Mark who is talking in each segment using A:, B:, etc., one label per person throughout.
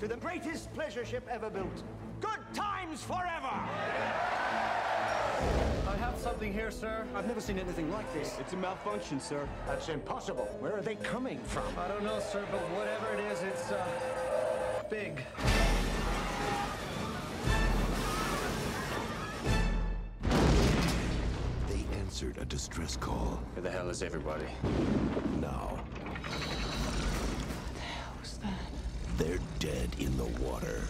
A: to the greatest pleasure ship ever built. Good times forever!
B: I have something here, sir.
A: I've never seen anything like this.
C: It's a malfunction, sir.
A: That's impossible. Where are they coming from?
B: I don't know, sir, but whatever it is, it's, uh, big.
D: They answered a distress call.
C: Where the hell is everybody?
D: Now. What the hell was that? They're dead in the water.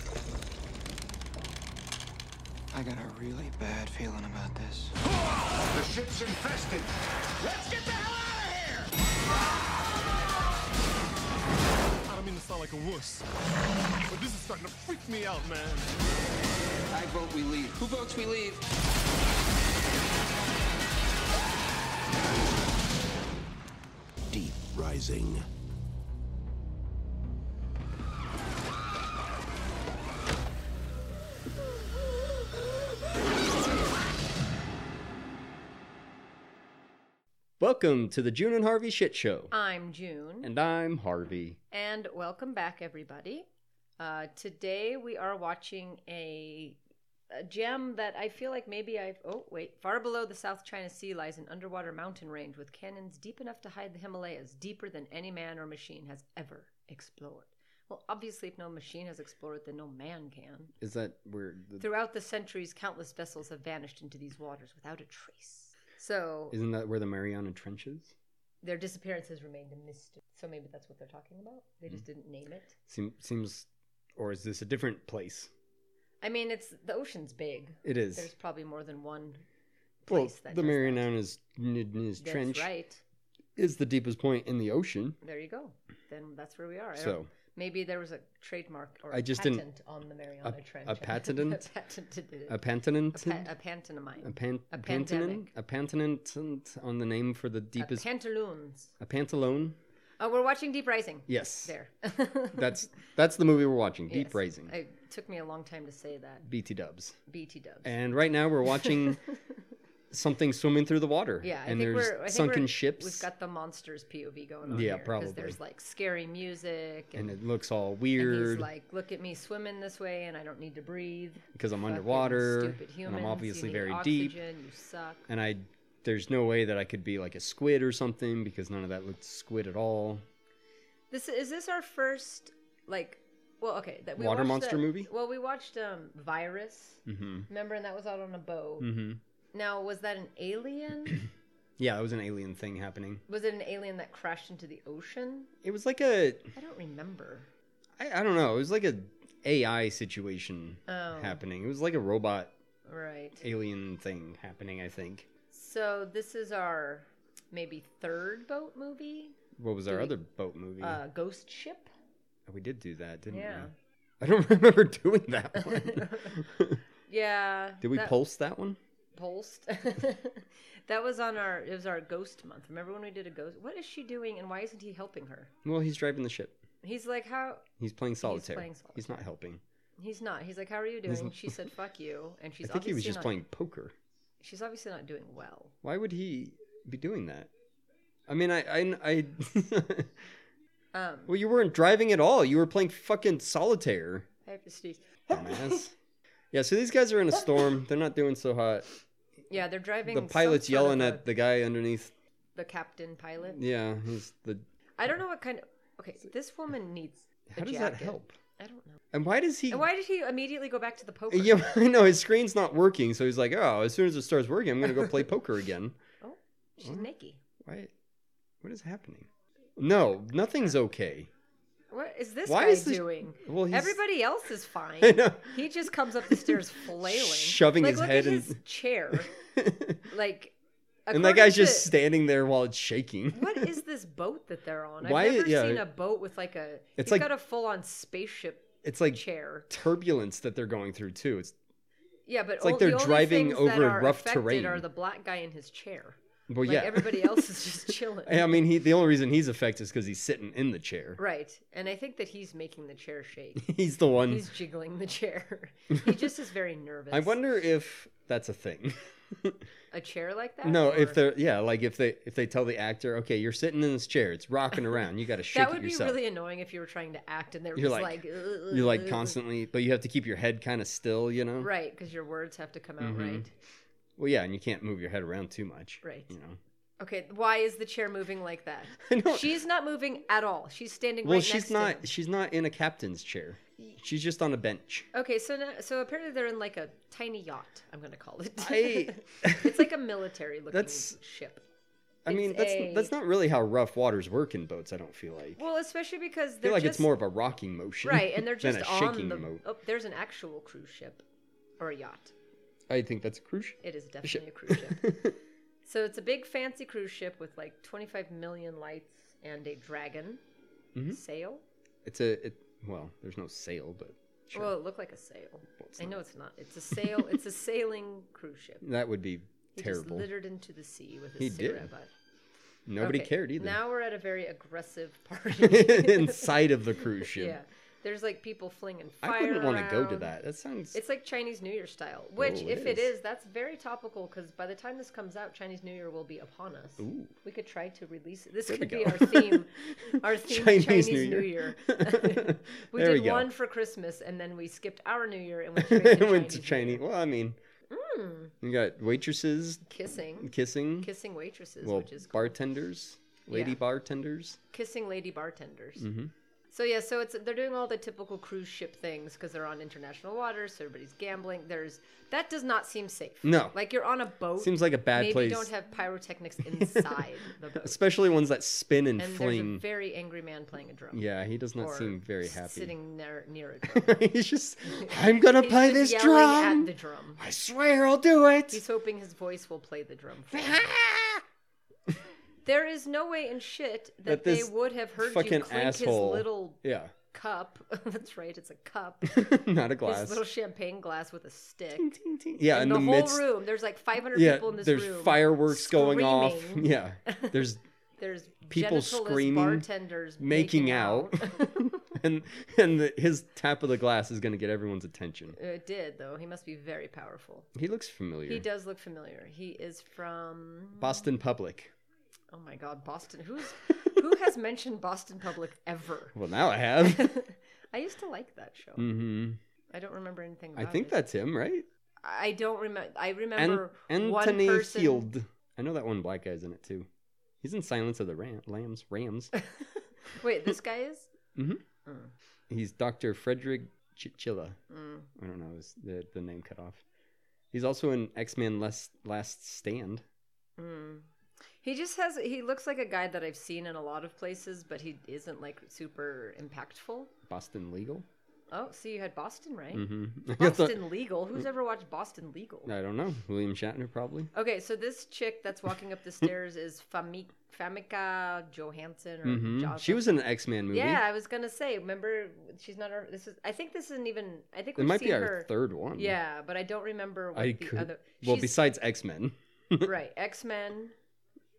E: I got a really bad feeling about this.
F: The ship's infested.
G: I don't mean to sound like a wuss, but this is starting to freak me out, man.
E: I vote we leave. Who votes we leave?
D: Deep rising.
H: Welcome to the June and Harvey Shit Show.
I: I'm June,
H: And I'm Harvey.
I: and welcome back, everybody. Uh, today we are watching a, a gem that I feel like maybe I've. Oh, wait. Far below the South China Sea lies an underwater mountain range with canyons deep enough to hide the Himalayas, deeper than any man or machine has ever explored. Well, obviously, if no machine has explored, then no man can.
H: Is that where the,
I: Throughout the centuries, countless vessels have vanished into these waters without a trace. So
H: isn't that where the Mariana Trench is?
I: their disappearances remained a mystery. So maybe that's what they're talking about. They just didn't name it.
H: Seem, seems or is this a different place?
I: I mean, it's the ocean's big.
H: It is.
I: There's probably more than one
H: Well,
I: place that
H: the
I: does that.
H: Marianas Nidney's
I: That's
H: Trench
I: right.
H: is the deepest point in the ocean.
I: There you go. Then that's where we are. I
H: So-
I: don't- maybe there was a trademark or
H: I
I: a
H: just
I: patent
H: didn't-
I: on the Mariana Trench.
H: a patent?
I: a patented it.
H: A pantanant?
I: pa- a pantomime.
H: a pan,
I: a
H: pantanin?
I: pandemic.
H: A pantanant on the name for the
I: A
H: deepest.
I: pantaloons.
H: a pantalone?
I: Oh, we're watching Deep Rising.
H: Yes.
I: There.
H: That's that's the movie we're watching, Deep
I: Yes.
H: Rising.
I: It took me a long time to say that.
H: BT Dubs.
I: BT dubs.
H: And right now we're watching something swimming through the water.
I: yeah, I
H: and
I: think
H: there's
I: we're I think
H: sunken
I: we're-
H: ships.
I: We've got the monsters POV going on
H: Yeah,
I: here, 'cause
H: probably.
I: There's like scary music
H: and
I: and,
H: it looks all
I: and he's
H: weird
I: like, "Look at me swimming this way, and I don't need to breathe."
H: because I'm
I: Fucking
H: underwater
I: stupid
H: and
I: humans,
H: I'm
I: you
H: obviously
I: need
H: very deep
I: oxygen, You suck.
H: and I there's no way that I could be like a squid or something because none of that looked squid at all.
I: This is this our first like. Well, okay. That we
H: Water
I: watched
H: monster
I: that-
H: movie?
I: Well, we watched um, Virus. Mm-hmm. Remember, and that was out on a boat. Mm-hmm. Now, was that an alien?
H: Yeah, it was an alien thing happening.
I: was it an alien that crashed into the ocean?
H: It was like a
I: I don't remember.
H: I, I don't know, it was like a AI situation
I: Oh.
H: happening. It was like a robot
I: Right.
H: alien thing happening, I think.
I: So this is our maybe third boat movie,
H: What was our other boat movie?
I: uh, Ghost Ship.
H: we did do that, didn't
I: yeah.
H: we? I don't remember doing that one.
I: Yeah.
H: Did we
I: that-
H: pulse that one?
I: Post. that was on our. It was our Ghost month. Remember when we did a Ghost? What is she doing, and why isn't he helping her?
H: Well, he's driving the ship.
I: He's like, how?
H: He's playing solitaire. He's,
I: playing
H: not helping.
I: He's not. He's like, how are you doing? She said, fuck you, and she's.
H: I think he was
I: obviously
H: just
I: not-
H: playing poker.
I: She's obviously not doing well.
H: Why would he be doing that? I mean, I, I, I-
I: Um.
H: well, you weren't driving at all. You were playing fucking solitaire,
I: I have to sneeze.
H: dumbass. yeah. So these guys are in a storm. They're not doing so hot.
I: Yeah, they're driving.
H: The
I: some
H: pilot's
I: sort of
H: yelling
I: a-
H: at the guy underneath.
I: the captain pilot.
H: Yeah, he's the.
I: I don't know what kind of. Okay, this woman needs. a
H: How does that
I: jacket.
H: help?
I: I don't know.
H: And why does he?
I: And why did he immediately go back to the poker?
H: Yeah, I know his screen's not working, so he's like, "Oh, as soon as it starts working, I'm gonna go play poker again."
I: Oh, she's naked.
H: Why? What is happening? No, nothing's okay.
I: What is this
H: Why
I: guy
H: is this-
I: doing?
H: well, he's-
I: Everybody else is fine.
H: I know.
I: He just comes up the stairs flailing,
H: Shoving
I: like,
H: his
I: look
H: head
I: at
H: in-
I: his chair. like,
H: and that guy's
I: according
H: just
I: to-
H: standing there while it's shaking.
I: What is this boat that they're on? I've
H: Why-
I: never
H: yeah.
I: seen a boat with like a.
H: It's
I: It's
H: like-
I: got a full-on spaceship
H: It's like
I: chair.
H: turbulence that they're going through too. It's
I: Yeah, but it's
H: like they're
I: the only
H: driving
I: things that
H: over
I: are
H: rough
I: affected
H: terrain.
I: Are the black guy in his chair?
H: well,
I: Like
H: yeah.
I: everybody else is just chilling.
H: I mean, he the only reason he's affected is because he's sitting in the chair.
I: Right, and I think that he's making the chair shake.
H: He's the one.
I: He's jiggling the chair. he just is very nervous.
H: I wonder if that's a thing.
I: a chair like that?
H: No,
I: Or-
H: if they're yeah, like if they if they tell the actor, okay, you're sitting in this chair, it's rocking around. You got to shake
I: that would
H: it
I: be
H: yourself.
I: really annoying if you were trying to act and they were
H: You're
I: just
H: like-
I: like,
H: you're like
I: "Ugh."
H: constantly, but you have to keep your head kind of still, you know.
I: right because your words have to come out
H: Mhm.
I: right.
H: Well, yeah, and you can't move your head around too much.
I: Right.
H: You know.
I: Okay, why is the chair moving like that?
H: I know.
I: She's not moving at all. She's standing
H: Well,
I: right next
H: she's
I: to
H: not.
I: him.
H: She's not in a captain's chair. She's just on a bench.
I: Okay, so now, so apparently they're in like a tiny yacht. I'm gonna call it.
H: I.
I: it's like a military looking
H: That's-
I: ship.
H: I mean,
I: it's
H: that's
I: a-
H: that's not really how rough waters work in boats. I don't feel like.
I: Well, especially because
H: I feel
I: they're
H: like it's
I: just
H: more of a rocking motion,
I: right, and they're just
H: than a
I: on
H: shaking
I: the.
H: mo-
I: Oh, there's an actual cruise ship, or a yacht.
H: I think that's a cruise. ship.
I: It is definitely a cruise ship. so it's a big fancy cruise ship with like 25 million lights and a dragon
H: Mm-hmm.
I: sail.
H: It's a it. Well, there's no sail, but sure.
I: Well, it looked like a sail. I know it's not. It's a sail. it's a sailing cruise ship.
H: that would be
I: He just
H: terrible.
I: littered into the sea with his
H: He
I: cigarette
H: did.
I: butt.
H: Nobody
I: Okay,
H: cared either.
I: Now we're at a very aggressive party.
H: Inside of the cruise ship,
I: yeah, there's like people flinging fire.
H: I wouldn't want to go to
I: around.
H: that. That sounds.
I: It's like Chinese New Year style, which,
H: Oh, it
I: if it
H: is.
I: is, that's very topical because by the time this comes out, Chinese New Year will be upon us.
H: Ooh.
I: We could try to release it. This
H: There we
I: could be
H: go.
I: our theme. Our theme Chinese, New Year. we
H: There we
I: did
H: go.
I: one for Christmas and then we skipped our New Year and went straight
H: it
I: to
H: went to
I: New
H: Chinese. Well, I mean, you got waitresses
I: Year. kissing,
H: kissing,
I: kissing waitresses,
H: well,
I: which is cool.
H: bartenders, lady
I: Yeah.
H: bartenders.
I: kissing lady bartenders.
H: Mm-hmm.
I: So yeah, so it's they're doing all the typical cruise ship things because they're on international waters, so everybody's gambling. There's that does not seem safe.
H: No.
I: like you're on a boat.
H: Seems like a bad
I: Maybe
H: place.
I: you don't have pyrotechnics inside the boat.
H: Especially ones that spin and,
I: And there's a
H: fling.
I: very angry man playing a drum.
H: Yeah, he does not
I: or
H: seem very happy.
I: Sitting near near a drum.
H: He's just, I'm gonna
I: He's
H: play
I: just
H: this
I: yelling
H: drum.
I: at the drum.
H: I swear I'll do it.
I: He's hoping his voice will play the drum. For him. there is no way in shit that,
H: That
I: they
H: this
I: would have heard you
H: fucking
I: clink
H: asshole-
I: his little
H: yeah,
I: cup. That's right, it's a cup.
H: not a
I: His
H: glass.
I: little champagne glass with a stick.
H: Yeah, in
I: And
H: the,
I: the, whole
H: midst.
I: room, there's like 500
H: Yeah,
I: people in this
H: there's
I: room.
H: fireworks going off.
I: screaming.
H: Yeah, there's
I: There's
H: people
I: genitalless
H: screaming,
I: bartenders
H: making out, and and the, his tap of the glass is gonna get everyone's attention.
I: it did though. He must be very powerful.
H: He looks familiar.
I: He does look familiar. He is from
H: Boston Public.
I: oh my god, Boston. Who's who has mentioned Boston Public ever?
H: Well, now I have.
I: I used to like that show.
H: hmm
I: I don't remember anything.
H: I
I: about
H: think
I: it.
H: that's him, right?
I: I don't remember. I
H: An-
I: remember one
H: Anthony
I: person.
H: Field. I know that one black guy's in it too. He's in Silence of the Ram- Lambs. Rams.
I: Wait, this guy is.
H: He's Dr. Frederick Chichilla.
I: Mm.
H: I don't know his, the the name cut off. He's also in X Men Last Last Stand.
I: He just has. He looks like a guy that I've seen in a lot of places, but he isn't like super impactful.
H: Boston Legal.
I: Oh, see, you had Boston, right?
H: Mm-hmm.
I: Boston Legal. Who's ever watched Boston Legal?
H: I don't know. William Shatner probably.
I: Okay, so this chick that's walking up the stairs is Fami- Famika Johansson or Jocelyn.
H: Hmm? Mm-hmm. She was in an X Men movie.
I: Yeah, I was gonna say. Remember, she's not. Our, this is. I think this isn't even. I
H: it
I: think we've
H: might
I: seen
H: be our
I: her.
H: third one.
I: Yeah, but I don't remember what
H: I
I: the
H: could.
I: other.
H: Well,
I: she's-
H: besides X Men.
I: right X Men.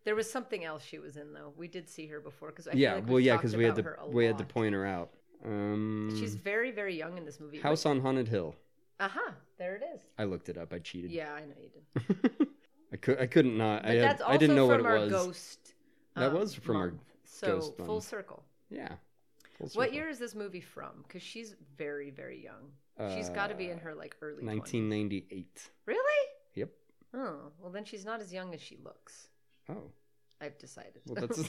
I: There was something else she was in though. We did see her before because
H: Yeah.
I: Like
H: well,
I: we've
H: yeah,
I: talked
H: because we had
I: about
H: to
I: her a
H: we had to
I: lot.
H: point her out. Um,
I: She's very very young in this movie.
H: House on Haunted Hill.
I: Aha! there it is.
H: I looked it up. I cheated.
I: Yeah, I know you did.
H: I could. I couldn't not. I,
I: But
H: had-
I: that's also
H: I didn't know
I: from
H: what it
I: our
H: was.
I: Ghost.
H: That
I: um,
H: was from our
I: month. so
H: Ghost
I: full
H: month.
I: circle.
H: Yeah. Full
I: What
H: circle.
I: year is this movie from? Because she's very very young. She's
H: Uh,
I: got to be in her like early 20s.
H: 1998.
I: Really?
H: Yep.
I: Oh well, then she's not as young as she looks.
H: Oh.
I: I've decided.
H: Well, that's.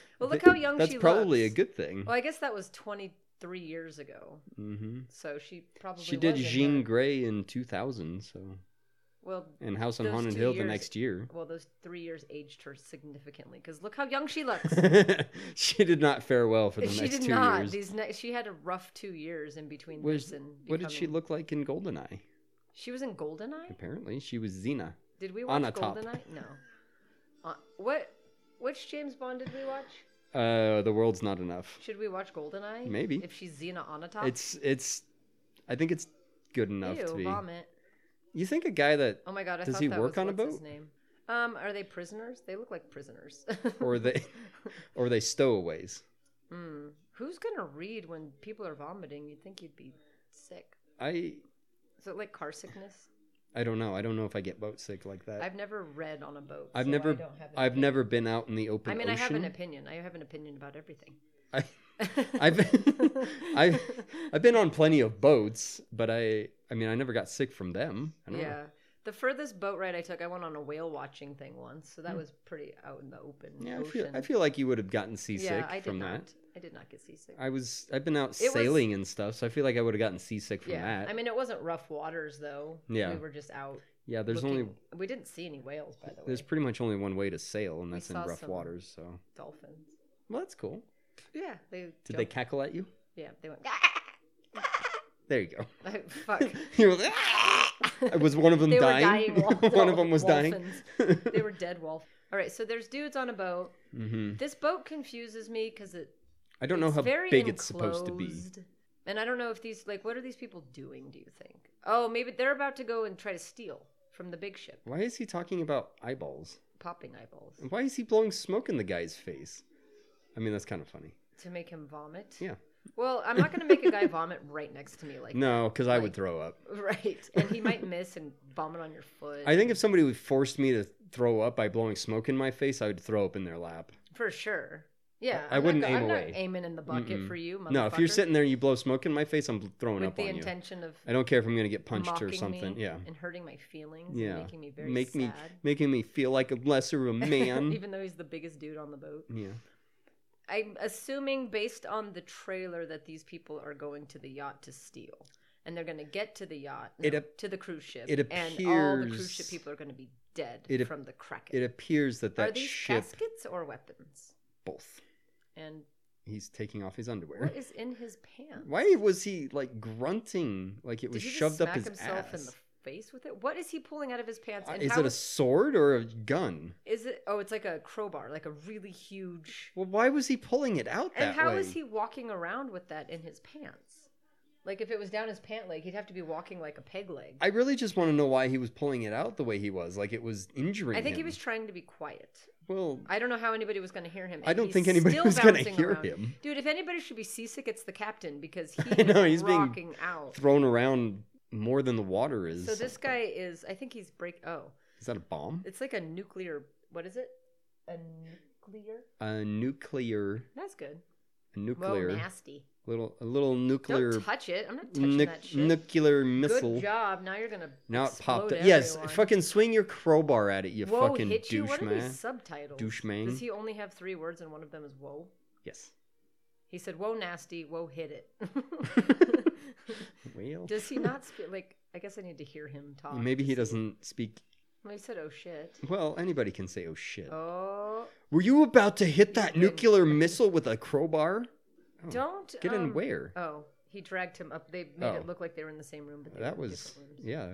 I: Well, look how young
H: That's
I: she
H: probably
I: looks.
H: a good thing.
I: Well, I guess that was 23 years ago.
H: hmm
I: So she probably
H: She did
I: was in
H: Jean
I: her-
H: Grey in 2000, so
I: Well,
H: and House on
I: Those
H: Haunted
I: two
H: Hill the
I: years-
H: next year.
I: well, those three years aged her significantly because look how young she looks.
H: she did not fare well for the
I: she
H: next
I: did
H: two
I: not.
H: years.
I: These ne- she had a rough two years in between
H: Was-
I: this and
H: what did she
I: becoming-
H: look like in Goldeneye?
I: She was in Goldeneye.
H: Apparently, she was Xena.
I: Did we watch
H: Anna Top.
I: Goldeneye? No. Uh, what? Which James Bond did we watch?
H: Uh, the world's not enough.
I: Should we watch Goldeneye?
H: Maybe.
I: If she's Xena Onatopp.
H: It's it's. I think it's good enough
I: Ah. Ew,
H: to be.
I: vomit.
H: You think a guy that
I: Oh my god, I
H: Does
I: thought
H: he
I: that
H: work
I: was
H: on a
I: what's his
H: boat?
I: name. Um, are they prisoners? They look like prisoners.
H: or they or they stowaways.
I: Who's gonna read when people are vomiting? You'd think you'd be sick.
H: I
I: Is it like car sickness?
H: I don't know. I don't know if I get boat sick like that. I've,
I: I've never read on a boat. so I
H: never
I: don't have an
H: I've
I: opinion.
H: never been out in the open
I: I mean,
H: ocean.
I: I have an opinion. I have an opinion about everything.
H: I, I've, I've I've been on plenty of boats, but I I mean I never got sick from them. I don't
I: Yeah. The furthest boat ride I took, I went on a whale watching thing once, so that was pretty out in the open
H: know. Hmm. Yeah, I feel,
I: ocean.
H: I feel like you would have gotten seasick
I: yeah, I did
H: from
I: not.
H: that.
I: I did not get seasick.
H: I was I've been out
I: It was-
H: sailing and stuff, so I feel like I would have gotten seasick from
I: yeah,
H: that.
I: I mean, it wasn't rough waters though.
H: Yeah.
I: we were just out.
H: yeah, there's only
I: looking- we didn't see any whales by the way.
H: there's pretty much only one way to sail, and that's in
I: saw
H: rough
I: some-
H: waters. So
I: dolphins.
H: well, that's cool.
I: Yeah, they
H: Did they
I: jumped-
H: cackle at you?
I: Yeah, they went.
H: "Ah!" There you go.
I: like, fuck.
H: You were like, "Ah!" was one of them
I: They were
H: dying?
I: dying wal-
H: one of them was dying.
I: dolphins. they were dead wolf. All right, so there's dudes on a boat.
H: hmm
I: This boat confuses me because it
H: I don't know
I: it's
H: how
I: very
H: big it's supposed to be.
I: enclosed. And I don't know if these like what are these people doing, do you think? Oh, maybe they're about to go and try to steal from the big ship,
H: Why is he talking about eyeballs?
I: popping eyeballs
H: And Why is he blowing smoke in the guy's face? I mean, that's kind of funny.
I: to make him vomit.
H: Yeah.
I: Well, I'm not going to make a guy vomit right next to me like
H: No, because I would throw up.
I: right. And he might miss and vomit on your foot.
H: I think if somebody would force me to throw up by blowing smoke in my face, I- I would throw up in their lap.
I: for sure. Yeah.
H: I
I: I'm
H: wouldn't
I: not, go-
H: aim
I: I'm
H: away.
I: Not aiming in the bucket for you, motherfucker.
H: No, if you're sitting there and you blow smoke in my face, I'm throwing
I: with
H: up
I: the
H: on you.
I: intention of
H: I don't care if I'm going to get punched
I: mocking
H: or something.
I: me
H: Yeah.
I: and hurting my feelings, and
H: Yeah.
I: making me very
H: Make
I: sad.
H: me making me feel like a lesser of a man.
I: Even though he's the biggest dude on the boat.
H: yeah.
I: I'm assuming based on the trailer that these people are going to the yacht to steal, and they're going to get to the yacht, no,
H: It ap-
I: to the cruise ship,
H: it
I: and all the cruise ship
H: appears-
I: people are going to be dead
H: it ap-
I: from the kraken.
H: It appears that
I: are
H: that
I: these
H: ship
I: caskets or weapons?
H: both.
I: And
H: He's taking off his underwear.
I: what is in his pants?
H: Why was he like grunting like it
I: Did
H: was
I: he just
H: shoved up
I: smack
H: his
I: himself
H: ass?
I: in the face with it? What is he pulling out of his pants?
H: Uh,
I: And
H: Is
I: how
H: it a sword or a gun?
I: is it? Oh, it's like a crowbar, like a really huge.
H: Well, why was he pulling it out that
I: And how
H: way?
I: is he walking around with that in his pants? Like if it was down his pant leg, he'd have to be walking like a peg leg.
H: I really just want to know why he was pulling it out the way he was. Like it was injuring.
I: I think he
H: him.
I: was trying to be quiet.
H: Well,
I: I don't know how anybody was going to hear him.
H: I
I: and
H: don't
I: he's
H: think anybody
I: still
H: was gonna
I: bouncing
H: hear
I: around.
H: him.
I: Dude, if anybody should be seasick, it's the captain because he
H: I know,
I: is
H: he's being
I: rocking out.
H: thrown around more than the water is.
I: so this guy is, I think he's break. Oh,
H: is that a bomb?
I: it's like a nuclear. What is it? A nuclear.
H: A nuclear,
I: That's good.
H: a
I: Whoa,
H: nuclear,
I: nasty.
H: little, a little nuclear,
I: Don't touch it. I'm not touching
H: nuc-
I: that shit.
H: nuclear missile.
I: good job. Now you're gonna.
H: Now it
I: explode
H: popped. up.
I: Everyone.
H: Yes, fucking swing your crowbar at it, you
I: Whoa,
H: fucking
I: hit you. What are
H: douchebag.
I: these subtitles?
H: Douchemang.
I: Does he only have three words and one of them is whoa?
H: yes.
I: He said, "Whoa, nasty! Whoa, hit it."
H: Well,
I: Does he not speak? Like, I guess I need to hear him talk.
H: maybe
I: to
H: he Hmm.
I: see-
H: doesn't speak.
I: Well, he said, "Oh shit."
H: Well, anybody can say, "Oh shit."
I: Oh,
H: Were you about to hit that
I: been-
H: nuclear missile with a crowbar?
I: don't
H: Oh, Get in
I: um,
H: where?
I: Oh, he dragged him up. They made
H: Oh.
I: it look like they were in the same room, but they
H: That
I: were in
H: was
I: different rooms.
H: yeah.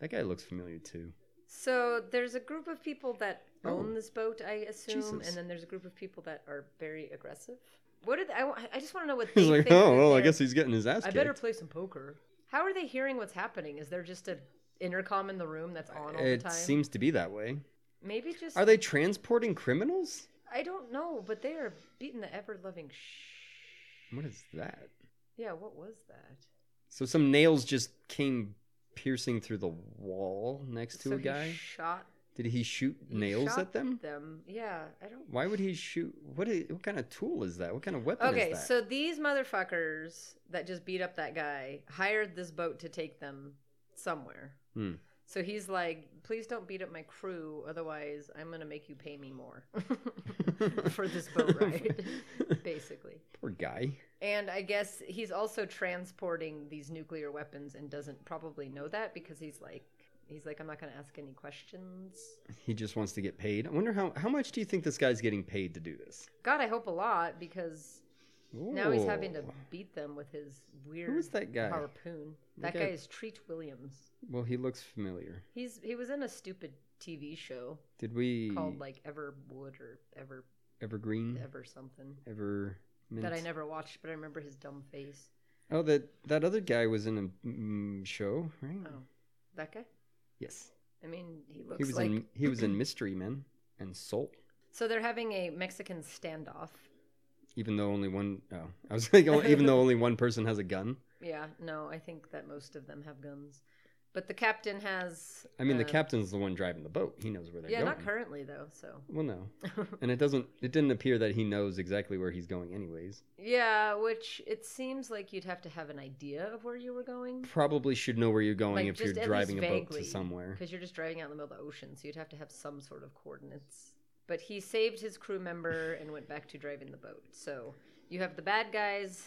H: That guy looks familiar too.
I: So there's a group of people that own this boat, I assume,
H: Oh. Jesus.
I: and then there's a group of people that are very aggressive. What did I? wa- I just want to know what they
H: He's like,
I: think
H: oh
I: that
H: well, I
I: they're-
H: guess he's getting his ass
I: I
H: kicked.
I: better play some poker. How are they hearing what's happening? Is there just a intercom in the room that's on all the
H: it
I: time?
H: seems to be that way.
I: Maybe just
H: Are they transporting criminals?
I: I don't know, but they are beating the ever loving sh.
H: What is that?
I: Yeah, what was that?
H: So some nails just came piercing through the wall next to
I: So
H: a
I: he
H: guy.
I: shot
H: Did he shoot
I: he
H: nails
I: shot
H: at them?
I: Them, yeah. I don't.
H: Why would he shoot? What? i- what kind of tool is that? What kind of weapon
I: Okay,
H: is that?
I: so these motherfuckers that just beat up that guy hired this boat to take them somewhere.
H: Hmm.
I: So he's like, "Please don't beat up my crew, otherwise I'm gonna make you pay me more for this boat ride." basically,
H: Poor guy.
I: And I guess he's also transporting these nuclear weapons and doesn't probably know that because he's like he's like I'm not going to ask any questions.
H: He just wants to get paid. I wonder how how much do you think this guy's getting paid to do this?
I: God, I hope a lot because now he's having to
H: Ooh.
I: beat them with his weird
H: Who is that guy?
I: harpoon. That
H: Okay.
I: guy is Treat Williams.
H: Well, he looks familiar.
I: He's he was in a stupid TV show
H: Did we
I: called like Everwood or Ever
H: Evergreen
I: Ever something
H: Ever
I: that I
H: Mint?
I: never watched, but I remember his dumb face.
H: Oh, that that other guy was in a mm, show, right?
I: Oh, that guy.
H: Yes,
I: I mean, he looks
H: he was
I: like
H: in he was in Mystery Men and Soul.
I: so they're having a Mexican standoff.
H: Even though only one, oh, I was like, even though only one person has a gun.
I: Yeah, no, I think that most of them have guns. But the captain has.
H: I mean, the
I: uh,
H: captain's the one driving the boat. He knows where they're
I: Yeah,
H: going.
I: not currently though. So
H: Well, no, and it doesn't. It didn't appear that he knows exactly where he's going, anyways.
I: yeah, which it seems like you'd have to have an idea of where you were going.
H: Probably should know where you're going
I: Like,
H: if you're
I: just at
H: driving a
I: least
H: boat to
I: vaguely,
H: somewhere.
I: because you're just driving out in the middle of the ocean, so you'd have to have some sort of coordinates. But he saved his crew member and went back to driving the boat. So you have the bad guys.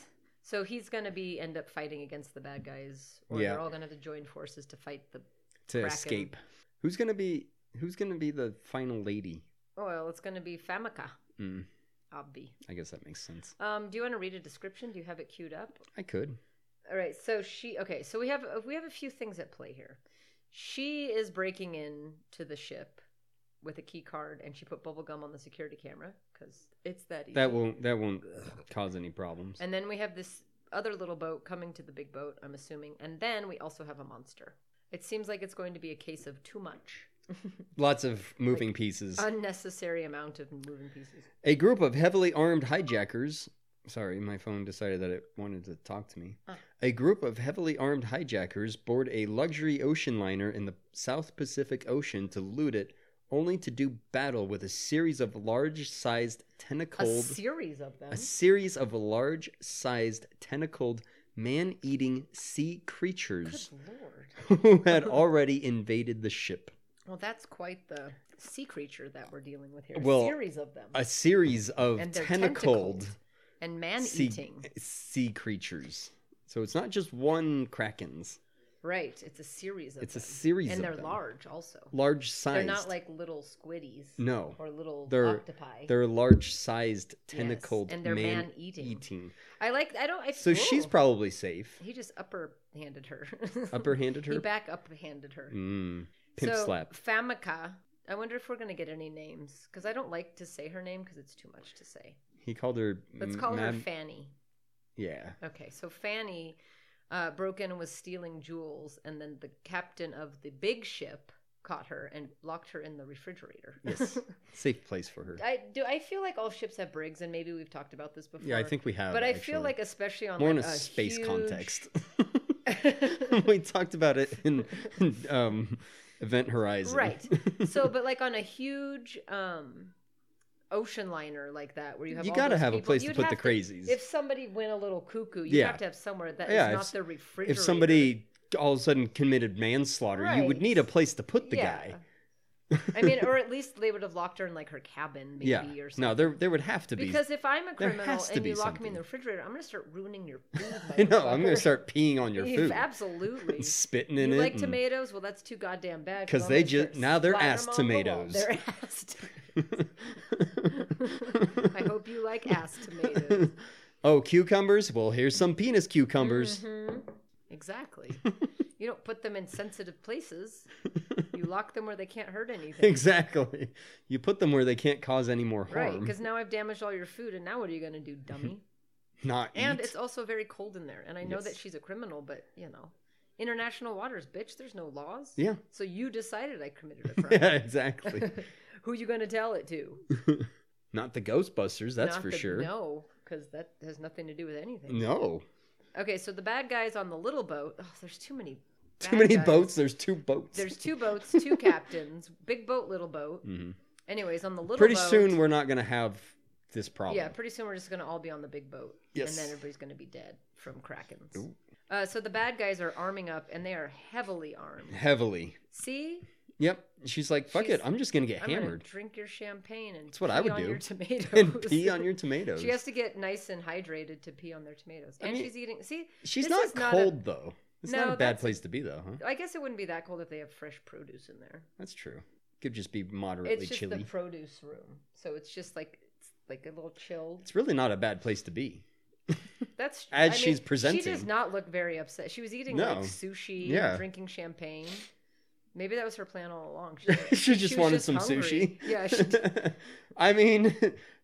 I: So he's gonna be end up fighting against the bad guys, or
H: Yeah.
I: they're all gonna have to join forces to fight the.
H: to
I: Kraken.
H: escape. Who's gonna be Who's gonna be the final lady?
I: Oh well, it's gonna be Famika.
H: Mm.
I: Obvi.
H: I guess that makes sense.
I: Um, do you want to read a description? Do you have it queued up?
H: I could.
I: All right. So she. Okay. So we have uh, we have a few things at play here. She is breaking in to the ship with a key card, and she put bubble gum on the security camera because it's that easy.
H: That won't. That won't cause any problems.
I: And then we have this other little boat coming to the big boat. I'm assuming, and then we also have a monster. It seems like it's going to be a case of too much,
H: Lots of moving pieces.
I: unnecessary amount of moving pieces.
H: A group of heavily armed hijackers. Sorry, my phone decided that it wanted to talk to me. A group of heavily armed hijackers board a luxury ocean liner in the South Pacific Ocean to loot it, only to do battle with a series of large sized
I: A
H: tentacled.
I: series of them.
H: a series of large sized tentacled man eating sea creatures
I: Lord.
H: who had already invaded the ship.
I: Well, that's quite the sea creature that we're dealing with here.
H: Well,
I: a series of them.
H: A series of
I: and they're
H: tentacled,
I: and man
H: sea,
I: eating.
H: sea creatures. So it's not just one Kraken's,
I: Right. It's a series of
H: it's a
I: them.
H: series
I: and
H: of
I: they're
H: them.
I: large also.
H: Large sized.
I: They're not like little squiddies.
H: No.
I: Or little
H: They're-
I: octopi.
H: They're large sized tentacled
I: and they're
H: man
I: man-eating.
H: eating.
I: I like I don't I
H: So she's
I: Whoa.
H: probably safe.
I: he just upper handed her.
H: Upperhanded
I: He
H: her?
I: back up handed her.
H: Mm, pimp
I: so,
H: slap.
I: Famika. I wonder if we're gonna get any names because I don't like to say her name because it's too much to say.
H: He called her.
I: Let's
H: m-
I: call her
H: Mab-
I: Fanny.
H: Yeah.
I: Okay, so Fanny uh, broke in and was stealing jewels, and then the captain of the big ship caught her and locked her in the refrigerator.
H: Yes. Safe place for her.
I: I do. I feel like all ships have brigs, and maybe we've talked about this before.
H: Yeah, I think we have.
I: But I
H: actually.
I: feel like, especially on
H: more in
I: like,
H: a, space
I: huge-
H: context. we talked about it in, in, um, Event Horizon.
I: right? So, but like on a huge um, ocean liner like that, where you have
H: You
I: all
H: gotta
I: those
H: have a
I: people,
H: place to
I: you'd
H: put the
I: have
H: crazies.
I: If somebody went a little cuckoo, you
H: Yeah.
I: have to have somewhere that is
H: Yeah,
I: not
H: if-
I: the refrigerator.
H: if somebody all of a sudden committed manslaughter, you would
I: Right.
H: need a place to put the guy.
I: I mean, or at least they would have locked her in like her cabin, maybe,
H: yeah.
I: or something.
H: No, there there would have to be.
I: because if I'm a
H: there
I: criminal
H: has to
I: and
H: be
I: you lock me in
H: something.
I: the refrigerator, I'm gonna start ruining your food.
H: I know I'm gonna
I: motherfucker.
H: start peeing on your
I: You've-
H: food,
I: Absolutely.
H: and spitting
I: you
H: in it.
I: like
H: and-
I: tomatoes? Well, that's too goddamn bad.
H: 'Cause
I: I'm
H: they
I: gonna start
H: just- now they're
I: slapping
H: ass
I: them on the wall.
H: tomatoes.
I: They're ass. tomatoes. I hope you like ass tomatoes.
H: oh, cucumbers! Well, here's some penis cucumbers.
I: Mm-hmm. Exactly. You don't put them in sensitive places. You lock them where they can't hurt anything.
H: Exactly. You put them where they can't cause any more
I: Right,
H: harm.
I: because now I've damaged all your food, and now what are you going to do, dummy?
H: Not
I: And
H: eat.
I: it's also very cold in there. And I know that
H: Yes.
I: she's a criminal, but you know, international waters, bitch. There's no laws.
H: Yeah.
I: So you decided I committed a crime.
H: yeah, exactly.
I: Who you going to tell it to?
H: Not the Ghostbusters, that's
I: Not
H: for
I: the-
H: sure.
I: No, because that has nothing to do with anything.
H: No.
I: Okay, so the bad guys on the little boat. Oh, there's too many.
H: Too
I: bad
H: many
I: guys.
H: boats. There's two boats.
I: There's two boats, two captains, big boat, little boat. Anyways, on the little
H: Mm-hmm. Pretty
I: boat,
H: soon we're not gonna have this problem.
I: Yeah, pretty soon we're just going to all be on the big boat.
H: Yes.
I: And then everybody's going to be dead from Krakens. Uh, so the bad guys are arming up and they are heavily armed.
H: Heavily.
I: See?
H: Yep. She's like, fuck
I: She's-
H: it, I'm just gonna get
I: I'm gonna
H: hammered.
I: drink your champagne and That's
H: what I would
I: on
H: do.
I: Your tomatoes.
H: And pee on your tomatoes.
I: she has to get nice and hydrated to pee on their tomatoes. And
H: mean,
I: she's eating. See?
H: She's
I: this
H: not
I: is not a-
H: cold though. It's
I: No,
H: not a bad
I: that's-
H: place to be though, huh?
I: I guess it wouldn't be that cold if they have fresh produce in there.
H: That's true. Could just be moderately
I: It's just the
H: chilly.
I: produce room. So it's just like it's like a little chilled.
H: It's really not a bad place to be.
I: That's
H: As
I: I mean,
H: she's
I: She does
H: presenting.
I: not look very upset. She was eating
H: No.
I: like sushi,
H: Yeah.
I: drinking champagne. Maybe that was her plan all along. She,
H: she just
I: was
H: wanted
I: just
H: some
I: hungry.
H: sushi.
I: Yeah, she did.
H: I mean,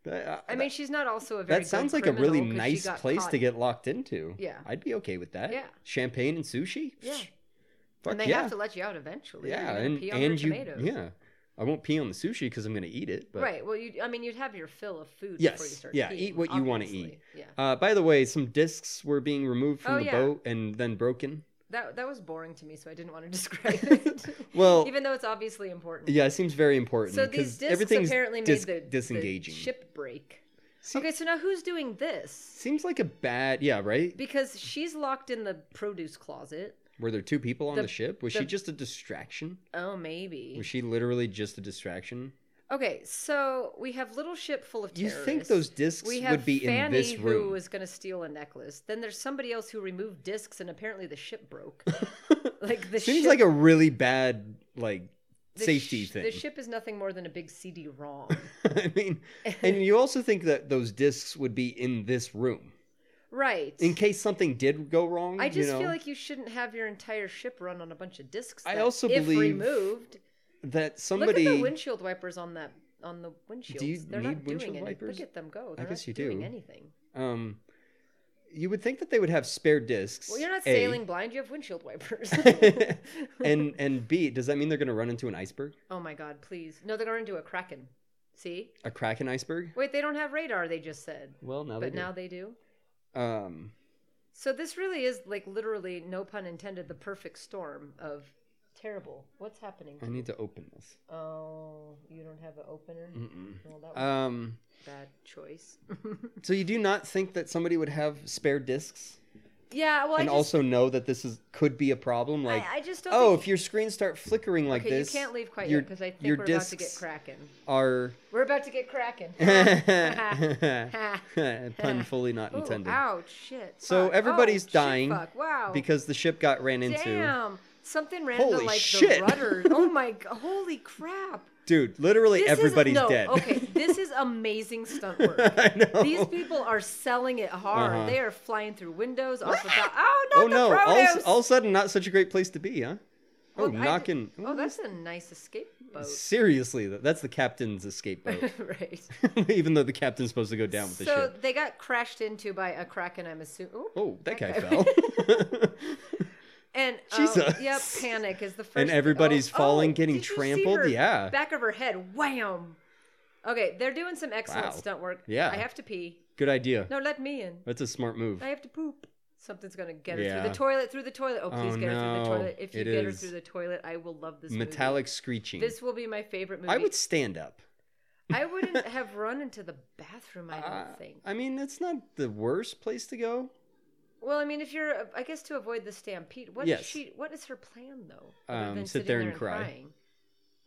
I: I mean, she's not also a very
H: that
I: good
H: sounds like a really
I: criminal 'cause she
H: nice
I: got
H: place
I: caught.
H: to get locked into.
I: Yeah.
H: I'd be okay with that.
I: Yeah.
H: Champagne and sushi?
I: Yeah.
H: Psh, Fuck
I: And they
H: yeah.
I: have to let you out eventually. or
H: yeah,
I: you're gonna
H: and
I: pee on their
H: and you
I: tomatoes.
H: yeah. I won't pee on the sushi because I'm gonna eat it. But
I: Right. Well, you. I mean, you'd have your fill of food. Before you
H: Yes.
I: start
H: Yeah.
I: peeing,
H: eat what you want to
I: obviously.
H: eat.
I: Yeah.
H: Uh, by the way, some discs were being removed from
I: Oh,
H: the
I: yeah.
H: boat and then broken.
I: that that was boring to me, so I didn't want to describe it.
H: Well-
I: even though it's obviously important.
H: Yeah, it seems very important
I: So these
H: because
I: discs
H: everything's
I: apparently made
H: dis-
I: the
H: disengaging.
I: the ship break.
H: See-
I: okay, so now who's doing this?
H: Seems like a bad yeah, right?
I: Because she's locked in the produce closet.
H: Were there two people on the,
I: The-
H: ship? Was
I: the-
H: she just a distraction?
I: Oh, maybe.
H: Was she literally just a distraction?
I: Okay, so we have little ship full of
H: You
I: terrorists.
H: think those discs
I: we
H: would
I: have
H: be in
I: Fanny
H: this room.
I: who was going to steal a necklace. Then there's somebody else who removed discs, and apparently the ship broke. like the
H: Seems
I: ship,
H: like a really bad like
I: the
H: safety
I: sh-
H: thing.
I: The ship is nothing more than a big CD-ROM.
H: I mean, and you also think that those discs would be in this room
I: right.
H: in case something did go wrong.
I: I
H: you
I: just
H: know,
I: feel like you shouldn't have your entire ship run on a bunch of discs.
H: I
I: that,
H: also
I: if
H: believe
I: removed.
H: that
I: Look at the
H: somebody.
I: windshield wipers on that on the windshield.
H: you
I: They're
H: need
I: not doing
H: windshield
I: anything.
H: wipers?
I: Look at them go. They're
H: guess
I: not
H: you
I: doing
H: do.
I: anything.
H: um, you would think that they would have spare discs.
I: Well, you're not
H: A.
I: sailing blind. You have windshield wipers.
H: and and B, does that mean they're going to run into an iceberg,
I: Oh my god, please. No, they're going to do a kraken. See?
H: a kraken iceberg?
I: Wait, they don't have radar, they just said.
H: Well, now
I: but
H: they
I: now
H: do.
I: they do.
H: um,
I: So this really is like literally, no pun intended, the perfect storm of terrible. What's happening?
H: I need to open this.
I: Oh, you don't have an opener? Well, that was
H: Um,
I: a bad choice.
H: so you do not think that somebody would have spare discs?
I: yeah, well, I
H: and
I: just,
H: also know that this is could be a problem. Like,
I: I just don't
H: oh,
I: think-
H: if your screens start flickering like
I: okay,
H: this,
I: you can't leave quite
H: your-
I: yet because I think
H: your
I: we're about to get
H: discs
I: kraken.
H: Are
I: We're about to get kraken.
H: pun fully not
I: Ooh,
H: intended.
I: ouch! Shit.
H: So
I: fuck.
H: everybody's
I: oh, shit,
H: dying
I: fuck, Wow.
H: because the ship got ran into.
I: Damn. Something ran into
H: Holy
I: like
H: shit.
I: the rudder. Oh my god. Holy crap.
H: Dude, literally
I: This is-
H: everybody's
I: no,
H: dead.
I: Okay, this is amazing stunt work.
H: I know.
I: These people are selling it hard.
H: Uh-huh.
I: They are flying through windows off of the Oh, not
H: oh
I: the
H: no! All,
I: produce.
H: all of a sudden, not such a great place to be, huh? Oh,
I: Look, I did-
H: knocking.
I: Oh, that's a nice escape boat.
H: Seriously, though, that's the captain's escape boat.
I: right.
H: Even though the captain's supposed to go down with the
I: So
H: ship.
I: they got crashed into by a kraken, I'm assuming.
H: Oh, that guy
I: guy-
H: fell.
I: And oh,
H: Jesus.
I: yep, panic is the first. Oh,
H: And everybody's falling, getting
I: did you see
H: trampled?
I: her
H: Yeah.
I: back of her head, wham. Okay, they're doing some excellent
H: Wow.
I: stunt work.
H: Yeah.
I: I have to pee.
H: Good idea.
I: No, let me in.
H: That's a smart move.
I: I have to poop. Something's gonna get her
H: Yeah.
I: through the toilet. Through the toilet. Oh, please
H: Oh,
I: get her through
H: no.
I: the toilet. If you
H: It
I: get her
H: is.
I: through the toilet, I will love this movie.
H: Metallic screeching.
I: This will be my favorite movie.
H: I would stand up.
I: I wouldn't have run into the bathroom. I don't think.
H: Uh, I mean, it's not the worst place to go.
I: Well, I mean, if you're, I guess, to avoid the stampede. What is
H: Yes.
I: she? What is her plan though?
H: Um,
I: Other than
H: sit
I: sitting
H: there and cry.
I: crying.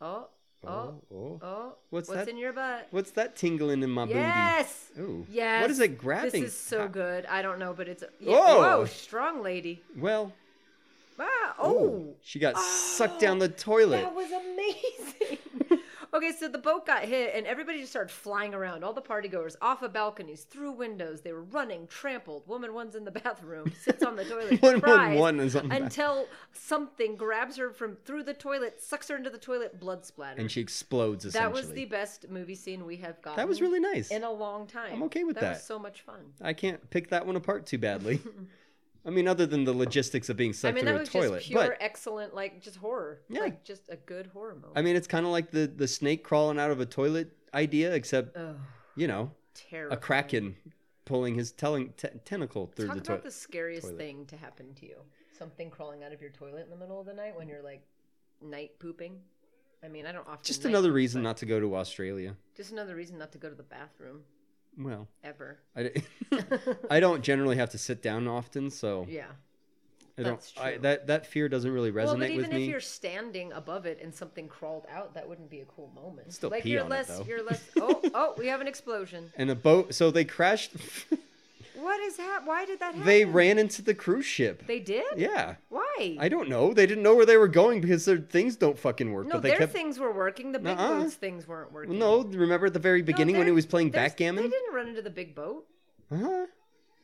I: Oh, oh,
H: oh.
I: oh.
H: What's
I: What's,
H: that?
I: in your butt?
H: What's that tingling in my
I: Yes.
H: booty? Ooh.
I: Yes.
H: What is it grabbing?
I: This is so good. I don't know, but it's. Yeah,
H: Oh.
I: Whoa, strong lady.
H: Well,
I: Ah,
H: ooh,
I: oh.
H: she got sucked down the toilet.
I: That was amazing. okay, so the boat got hit, and everybody just started flying around. All the partygoers off of balconies, through windows. They were running, trampled. Woman one's in the bathroom, sits on the toilet,
H: Woman
I: cries
H: one is on the bath-
I: until something grabs her from through the toilet, sucks her into the toilet, blood splatter.
H: And she explodes, essentially.
I: that was the best movie scene we have gotten.
H: That was really nice.
I: in a long time.
H: I'm okay with
I: That
H: that.
I: was so much fun.
H: I can't pick that one apart too badly. I mean, other than the logistics of being
I: I
H: sucked
I: mean,
H: through
I: that was
H: a toilet.
I: just pure,
H: but,
I: excellent, like just horror.
H: Yeah.
I: Like just a good horror moment.
H: I mean, it's kind of like the, the snake crawling out of a toilet idea, except,
I: oh,
H: you know, a
I: terrible.
H: kraken pulling his telling te- tentacle through
I: Talk
H: the
I: about
H: toilet.
I: the scariest
H: toilet.
I: thing to happen to you. Something crawling out of your toilet in the middle of the night when you're like night pooping. I mean, I don't often.
H: Just
I: night
H: another
I: poop,
H: reason
I: but
H: not to go to Australia.
I: Just another reason not to go to the bathroom
H: Well,
I: ever.
H: I, d- I don't generally have to sit down often, so
I: Yeah.
H: I don't.
I: that's
H: I,
I: true.
H: that that fear doesn't really resonate
I: well, but
H: with
I: even
H: me.
I: if you're standing above it and something crawled out, that wouldn't be a cool moment.
H: Still
I: like
H: pee
I: you're
H: on it,
I: less.
H: though.
I: You're less. Oh, oh, we have an explosion.
H: And a boat. So they crashed.
I: What is that? Why did that happen?
H: they ran into the cruise ship.
I: They did.
H: yeah.
I: Why?
H: I don't know. They didn't know where they were going because their things don't fucking work.
I: no,
H: but they
I: their
H: kept.
I: things were working. The big
H: Nuh-uh.
I: boat's things weren't working.
H: no, remember at the very
I: No,
H: beginning when he
I: they're-
H: was playing
I: there's- They
H: backgammon.
I: didn't run into the big boat.
H: Huh?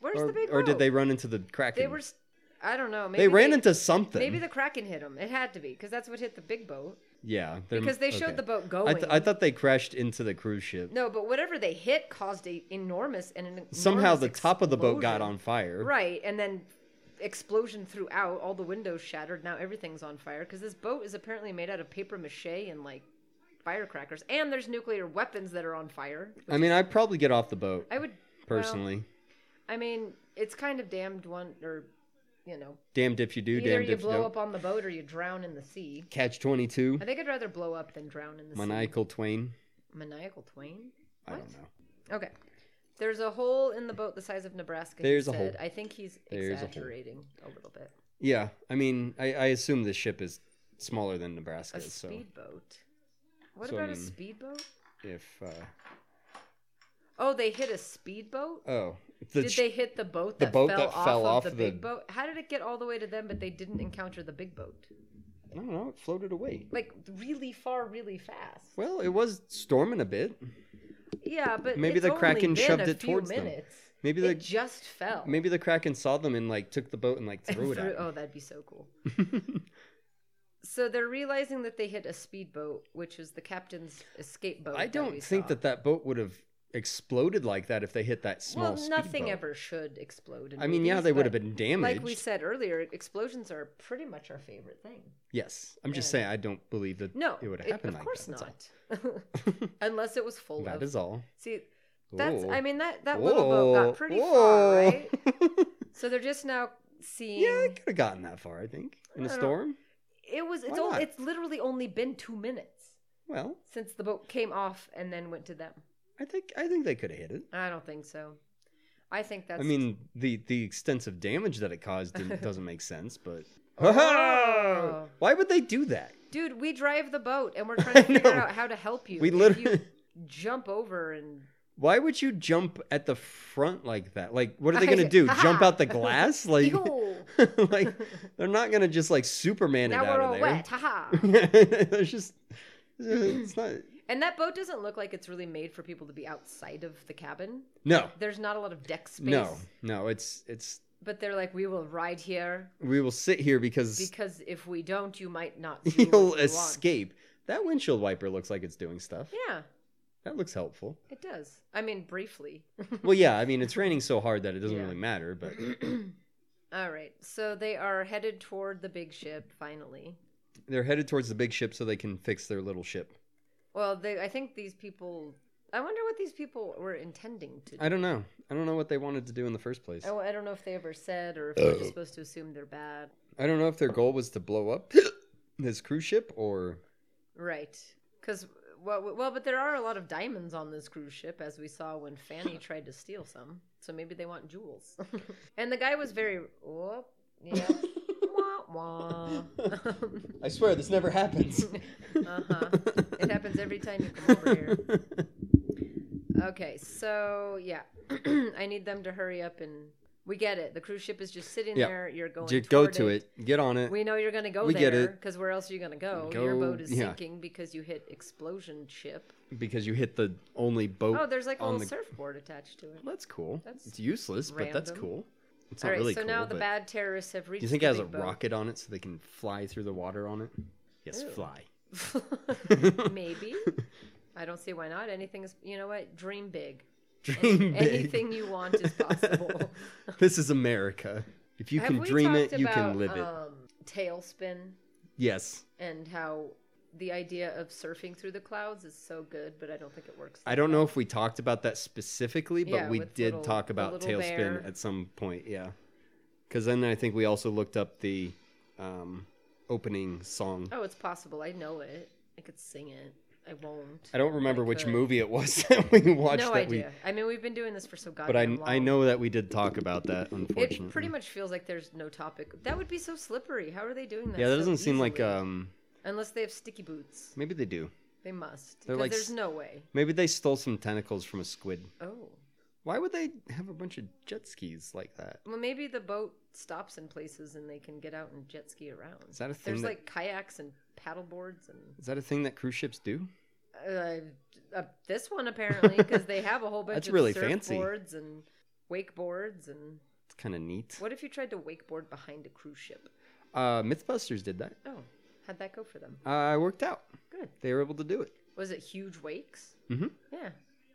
I: Where's
H: Or,
I: the big
H: or did
I: boat?
H: they run into the kraken?
I: They were. s- I don't know. Maybe
H: They ran into something.
I: Maybe the kraken hit them. It had to be because that's what hit the big boat.
H: yeah, they're-
I: because they showed the boat
H: I, th-
I: going.
H: I thought they crashed into the cruise ship.
I: No, but whatever they hit caused a enormous and an
H: Somehow
I: enormous
H: the top of the boat got
I: explosion.
H: on fire.
I: Right, and then explosion throughout. All the windows shattered. Now everything's on fire because this boat is apparently made out of paper mache and like firecrackers. And there's nuclear weapons that are on fire.
H: I mean, I'd probably get off the boat
I: I would well,
H: personally.
I: I mean, it's kind of damned one or you know,
H: Damned if you do,
I: either
H: damned
I: you
H: if you
I: blow
H: don't.
I: up on the boat or you drown in the sea.
H: Catch 22,
I: I think I'd rather blow up than drown in the
H: Maniacal Twain.
I: sea. Maniacal Twain?
H: I don't know.
I: Okay. There's a hole in the boat the size of Nebraska. he
H: There's a
I: said.
H: hole.
I: I think he's
H: There's a hole.
I: exaggerating a, little bit.
H: Yeah, I mean, I, I assume this ship is smaller than
I: A
H: Nebraska, so
I: speedboat. What
H: So, I
I: about a
H: mean-
I: speedboat?
H: if uh,
I: Oh, they hit a speedboat?
H: oh, the
I: did
H: ch-
I: they hit the boat
H: the
I: that
H: boat
I: fell
H: that
I: off
H: fell
I: of
H: off
I: the,
H: the-
I: big boat? How did it get all the way to them but they didn't encounter the big boat?
H: I don't know, it floated away.
I: Like really far, really fast.
H: Well, it was storming a bit.
I: Yeah, but
H: Maybe
I: it's
H: the
I: only
H: Kraken
I: been
H: shoved
I: a
H: it
I: few
H: towards them.
I: minutes.
H: Maybe
I: It
H: the
I: just fell.
H: maybe the Kraken saw them and like took the boat and like threw it
I: Through-
H: at. them.
I: Oh, that'd be so cool. so they're realizing that they hit a speedboat, which is the captain's escape boat.
H: I
I: that
H: don't
I: oh, we
H: think
I: saw.
H: that that boat would have exploded like that if they hit that small
I: Well, nothing
H: speedboat.
I: ever should explode. In
H: I mean, yeah,
I: movies,
H: they would have
I: but
H: been damaged.
I: Like we said earlier, explosions are pretty much our favorite thing.
H: yes, I'm just saying I don't believe that
I: No,
H: it would have happened
I: Of
H: like
I: course
H: that. That's all.
I: not. Unless it was full of.
H: That is all.
I: See, that's.
H: Ooh.
I: I mean, that that little boat got pretty far,
H: Whoa.
I: right? So they're just now seeing.
H: yeah, it could have gotten that far, I think, in a
I: I don't-
H: storm.
I: it was. It's.
H: why
I: Only,
H: not?
I: it's literally only been two minutes
H: Well,
I: since the boat came off and then went to them.
H: I think I think they could have hit it.
I: I don't think so. I think that's.
H: I mean, the the extensive damage that it caused didn't, doesn't make sense, but
I: Oh.
H: why would they do that?
I: dude, we drive the boat and we're trying to figure
H: know.
I: out how to help you.
H: We
I: If
H: literally-
I: you jump over and
H: Why would you jump at the front like that? Like, what are they gonna
I: I-
H: do? jump out the glass? Like,
I: Ew.
H: like they're not gonna just like Superman
I: now
H: it
I: we're
H: out
I: all
H: of there.
I: wet, haha.
H: There's just it's not.
I: and that boat doesn't look like it's really made for people to be outside of the cabin.
H: No,
I: There's not a lot of deck space.
H: no, no. It's it's.
I: But they're like, we will ride here
H: We will sit here because
I: because if we don't, you might not. Do what
H: you'll
I: you want."
H: escape. That windshield wiper looks like it's doing stuff.
I: Yeah,
H: That looks helpful.
I: it does. I mean, briefly.
H: Well, yeah. I mean, it's raining so hard that it doesn't
I: Yeah.
H: really matter. But
I: all right, so they are headed toward the big ship finally.
H: they're headed towards the big ship so they can fix their little ship.
I: Well, they, I think these people. I wonder what these people were intending to do.
H: I don't know. I don't know what they wanted to do in the first place.
I: I, I don't know if they ever said or if we're
H: Oh.
I: just supposed to assume they're bad.
H: I don't know if their goal was to blow up this cruise ship or
I: Right. Because, well, well, but there are a lot of diamonds on this cruise ship, as we saw when Fanny tried to steal some. So maybe they want jewels. and the guy was very. Whoop. Yeah. wah, wah.
H: I swear this never happens.
I: Uh-huh. It happens every time you come over here. Okay, so yeah. I need them to hurry up and we get it. The cruise ship is just sitting
H: Yeah.
I: there. You're going
H: Just go
I: toward
H: to it. Get on it.
I: We know you're going to go
H: We
I: there
H: get it.
I: cuz where else are you going to go? Your
H: Go-
I: boat is
H: yeah.
I: sinking because you hit explosion ship.
H: because you hit the only boat.
I: Oh, there's like a
H: on
I: little
H: the...
I: surfboard attached to it.
H: That's cool.
I: That's
H: it's useless, but that's
I: random.
H: cool. It's
I: All
H: not
I: right,
H: really
I: so
H: cool.
I: now the
H: but-
I: bad terrorists have reached
H: Do you think it
I: the
H: has a
I: big boat.
H: rocket on it so they can fly through the water on it? Yes, fly.
I: Maybe. I don't see why not. Anything is, you know what? Dream big.
H: Dream big.
I: Anything you want is possible.
H: This is America. If you
I: Have
H: can
I: we
H: dream it,
I: talked
H: you
I: about,
H: can live it.
I: Um, tailspin
H: Yes.
I: and how the idea of surfing through the clouds is so good, but I don't think it works.
H: I don't know if we talked about that specifically, but
I: Yeah,
H: we
I: with
H: did
I: little-
H: talk
I: the
H: about
I: little
H: Tailspin
I: bear.
H: at some point, yeah. Because then I think we also looked up the um, opening song.
I: Oh, it's possible. I know it. I could sing it. I won't.
H: I don't remember
I: I
H: which
I: could.
H: movie it was that we watched.
I: No
H: that
I: idea.
H: We,
I: I mean, we've been doing this for so goddamn
H: but I,
I: long.
H: I know that we did talk about that, unfortunately.
I: It pretty much feels like there's no topic. That would be so slippery. How are they doing that?
H: yeah, that
I: so
H: doesn't seem like.
I: easily?
H: Um,
I: Unless they have sticky boots,
H: maybe they do.
I: they must.
H: They're
I: 'Cause
H: like
I: there's
H: s-
I: no way.
H: Maybe they stole some tentacles from a squid.
I: Oh,
H: Why would they have a bunch of jet skis like that?
I: well, maybe the boat stops in places and they can get out and jet ski around.
H: Is that a thing
I: There's
H: that-
I: like kayaks and paddle boards and
H: Is that a thing that cruise ships do?
I: uh, uh, this one apparently because they have a whole bunch
H: That's
I: of
H: really fancy.
I: surfboards and wakeboards and
H: It's kind of neat.
I: what if you tried to wakeboard behind a cruise ship?
H: Uh, MythBusters did that.
I: Oh, how'd that go for them?
H: Uh, it worked out.
I: Good.
H: They were able to do it.
I: Was it huge wakes?
H: Mhm.
I: Yeah.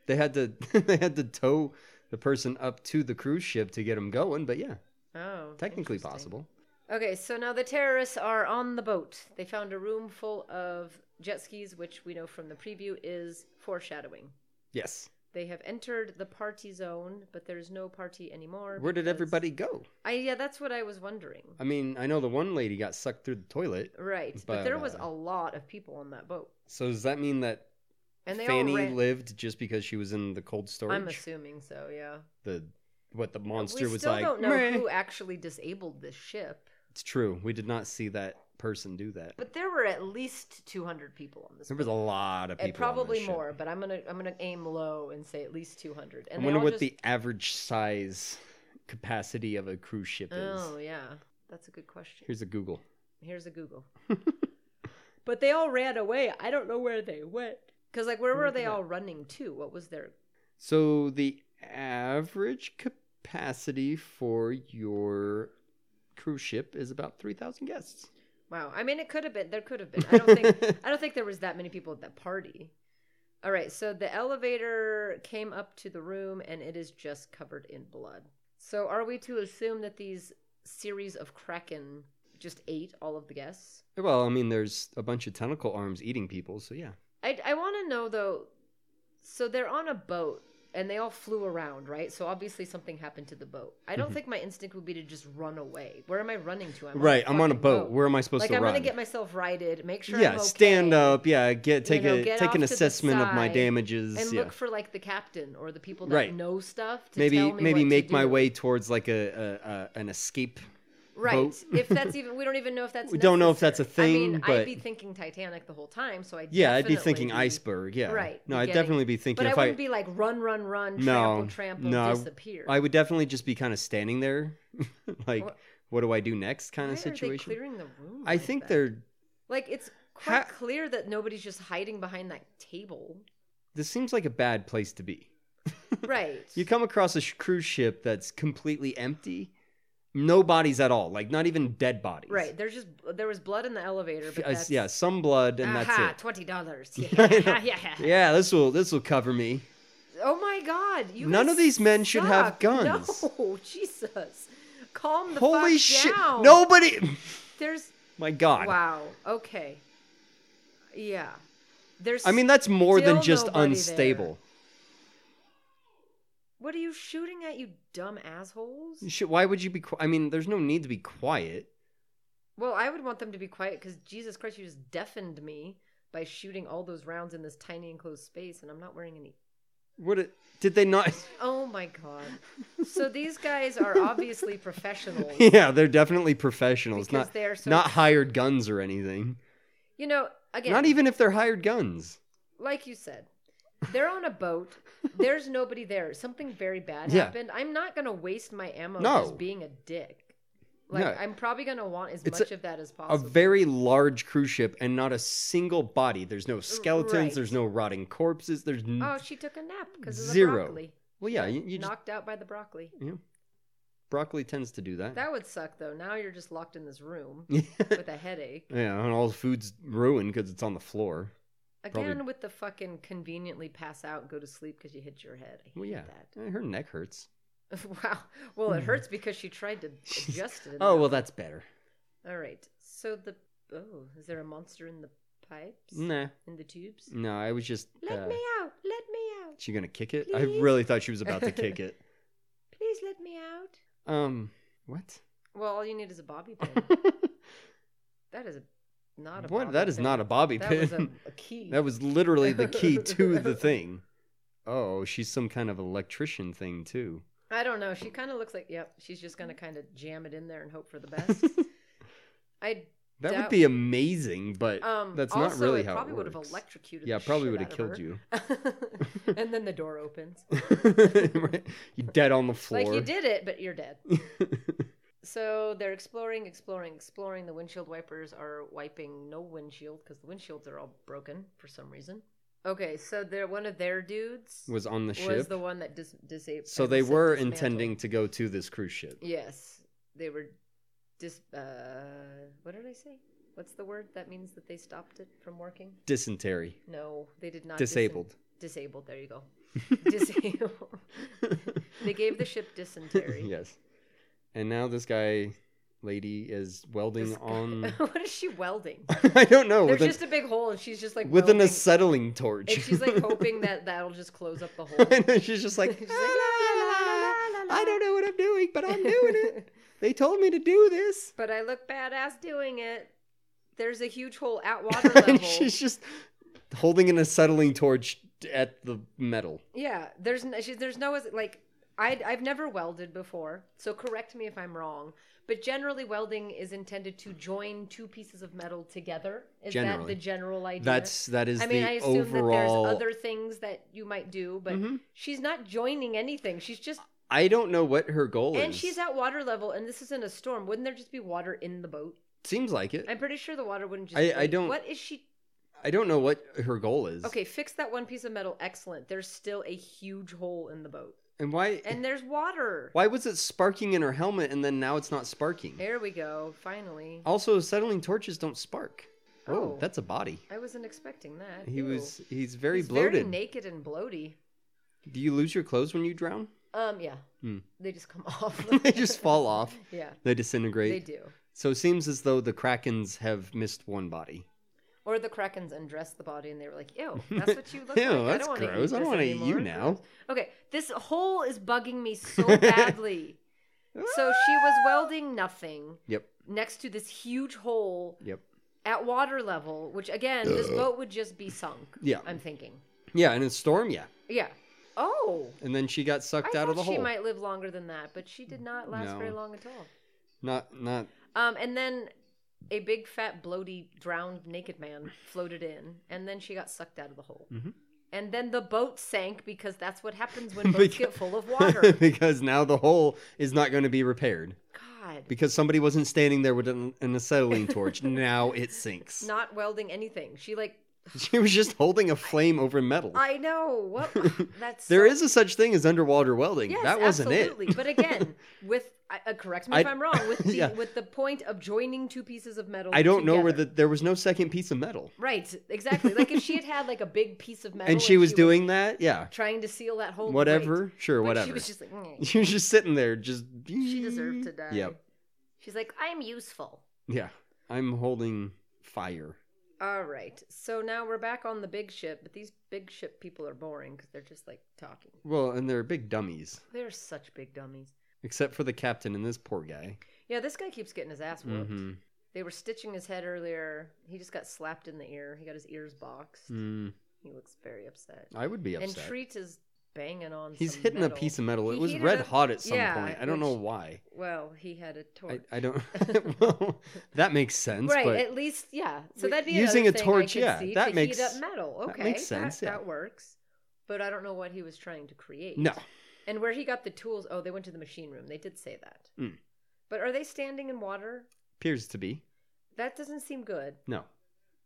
H: They had to they had to tow the person up to the cruise ship to get them going, but yeah,
I: Oh.
H: technically
I: interesting.
H: possible.
I: Okay, so now the terrorists are on the boat. They found a room full of jet skis, which we know from the preview is foreshadowing.
H: Yes.
I: They have entered the party zone, but there is no party anymore.
H: Where did
I: because-
H: everybody go?
I: I yeah, that's what I was wondering.
H: I mean, I know the one lady got sucked through the toilet.
I: Right, but,
H: But,
I: there was
H: uh,
I: a lot of people on that boat,
H: So does that mean that
I: and they all
H: Fanny
I: ran.
H: lived just because she was in the cold storage?
I: I'm assuming so. Yeah,
H: the what the monster
I: we
H: was
I: still
H: like.
I: don't know
H: "Meh."
I: who actually disabled this ship,
H: It's true. We did not see that person do that.
I: but there were at least 200 people on this.
H: There
I: boat.
H: was a lot of people.
I: And
H: on
I: probably
H: this ship.
I: more, but I'm gonna I'm gonna aim low and say at least 200. And
H: I
I: they
H: wonder
I: all
H: what
I: just-
H: the average size capacity of a cruise ship is.
I: Oh yeah, that's a good question.
H: Here's a Google.
I: Here's a Google. but they all ran away. I don't know where they went. Cause like where were they all running to? What was their
H: So the average capacity for your cruise ship is about 3,000 guests.
I: Wow. I mean, it could have been. There could have been. I don't think. I don't think there was that many people at that party. All right. So the elevator came up to the room, and it is just covered in blood. So are we to assume that these series of kraken just ate all of the guests?
H: Well, I mean, there's a bunch of tentacle arms eating people, so yeah.
I: I I want to know though. So they're on a boat. And they all flew around, right? So obviously something happened to the boat. I
H: Mm-hmm.
I: don't think my instinct would be to just run away. Where am I running to? I'm
H: Right, I'm on a
I: fucking
H: boat. Where am I supposed
I: like,
H: to
I: I'm
H: run?
I: gonna get myself righted. Make sure.
H: yeah,
I: I'm okay.
H: stand up. Yeah, get take
I: know,
H: a
I: get
H: take an
I: off to the
H: assessment of my
I: side
H: damages.
I: and
H: yeah.
I: look for like the captain or the people that
H: Right.
I: know stuff. To
H: maybe
I: tell me
H: maybe
I: what to
H: make my
I: do.
H: way towards like a, a, a an escape.
I: right.
H: boat.
I: if that's even, we don't even know if that's.
H: We don't know if that's a
I: necessary. I
H: thing,
I: mean,
H: but-
I: I'd be thinking Titanic the whole time, so I.
H: Yeah, I'd be
I: definitely
H: thinking iceberg. Yeah,
I: Right.
H: No,
I: be
H: I'd
I: getting-
H: definitely be thinking
I: But
H: if
I: I wouldn't be like run, run, run,
H: no
I: trample, trample,
H: no, I-
I: disappear.
H: I would definitely just be kind of standing there, like what?
I: What-
H: do I do next kind
I: Why
H: of situation.
I: Are they clearing the room.
H: I
I: like
H: think
I: that?
H: they're.
I: like it's quite
H: Ha-
I: clear that nobody's just hiding behind that table.
H: This seems like a bad place to be.
I: Right.
H: You come across a sh- cruise ship that's completely empty, no bodies at all, like not even dead bodies.
I: Right. There's just there was blood in the elevator, but
H: Uh, s-
I: that's,
H: yeah, some blood and
I: Aha,
H: that's it.
I: twenty dollars.
H: I know. Yeah, this will this will cover me.
I: Oh my God! You
H: None
I: guys
H: of these men should have
I: suck.
H: guns.
I: No, Jesus, calm the
H: Holy
I: fuck
H: shit!
I: down.
H: Nobody.
I: there's
H: My God.
I: wow. Okay, yeah. There's.
H: I mean, that's more than
I: still
H: just
I: nobody
H: unstable.
I: What are you shooting at, you dumb assholes?
H: You should- why would you be? Qu- I mean, there's no need to be quiet.
I: Well, I would want them to be quiet because Jesus Christ, you just deafened me by shooting all those rounds in this tiny enclosed space, and I'm not wearing any
H: What it, did they not?
I: Oh my god. So these guys are obviously professionals.
H: yeah, they're definitely professionals,
I: Because
H: not
I: they're so-
H: not hired guns or anything.
I: You know, again,
H: Not even if they're hired guns.
I: like you said, they're on a boat. There's nobody there. Something very bad
H: Yeah.
I: happened. I'm not going to waste my ammo
H: No.
I: just being a dick. Like
H: No.
I: I'm probably going to want as
H: It's
I: much
H: a-
I: of that as
H: A
I: possible.
H: very large cruise ship and not a single body. There's no skeletons.
I: right.
H: There's no rotting corpses. There's n-
I: oh, she took a nap because of the
H: Zero.
I: broccoli.
H: well, yeah, you, you just Mm.
I: Knocked out by the broccoli.
H: you know, broccoli tends to do that.
I: That would suck though. Now you're just locked in this room with a headache.
H: yeah, and all the food's ruined because it's on the floor.
I: Again with the fucking conveniently pass out and go to sleep because you hit your head. I hate
H: Well, yeah,
I: that.
H: Eh, her neck hurts.
I: Wow. Well, it hurts because she tried to adjust it.
H: Oh
I: enough.
H: well, that's better.
I: All right. So the oh, is there a monster in the pipes?
H: Nah,
I: In the tubes?
H: no, I was just.
I: Let
H: Mm. uh,
I: me out! Let me out!
H: She gonna kick it? I
I: Please?
H: really thought she was about to kick it.
I: Please let me out!
H: Um, what?
I: Well, all you need is a bobby pin. that is a, not a.
H: What?
I: Bobby
H: That is
I: pin.
H: not a bobby
I: That
H: pin.
I: was a, a key.
H: That was literally the key to the thing. Oh, she's some kind of electrician thing too.
I: I don't know. She kind of looks like. Yep. She's just gonna kind of jam it in there and hope for the best. I.
H: That would
I: doubt-
H: be amazing, but
I: Um,
H: that's
I: also,
H: not really
I: it
H: how
I: probably
H: it
I: would
H: works.
I: have electrocuted.
H: yeah,
I: the
H: probably
I: shit
H: would have
I: out of
H: killed
I: her.
H: you.
I: and then the door opens.
H: Right? You're dead on the floor.
I: Like you did it, but you're dead. so they're exploring, exploring, exploring. The windshield wipers are wiping no windshield because the windshields are all broken for some reason. Okay, so they're one of their dudes
H: Was on the
I: was
H: ship.
I: the one that dis- disabled.
H: so they were intending to go to this cruise ship.
I: Yes, they were. Dis- uh, what did I say? What's the word that means that they stopped it from working?
H: Dysentery.
I: No, they did not. disen-
H: Disabled.
I: disabled. There you go. disabled. they gave the ship dysentery.
H: Yes. And now this guy lady is welding on.
I: what is she welding?
H: I don't know.
I: There's
H: With, an,
I: just a big hole, and she's just like
H: with an
I: welding-
H: acetylene torch.
I: and she's like hoping that that'll just close up the hole.
H: and then she's just like,
I: She's like,
H: "La,
I: "La,
H: la,
I: la, la,
H: la,
I: la,
H: la,
I: la."
H: I don't know what I'm doing, but I'm doing it. They told me to do this.
I: But I look badass doing it. There's a huge hole at water level.
H: and she's just holding an acetylene torch at the metal.
I: Yeah, there's n- she, there's no like I I've never welded before, so correct me if I'm wrong. But generally, welding is intended to join two pieces of metal together. Is that
H: Generally.
I: the general idea?
H: That's that is
I: I mean,
H: the
I: I assume
H: overall. Mm-hmm.
I: that there's other things that you might do, but she's not joining anything. She's just
H: I don't know what her goal
I: and
H: is.
I: she's at water level, and this isn't a storm. Wouldn't there just be water in the boat?
H: Seems like it.
I: I'm pretty sure the water wouldn't just.
H: I- I
I: leak.
H: don't-
I: What is she?
H: I don't know what her goal is.
I: Okay, fix that one piece of metal. Excellent. There's still a huge hole in the boat,
H: And why?
I: and there's water.
H: why was it sparking in her helmet and then now it's not sparking?
I: There we go, finally.
H: Also, acetylene torches don't spark. Oh,
I: Oh.
H: that's a body.
I: I wasn't expecting that.
H: He
I: Ew.
H: was. He's very
I: He's
H: bloated.
I: Very naked and bloaty.
H: Do you lose your clothes when you drown?
I: Um, yeah. They just come off.
H: Hmm. they just fall off.
I: yeah,
H: They
I: they
H: disintegrate.
I: do.
H: So it seems as though the Krakens have missed one body.
I: Or the Krakens undressed the body and they were like, ew, that's what you look
H: Ew,
I: like. I
H: that's
I: don't wanna
H: gross.
I: Eat
H: I don't
I: want to
H: wanna eat you now.
I: Okay, this hole is bugging me so badly. so she was welding nothing
H: Yep.
I: next to this huge hole
H: Yep.
I: at water level, which again, this boat would just be sunk.
H: Yeah.
I: I'm thinking.
H: Yeah, and a storm. Yeah,
I: Yeah. Oh.
H: and then she got sucked
I: I
H: out of the
I: thought she
H: hole.
I: might live longer than that, but she did not last
H: No.
I: very long at all.
H: Not, not.
I: Um, and then a big, fat, bloaty, drowned, naked man floated in, and then she got sucked out of the hole.
H: Mm-hmm.
I: And then the boat sank because that's what happens when boats get full of water.
H: because now the hole is not going to be repaired
I: God,
H: because somebody wasn't standing there with an, an acetylene torch. now it sinks.
I: not welding anything. She like,
H: She was just holding a flame over metal.
I: I know what. That's
H: There
I: so-
H: is a such thing as underwater welding.
I: Yes,
H: that wasn't
I: absolutely.
H: it.
I: but again, with I- uh, correct me if
H: I-
I: I'm wrong. With the
H: Yeah.
I: with the point of joining two pieces of metal.
H: I don't know where
I: together.
H: the there was no second piece of metal,
I: right exactly. Like if she had had like a big piece of metal
H: and she was doing that. Yeah,
I: trying to seal that hole.
H: whatever. Sure,
I: But
H: whatever.
I: She was just like, "Mm."
H: She was just sitting there, just.
I: she deserved to die.
H: Yep.
I: She's like, I'm useful.
H: Yeah, I'm holding fire.
I: All right. So now we're back on the big ship, but these big ship people are boring because they're just like talking.
H: Well, and they're big dummies,
I: They're such big dummies.
H: except for the captain and this poor guy.
I: Yeah, this guy keeps getting his ass whooped.
H: Mm-hmm.
I: They were stitching his head earlier. He just got slapped in the ear. He got his ears boxed.
H: Mm,
I: He looks very upset.
H: I would be upset.
I: And Treat is banging on.
H: He's
I: some
H: hitting
I: metal.
H: a piece of metal.
I: He
H: It was
I: heated
H: red
I: up-
H: hot at some
I: yeah,
H: point. I don't know
I: which-
H: why.
I: Well, he had a torch.
H: I, I don't. well, that makes sense.
I: Right,
H: but
I: at least yeah. So
H: we-
I: that'd be
H: using
I: another
H: a
I: thing I
H: torch,
I: could
H: yeah,
I: see,
H: that
I: to
H: makes-
I: heat up metal.
H: that
I: Okay,
H: makes sense,
I: That,
H: yeah.
I: that works. But I don't know what he was trying to create.
H: no.
I: And where he got the tools? Oh, they went to the machine room. They did say that.
H: Mm.
I: But are they standing in water?
H: Appears to be.
I: That doesn't seem good.
H: No.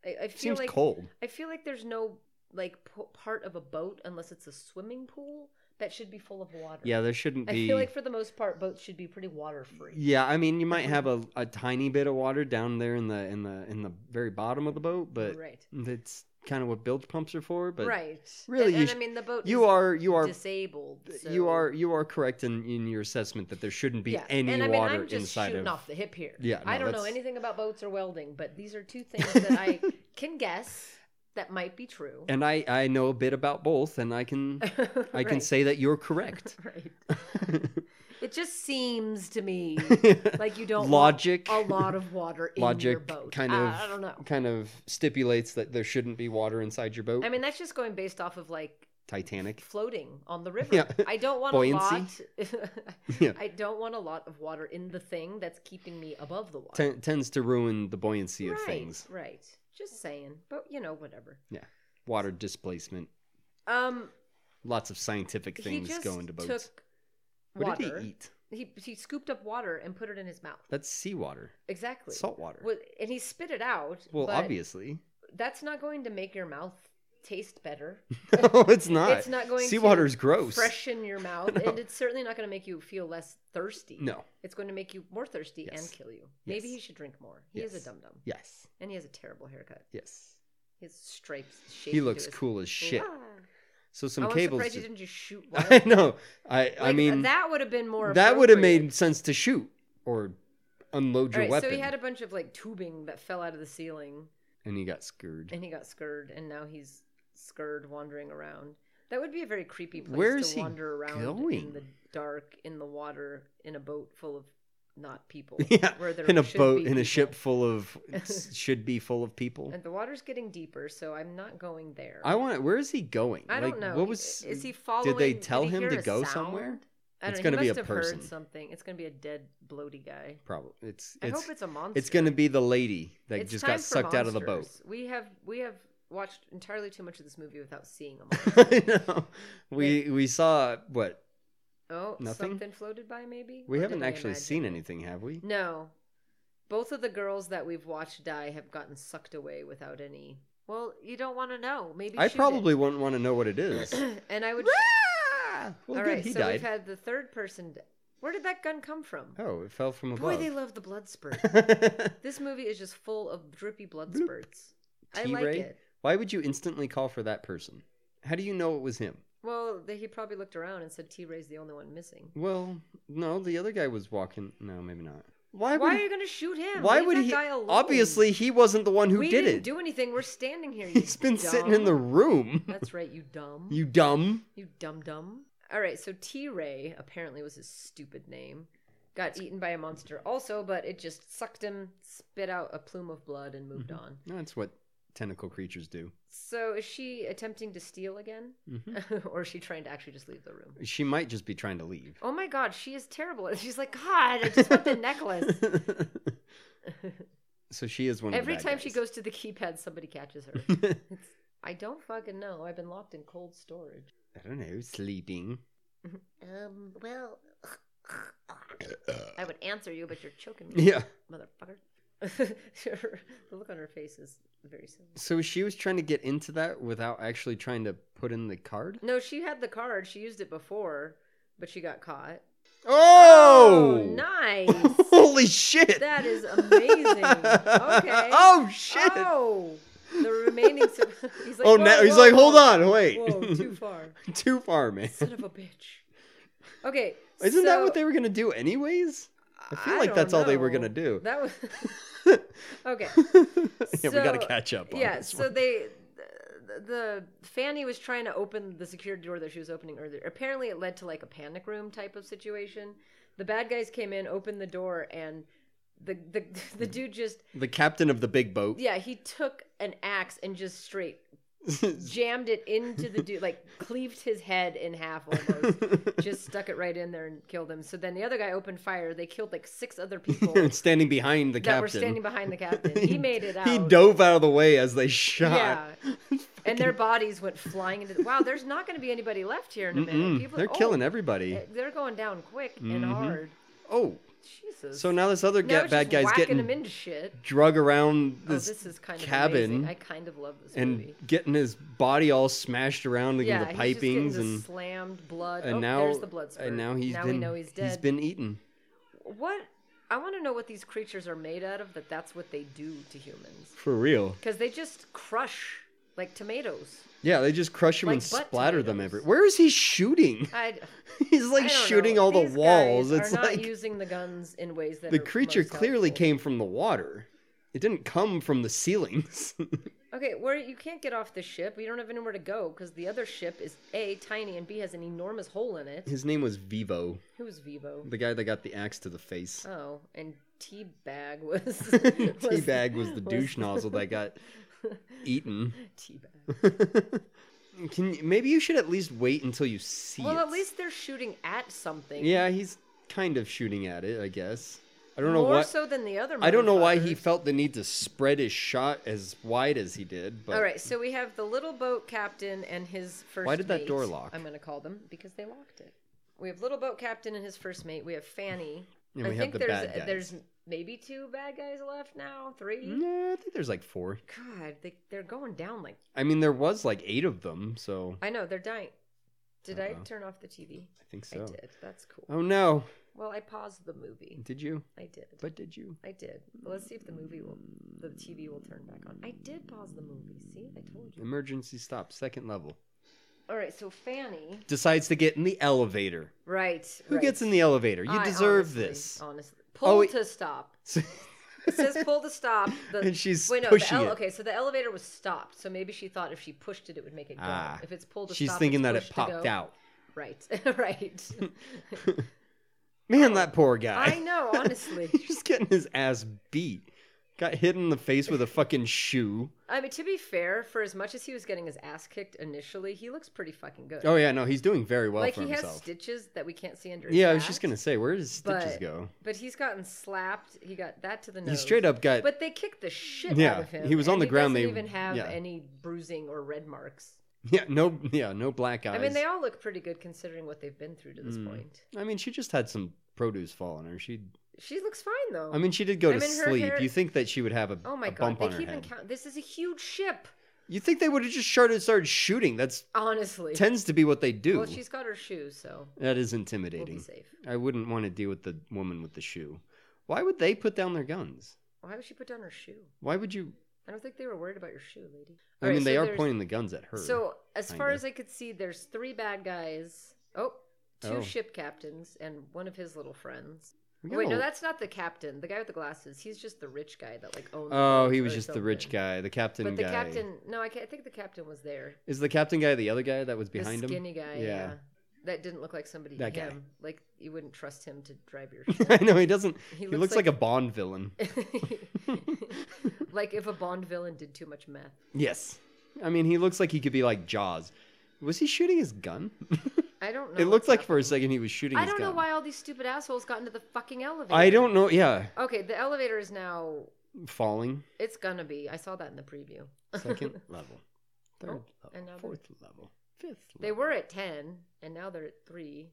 I: I, I feel
H: Seems
I: like
H: cold.
I: I feel like there's no like po- part of a boat unless it's a swimming pool that should be full of water.
H: Yeah, there shouldn't
I: I
H: be.
I: feel like for the most part, boats should be pretty water free.
H: yeah, I mean, you might have a, a tiny bit of water down there in the in the in the very bottom of the boat, but
I: Right.
H: that's kind of what bilge pumps are for. But
I: right.
H: really,
I: And,
H: you
I: and
H: sh-
I: I mean, the boat.
H: you
I: is
H: are you are
I: disabled.
H: you
I: so-
H: are you are correct in, in your assessment that there shouldn't be any
I: and I mean,
H: water
I: I'm just
H: inside
I: shooting
H: of.
I: off the hip here.
H: Yeah,
I: I
H: no,
I: don't know
H: that's-
I: anything about boats or welding, but these are two things that I can guess that might be true.
H: And I I know a bit about both, and I can I can
I: Right.
H: say that you're correct.
I: Right. it just seems to me like you don't
H: Logic-
I: want a lot of water in your
H: Logic
I: boat.
H: kind
I: I-
H: of
I: I, don't know.
H: kind of stipulates that there shouldn't be water inside your boat.
I: I mean, that's just going based off of like
H: Titanic.
I: floating on the river.
H: Yeah.
I: I don't want
H: Buoyancy.
I: a lot.
H: Yeah.
I: I don't want a lot of water in the thing that's keeping me above the water.
H: Ten- tends to ruin the buoyancy of
I: right,
H: things.
I: right. Just saying, but you know, whatever.
H: Yeah, water displacement.
I: Um,
H: Lots of scientific things
I: he just
H: go into boats.
I: took
H: what
I: water.
H: did he eat?
I: he he scooped up water and put it in his mouth.
H: That's seawater.
I: Exactly.
H: Salt water.
I: Wa- And he spit it out.
H: Well,
I: but
H: obviously.
I: That's not going to make your mouth taste better.
H: no, it's not.
I: It's not going
H: Seawater's
I: to
H: gross.
I: freshen your mouth, and it's certainly not going to make you feel less thirsty.
H: No.
I: It's going to make you more thirsty
H: Yes.
I: and kill you. Maybe
H: Yes.
I: he should drink more. He is
H: Yes.
I: a dum dum.
H: Yes.
I: And he has a terrible haircut.
H: Yes.
I: He has stripes shaped
H: He
I: into
H: looks
I: his-
H: cool as shit.
I: Ah.
H: So
I: Oh,
H: some
I: I'm
H: cables.
I: surprised you
H: just-
I: didn't just shoot one.
H: I know. I I
I: Like,
H: mean that,
I: that would have been more.
H: would have
I: appropriate.
H: made sense to shoot or unload your
I: All right,
H: weapon.
I: so he had a bunch of like tubing that fell out of the ceiling,
H: and he got scared.
I: and he got scared, and now he's scared wandering around. That would be a very creepy place
H: Where
I: to
H: is he
I: wander around in
H: going?
I: the dark, in the water, in a boat full of not people.
H: Yeah,
I: where there
H: in a
I: should
H: boat,
I: be
H: in a ship
I: people.
H: full of should be full of people.
I: And the water's getting deeper, so I'm not going there.
H: I want. to Where is he going?
I: I don't
H: Like,
I: know.
H: What was?
I: Is he following?
H: Did they
I: did
H: tell
I: he
H: him
I: hear
H: to
I: a
H: go
I: sound?
H: somewhere?
I: I don't
H: It's
I: know.
H: gonna
I: he
H: be
I: must
H: a
I: have
H: person.
I: heard something. It's gonna be a dead, bloaty guy.
H: Probably. It's.
I: I
H: It's.
I: hope it's a monster.
H: it's going to be the lady that
I: It's
H: just
I: time
H: got
I: for
H: sucked out of the boat.
I: monsters. We have we have watched entirely too much of this movie without seeing a monster.
H: I know. We we saw what
I: Oh,
H: Nothing?
I: something floated by maybe.
H: we
I: Or
H: haven't
I: did I
H: actually
I: imagine
H: seen
I: it?
H: anything, have we?
I: No, both of the girls that we've watched die have gotten sucked away without any. Well, you don't want to know. Maybe
H: I
I: shoot it.
H: probably wouldn't want to know what it is.
I: and I would.
H: Ah! well,
I: All
H: good.
I: right,
H: he
I: so
H: died.
I: we've had the third person. d Where did that gun come from?
H: Oh, it fell from
I: Boy,
H: above.
I: they love the blood spurt. this movie is just full of drippy blood
H: Bloop.
I: spurts. I like
H: T-Ray?
I: it.
H: Why would you instantly call for that person? How do you know it was him?
I: Well, they, he probably looked around and said T Ray's the only one missing.
H: Well, no, the other guy was walking. No, maybe not. Why would?
I: Why are
H: he-
I: you going to shoot him?
H: why
I: Leave
H: would
I: that
H: he?
I: Guy alone.
H: Obviously, he wasn't the one who
I: we
H: did
I: didn't
H: it.
I: do anything. We're standing here. You
H: He's been
I: dumb.
H: sitting in the room.
I: That's right, you dumb.
H: You dumb.
I: You dumb dumb. All right, so T Ray apparently was his stupid name. Got eaten by a monster also, but it just sucked him, spit out a plume of blood, and moved on.
H: That's what tentacle creatures do.
I: So is she attempting to steal again? or is she trying to actually just leave the room?
H: She might just be trying to leave.
I: Oh my god, she is terrible. She's like, God, I just want the necklace.
H: so she is one of the
I: Every
H: bad
I: time she
H: guys.
I: goes to the keypad, somebody catches her. It's- I don't fucking know. I've been locked in cold storage.
H: I don't know, sleeping.
I: Um, well, I would answer you, but you're choking me,
H: Yeah.
I: motherfucker. Her- the look on her face is very similar.
H: So she was trying to get into that without actually trying to put in the card.
I: No, she had the card. She used it before, but she got caught.
H: Oh,
I: nice.
H: holy shit!
I: That is amazing. Okay.
H: Oh shit!
I: Oh, the remaining. Sub- he's like,
H: oh,
I: "Whoa,
H: now he's
I: whoa,
H: like, hold
I: whoa.
H: on, wait,
I: Whoa, too far.
H: too far, man.
I: Son of a bitch. Okay.
H: Isn't that what
I: so-
H: they were gonna do anyways? I feel like
I: don't
H: that's all they were
I: know.
H: gonna do.
I: That was okay.
H: yeah, we gotta
I: so-
H: catch up. On
I: yeah.
H: this
I: So they, the, the Fanny was trying to open the security door that she was opening earlier. Apparently, it led to like a panic room type of situation. The bad guys came in, opened the door, and the the the dude just
H: one. the captain of the big boat.
I: yeah he took an axe and just straight jammed it into the dude like cleaved his head in half almost just stuck it right in there and killed him so then the other guy opened fire they killed like six other people
H: standing behind the
I: that
H: captain.
I: were standing behind the captain. He made it out.
H: He dove out of the way as they shot.
I: Yeah. and their bodies went flying into the. Wow, there's not going to be anybody left here in a minute. People,
H: They're
I: oh,
H: killing everybody.
I: They're going down quick and hard.
H: Oh,
I: Jesus.
H: so now this other
I: Now
H: ga-
I: it's
H: bad
I: just
H: guy's
I: whacking them
H: getting
I: into shit.
H: drug around
I: Oh,
H: this,
I: this is kind of
H: cabin
I: amazing. I kind of love this
H: and
I: movie.
H: getting his body all smashed around in
I: Yeah,
H: the
I: he's just getting
H: pipings
I: the
H: and
I: slammed blood.
H: and
I: oh,
H: now
I: there's the blood spurt.
H: and now he's been
I: we know he's dead.
H: he's been eaten.
I: What? I want to know what these creatures are made out of. That that's what they do to humans
H: For real.
I: because they just crush like tomatoes.
H: Yeah, they just crush him
I: Like
H: and
I: butt
H: splatter them
I: tomatoes.
H: every. Where is he shooting?
I: I.
H: He's
I: I
H: like
I: don't
H: shooting
I: know.
H: all the
I: These guys
H: walls.
I: are
H: It's
I: not
H: like
I: using the guns in ways that
H: the
I: are
H: creature
I: most
H: clearly
I: helpful.
H: came from the water. It didn't come from the ceilings.
I: Okay, where you can't get off the ship. We don't have anywhere to go because the other ship is a tiny and b has an enormous hole in it.
H: His name was Vivo,
I: Who's Vivo?
H: the guy that got the axe to the face.
I: Oh, and Teabag was, was
H: Teabag was the douche nozzle that got eaten.
I: Teabag.
H: Can you- maybe you should at least wait until you see
I: Well,
H: it.
I: at least they're shooting at something.
H: Yeah, he's kind of shooting at it, I guess. I don't know
I: more
H: what.
I: so than the other.
H: I don't know why he
I: motherfuckers.
H: felt the need to spread his shot as wide as he did. But
I: All right, so we have the little boat captain and his first.
H: Why did that
I: mate,
H: door lock?
I: I'm going to call them because they locked it. We have little boat captain and his first mate. We have Fanny.
H: And
I: I
H: we have
I: think
H: the
I: there's
H: bad guys. Mm.
I: there's maybe two bad guys left now, three.
H: Nah, I think there's like four.
I: God, they they're going down like
H: I mean, there was like eight of them, so
I: I know they're dying. Did I turn off the TV?
H: I think so.
I: I did. That's cool.
H: Oh no!
I: Well, I paused the movie.
H: Did you?
I: I did.
H: But did you?
I: I did. Well, let's see if the movie will the TV will turn back on. I did pause the movie. See, I told
H: Mm.
I: you.
H: Emergency stop, second level.
I: All right, so Fanny.
H: Decides to get in the elevator.
I: Right.
H: Who
I: right.
H: gets in the elevator? You
I: I
H: deserve
I: honestly-
H: this.
I: Honestly, pull
H: Oh, it-
I: to stop. It says pull to stop. The,
H: And she's
I: wait, no,
H: pushing
I: the
H: it.
I: Okay, so the elevator was stopped. So maybe she thought if she pushed it, it would make it go.
H: Ah.
I: if it's pulled to
H: She's
I: stop,
H: thinking
I: it's
H: that it
I: pushed to
H: popped
I: go.
H: out.
I: Right, right.
H: Man, that poor guy.
I: Oh, I know, honestly.
H: He's getting his ass beat. Got hit in the face with a fucking shoe.
I: I mean, to be fair, for as much as he was getting his ass kicked initially, he looks pretty fucking good.
H: Oh yeah, no, he's doing very well
I: like
H: for
I: he
H: himself.
I: has stitches that we can't see under. His
H: yeah, I was just
I: hat,
H: gonna say, where does stitches
I: but-
H: go?
I: But he's gotten slapped. He got that to the nose.
H: He straight up got.
I: But they kicked the shit
H: Yeah,
I: out of him.
H: he was on
I: and
H: the ground,
I: Doesn't
H: they-
I: even have
H: yeah.
I: any bruising or red marks.
H: yeah, no, yeah, no black eyes. Mm.
I: I mean, they all look pretty good considering what they've been through to this point.
H: I mean, she just had some produce fall on her. She,
I: She looks fine though.
H: I mean, she did go
I: I
H: to
I: mean, her
H: sleep.
I: hair-
H: You think that she would have a,
I: oh my
H: a
I: god,
H: bump
I: they
H: on her
I: keep
H: head?
I: encountering. This is a huge ship.
H: You think they would have just started started shooting? That's
I: Honestly.
H: tends to be what they do.
I: well, she's got her shoes, so
H: That is
I: we'll
H: intimidating.
I: be safe.
H: I wouldn't want to deal with the woman with the shoe. Why would they put down their guns?
I: Why would she put down her shoe?
H: Why would you?
I: I don't think they were worried about your shoe, lady.
H: I
I: All
H: mean,
I: right,
H: they
I: so
H: are
I: there's-
H: pointing the guns at her.
I: So, as far
H: kinda.
I: as I could see, there's three bad guys. Oh, two
H: Oh.
I: ship captains and one of his little friends. Oh,
H: We got
I: Wait,
H: a-
I: no, that's not the captain. The guy with the glasses. He's just the rich guy that like owns.
H: Oh,
I: boats
H: he
I: or
H: was just the rich
I: something.
H: guy, the captain
I: But the
H: guy.
I: captain, no, I, ca- I think the captain was there.
H: Is the captain guy the other guy that was behind
I: the
H: him?
I: skinny guy. Yeah. that didn't look like somebody.
H: That guy.
I: him. Like you wouldn't trust him to drive your.
H: I know he doesn't. He,
I: looks
H: looks, like,
I: like-
H: a Bond villain.
I: ship. like if a Bond villain did too much meth.
H: yes, I mean he looks like he could be like Jaws. Was he shooting his gun?
I: I don't know.
H: it looked
I: what's
H: like
I: up.
H: for a second he was shooting.
I: I
H: his
I: don't know
H: gun.
I: why all these stupid assholes got into the fucking elevator.
H: I don't know. Yeah,
I: Okay, the elevator is now.
H: falling
I: It's gonna be. I saw that in the preview.
H: second level, third
I: Oh, and now
H: level,
I: they're-
H: fourth level, fifth.
I: They
H: level.
I: were at ten, and now they're at three.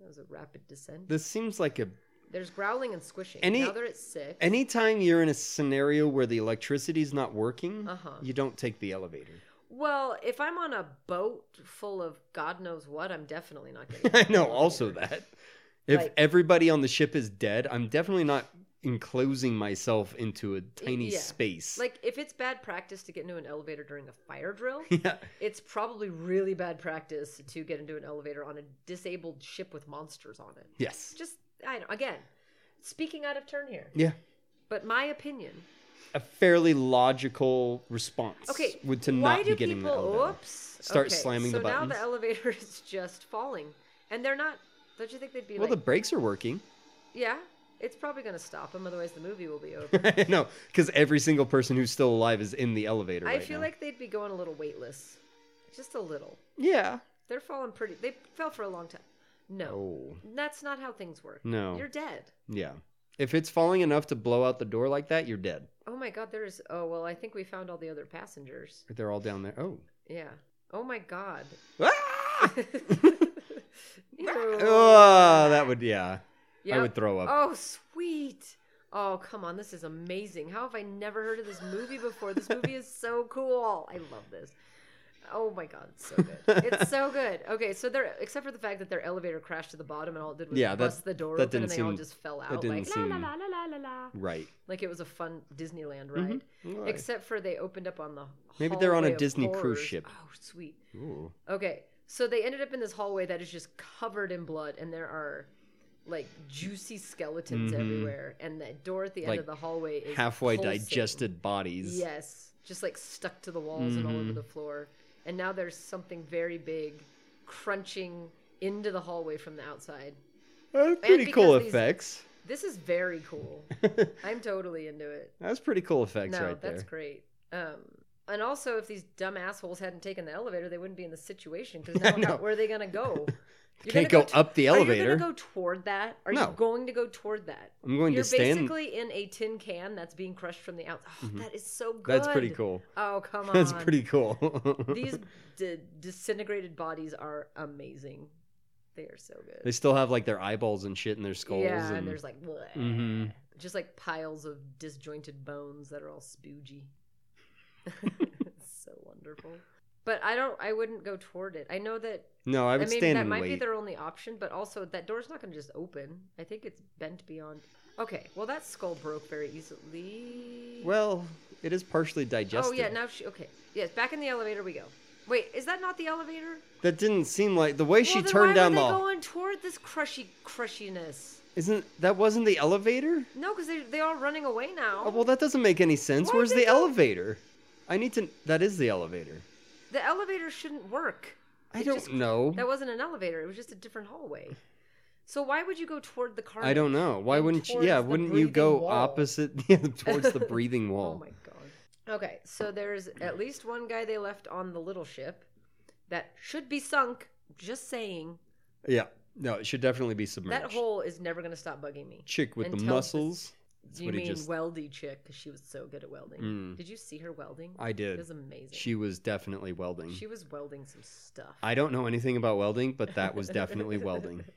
I: That was a rapid descent.
H: This seems like a
I: There's growling and squishing.
H: Any-
I: now they're at six.
H: Anytime you're in a scenario where the electricity's not working,
I: Uh-huh.
H: you don't take the elevator.
I: Well, if I'm on a boat full of God knows what, I'm definitely not getting.
H: I know also that. If
I: Like-
H: everybody on the ship is dead, I'm definitely not enclosing myself into a tiny
I: yeah.
H: space.
I: Like if it's bad practice to get into an elevator during a fire drill,
H: yeah.
I: it's probably really bad practice to get into an elevator on a disabled ship with monsters on it.
H: Yes.
I: Just I don't again, speaking out of turn here,
H: Yeah.
I: but my opinion.
H: A fairly logical response
I: Okay,
H: would to
I: why
H: not
I: do
H: be getting
I: people?
H: the elevator.
I: Oops!
H: Start
I: Okay,
H: slamming
I: so
H: the
I: now the
H: buttons.
I: elevator is just falling, and they're not. Don't you think they'd be
H: Well, the
I: like,
H: brakes are working.
I: yeah? It's probably going to stop them, otherwise the movie will be over.
H: no, because every single person who's still alive is in the elevator.
I: I
H: right
I: feel
H: now.
I: like they'd be going a little weightless, just a little.
H: yeah.
I: They're falling pretty. They fell for a long time. No,
H: Oh
I: that's not how things work.
H: No.
I: you're dead.
H: yeah. If it's falling enough to blow out the door like that, you're dead.
I: Oh my God, there's. Oh well, I think we found all the other passengers.
H: They're all down there. Oh.
I: Yeah. Oh my God.
H: Ah!
I: Ew.
H: oh, that would yeah. I
I: Yep.
H: would throw up.
I: Oh, sweet. Oh, come on. This is amazing. How have I never heard of this movie before? This movie is so cool. I love this. Oh my god, it's so good. It's so good. Okay, so they're except for the fact that their elevator crashed to the bottom and all it did was
H: Yeah, that-
I: bust the door
H: that
I: open and
H: didn't
I: they all
H: seem-
I: just fell
H: that
I: out like
H: didn't
I: la la
H: seem-
I: la la la la la.
H: Right.
I: Like it was a fun Disneyland ride.
H: Right.
I: Except for they opened up on the
H: Mm-hmm. Maybe they're on a
I: hallway of
H: Disney cruise
I: horrors.
H: ship.
I: Oh, sweet.
H: Ooh.
I: Okay, so they ended up in this hallway that is just covered in blood, and there are like juicy skeletons everywhere, and that door at the
H: Mm-hmm.
I: end
H: Like,
I: of the hallway is
H: Halfway
I: pulsing.
H: digested bodies.
I: Yes, just like stuck to the walls and
H: Mm-hmm.
I: all over the floor, and now there's something very big crunching into the hallway from the outside.
H: Uh, pretty cool
I: because these-
H: effects.
I: This is very cool. I'm totally into it.
H: That's pretty cool effects
I: no,
H: right
I: that's
H: there.
I: great. Um, and also, if these dumb assholes hadn't taken the elevator, they wouldn't be in this situation. Because now, how,
H: know.
I: where are they gonna go? You're
H: Can't
I: gonna
H: go up the
I: Are you
H: elevator.
I: gonna go toward that? Are
H: No.
I: you going to go toward that?
H: I'm going to
I: You're
H: stand- Mm-hmm.
I: basically in a tin can that's being crushed from the outside. Oh, that is so good.
H: That's pretty cool.
I: Oh come on.
H: That's pretty cool.
I: These d- disintegrated bodies are amazing. They are so good.
H: they still have like their eyeballs and shit in their skulls.
I: yeah,
H: and,
I: and there's like bleh.
H: Mhm.
I: just like piles of disjointed bones that are all spoogy. so wonderful. But I don't. I wouldn't go toward it. I know that.
H: No, I
I: I,
H: would
I: mean,
H: stand
I: that
H: and
I: might
H: wait.
I: be their only option. But also, that door's not going to just open. I think it's bent beyond. Okay. Well, that skull broke very easily.
H: Well, it is partially
I: oh
H: digested.
I: yeah. Now she. Okay. Yes. Back in the elevator we go. Wait. Is that not the elevator?
H: That didn't seem like the way she
I: well, then
H: turned
I: why
H: down
I: were
H: the
I: they going toward this crushy crushiness.
H: Isn't that wasn't the elevator?
I: No, because they they all running away now.
H: Oh, well, that doesn't make any sense.
I: Why
H: Where's
I: did
H: the
I: they-
H: elevator? I need to. That is the elevator.
I: The elevator shouldn't work.
H: I
I: It
H: don't
I: just-
H: know.
I: That wasn't an elevator. It was just a different hallway. So why would you go toward the car?
H: I don't know. Why
I: and
H: wouldn't you?
I: towards
H: Yeah,
I: the
H: wouldn't you go
I: breathing wall?
H: opposite yeah, towards the breathing
I: Oh
H: wall?
I: my god. Okay, so there's at least one guy they left on the little ship that should be sunk. Just saying.
H: yeah, no, it should definitely be submerged.
I: That hole is never going to stop bugging me.
H: chick with the
I: until this-
H: muscles. That's
I: you
H: what he
I: mean
H: just- Mm.
I: weldy chick? Because she was so good at welding. Did you see her welding?
H: I
I: It
H: did.
I: was amazing.
H: She was definitely welding.
I: She was welding some stuff.
H: I don't know anything about welding, but that was definitely welding.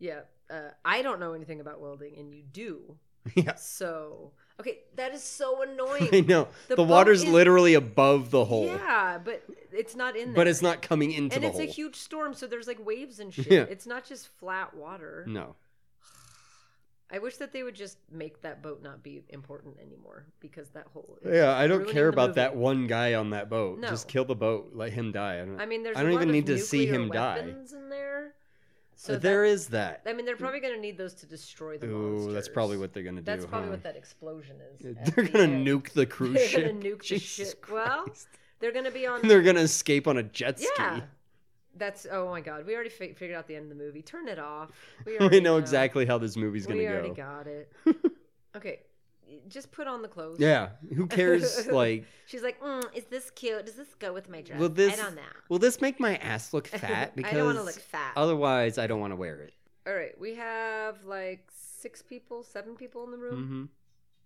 I: Yeah, uh, I don't know anything about welding, and you do.
H: Yeah.
I: So okay, that is so
H: I
I: annoying.
H: know.
I: The
H: The,
I: boat
H: water's
I: is-
H: literally above the hole,
I: yeah, but it's not in there.
H: but it's not coming into
I: and
H: the
I: it's
H: hole.
I: a huge storm, so there's like waves and shit.
H: Yeah. Mm.
I: It's not just flat water.
H: no.
I: I wish that they would just make that boat not be important anymore because that whole
H: Yeah, I don't
I: ruining
H: care
I: the
H: about
I: movie.
H: that one guy on that boat.
I: No.
H: Just kill the boat. Let him die. I don't,
I: I mean, there's
H: I don't
I: a
H: even
I: lot
H: need
I: of
H: to see
I: nuclear
H: him die.
I: weapons in there. So
H: there
I: that-
H: is that.
I: I mean, they're probably going to need those to destroy the
H: Mm. Ooh, that's probably
I: monsters.
H: what they're gonna do.
I: That's probably
H: huh?
I: what that explosion is. at
H: They're
I: the
H: gonna
I: end.
H: nuke the cruise
I: They're
H: ship.
I: gonna nuke the
H: Jesus
I: ship. Well,
H: Christ.
I: they're gonna be on.
H: And they're gonna escape on a jet ski.
I: yeah, that's. Oh my god, we already fi- figured out the end of the movie. Turn it off. We,
H: we
I: already
H: know exactly how this movie's gonna
I: we
H: go.
I: already got it. okay, just put on the clothes.
H: Yeah, who cares? like,
I: She's like, mm, is this cute? Does this go with my dress?
H: will this
I: I don't know.
H: will this make my ass look fat? Because
I: I don't want to look fat.
H: otherwise, I don't want to wear it.
I: All right, we have like six people, seven people in the room.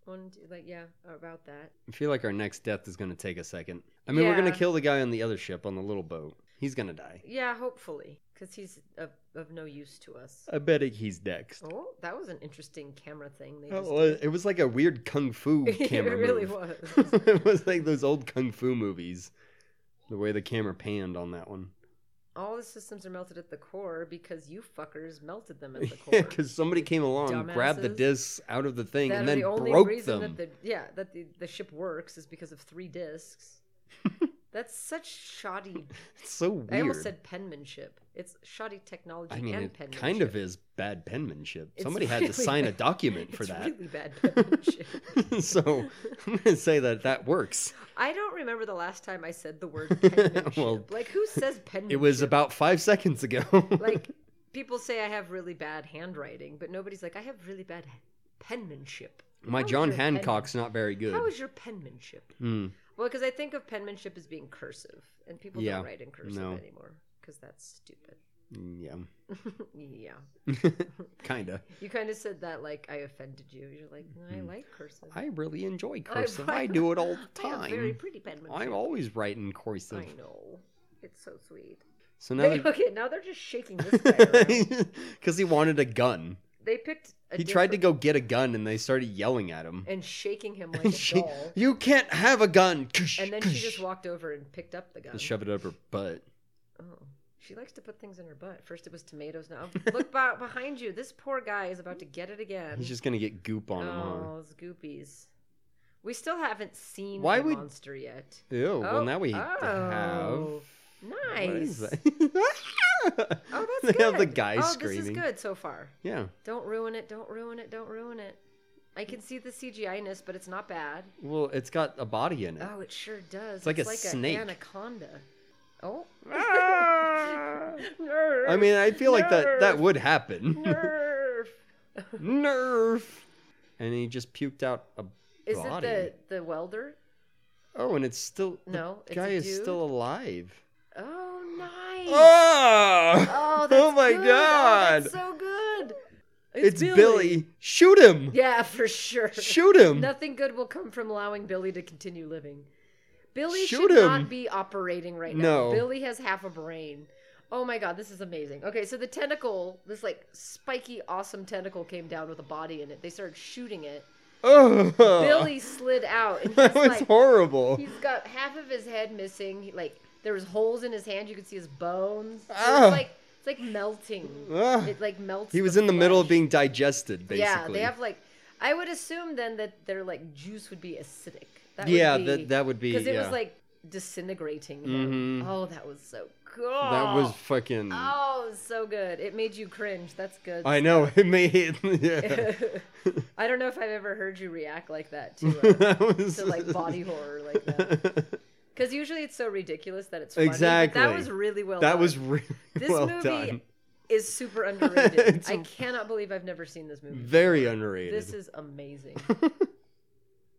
H: hmm
I: One, two, like yeah, about that.
H: I feel like our next death is gonna take a second. I mean, we're gonna
I: Yeah.
H: kill the guy on the other ship on the little boat. He's gonna die.
I: Yeah, hopefully, because he's of, of no use to us.
H: I bet it- he's next.
I: Oh, that was an interesting camera thing. They
H: Oh,
I: just
H: well,
I: did.
H: it was like a weird kung fu camera.
I: it really
H: move.
I: was.
H: it was like those old kung fu movies. The way the camera panned on that one.
I: All the systems are melted at the core because you fuckers melted them at the core.
H: Yeah, because somebody came along, grabbed the
I: Dumbasses.
H: discs out of the thing,
I: That
H: and
I: are
H: then
I: the only
H: broke
I: reason
H: them.
I: that the yeah that the, the ship works is because of three discs. That's such shoddy.
H: It's so weird.
I: I almost said penmanship. It's shoddy technology
H: I mean,
I: and
H: it
I: penmanship.
H: kind of is bad penmanship.
I: It's
H: Somebody had
I: really
H: to sign a
I: bad-
H: document for
I: it's
H: that.
I: Really bad penmanship.
H: so I'm going to say that that works.
I: I don't remember the last time I said the word penmanship.
H: Well,
I: like who says penmanship?
H: It was about five seconds ago.
I: like people say I have really bad handwriting, but nobody's like I have really bad penmanship.
H: My
I: How is
H: John
I: your pen-
H: Hancock's not very good.
I: How is your penmanship?
H: Hmm.
I: Well, because I think of penmanship as being cursive, and people
H: Yeah,
I: don't write in cursive
H: no.
I: anymore because that's stupid.
H: Mm, Yeah.
I: yeah,
H: kind of.
I: you kind of said that like I offended you. You're like "No, I like cursive.
H: Hmm. I really enjoy
I: I-
H: cursive. I, do it all the
I: I have very
H: time.
I: pretty penmanship.
H: I'm always writing
I: I
H: cursive.
I: know. It's so sweet.
H: So now
I: They-
H: they're-
I: okay, now they're just shaking this guy. around.
H: because he wanted a gun.
I: they picked. A
H: He tried to go
I: different-
H: get a gun, and they started yelling at him.
I: and shaking him like a
H: And she,
I: doll.
H: you can't have a gun.
I: And then she just walked over and picked up the gun.
H: and shove it up her butt.
I: Oh, she likes to put things in her butt. First it was tomatoes. Now look ba- behind you. This poor guy is about to get it again.
H: He's just gonna get goop on him.
I: oh, those goopies. We still haven't seen
H: Why
I: the
H: would-
I: monster yet.
H: Huh? Ew.
I: Oh,
H: well, now we
I: oh,
H: have. What is
I: Nice.
H: that?
I: Oh, that's
H: they
I: good.
H: have the guy
I: oh,
H: screaming.
I: this is good so far.
H: Yeah.
I: Don't ruin it. Don't ruin it. Don't ruin it. I can see the CGI ness, but it's not bad.
H: Well, it's got a body in it.
I: Oh, it sure does. It's
H: like a
I: an
H: snake.
I: anaconda. Oh.
H: Ah! I mean, I feel like that that would happen.
I: Nerf.
H: Nerf. And he just puked out a
I: Is
H: body.
I: it the the welder?
H: Oh, and it's still the
I: No, it's a
H: guy is
I: dude.
H: still alive.
I: Oh, nice.
H: Oh,
I: Oh, that's
H: my
I: good. Oh,
H: god!
I: that's so good.
H: it's Billy. Shoot him!
I: Yeah, for sure.
H: Shoot him!
I: Nothing good will come from allowing Billy to continue living. Billy
H: Shoot
I: should
H: him.
I: not be operating right now.
H: No.
I: Billy has half a brain. Oh my god, this is amazing. Okay, so the tentacle, this like spiky, awesome tentacle came down with a body in it. They started shooting it.
H: Ugh.
I: Billy slid out and he's
H: Oh. Uh. that was
I: like,
H: horrible.
I: he's got half of his head missing. He, like there was holes in his hand. You could see his bones. It was
H: Ah.
I: like it's like melting.
H: Ah.
I: It like melts.
H: He was
I: the
H: in the middle of
I: flesh.
H: being digested, basically.
I: Yeah, they have like. I would assume then that their like juice would be acidic. That
H: Yeah,
I: would be,
H: that- that would be,
I: because it
H: yeah. Mm-hmm.
I: was like disintegrating him. Oh, that was so cool.
H: That was fucking.
I: Oh, so good. It made you cringe. That's good.
H: I know it made it. Yeah.
I: I don't know if I've ever heard you react like that to, uh,
H: That was-
I: to like body horror like that. Because usually it's so ridiculous that it's funny. but
H: exactly.
I: That was really well.
H: That
I: done.
H: was really
I: this
H: well
I: movie
H: done.
I: is super underrated.
H: It's
I: I cannot believe I've never seen this movie.
H: Very underrated.
I: This is amazing.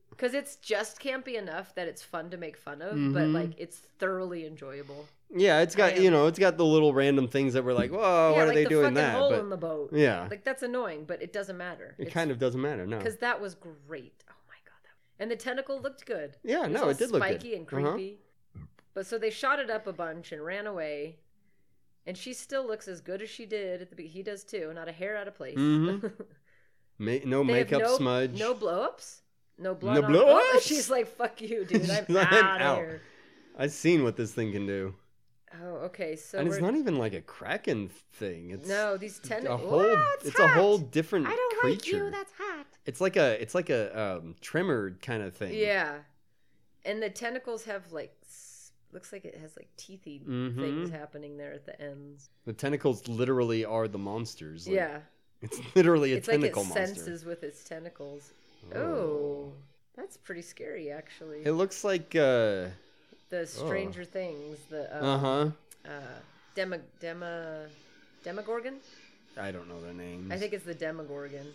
I: Because it's just campy enough that it's fun to make fun of, but
H: Mm-hmm.
I: like it's thoroughly enjoyable.
H: yeah, it's got
I: am-
H: you know, it's got the little random things that were like, whoa,
I: yeah,
H: Oh, what
I: like
H: are they
I: the
H: doing
I: fucking
H: that?
I: hole
H: But
I: in the boat.
H: yeah.
I: like that's annoying, but it doesn't matter.
H: it kind of uh, doesn't matter. No.
I: because that was great. Oh my god, that and the tentacle looked good.
H: Yeah,
I: was
H: no,
I: all
H: it did look good.
I: spiky and
H: Uh-huh.
I: creepy. But so they shot it up a bunch and ran away, and she still looks as good as she did at the. be- He does too, not a hair out of place.
H: Mhm. Ma- no
I: They have
H: makeup
I: no,
H: smudge.
I: No blow ups. No blood. on-
H: blow
I: Oh,
H: ups?
I: She's like, fuck you, dude.
H: She's
I: I'm
H: like, I'm
I: out
H: out.
I: of here.
H: I've seen what this thing can do,
I: Oh, okay. So
H: and
I: we're,
H: it's not even like a kraken thing. It's
I: no these ten.
H: a
I: Whoa,
H: whole.
I: it's,
H: it's a
I: hot.
H: whole different
I: I don't
H: creature.
I: like you. That's hot.
H: It's like a it's like a um tremored kind of thing.
I: Yeah, and the tentacles have like s- looks like it has like teethy
H: Mm-hmm.
I: things happening there at the ends.
H: The tentacles literally are the monsters. like,
I: yeah,
H: It's literally a
I: it's like it
H: tentacle monster.
I: senses with its tentacles. Oh, that's pretty scary, actually.
H: It looks like uh
I: The Stranger Things, the uh,
H: uh-huh.
I: uh, Demo Demo Demogorgon.
H: I don't know their names.
I: I think it's the Demogorgon.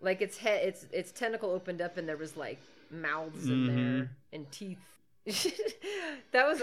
I: Like its head, its its tentacle opened up, and there was like mouths in
H: Mm-hmm.
I: there and teeth. that was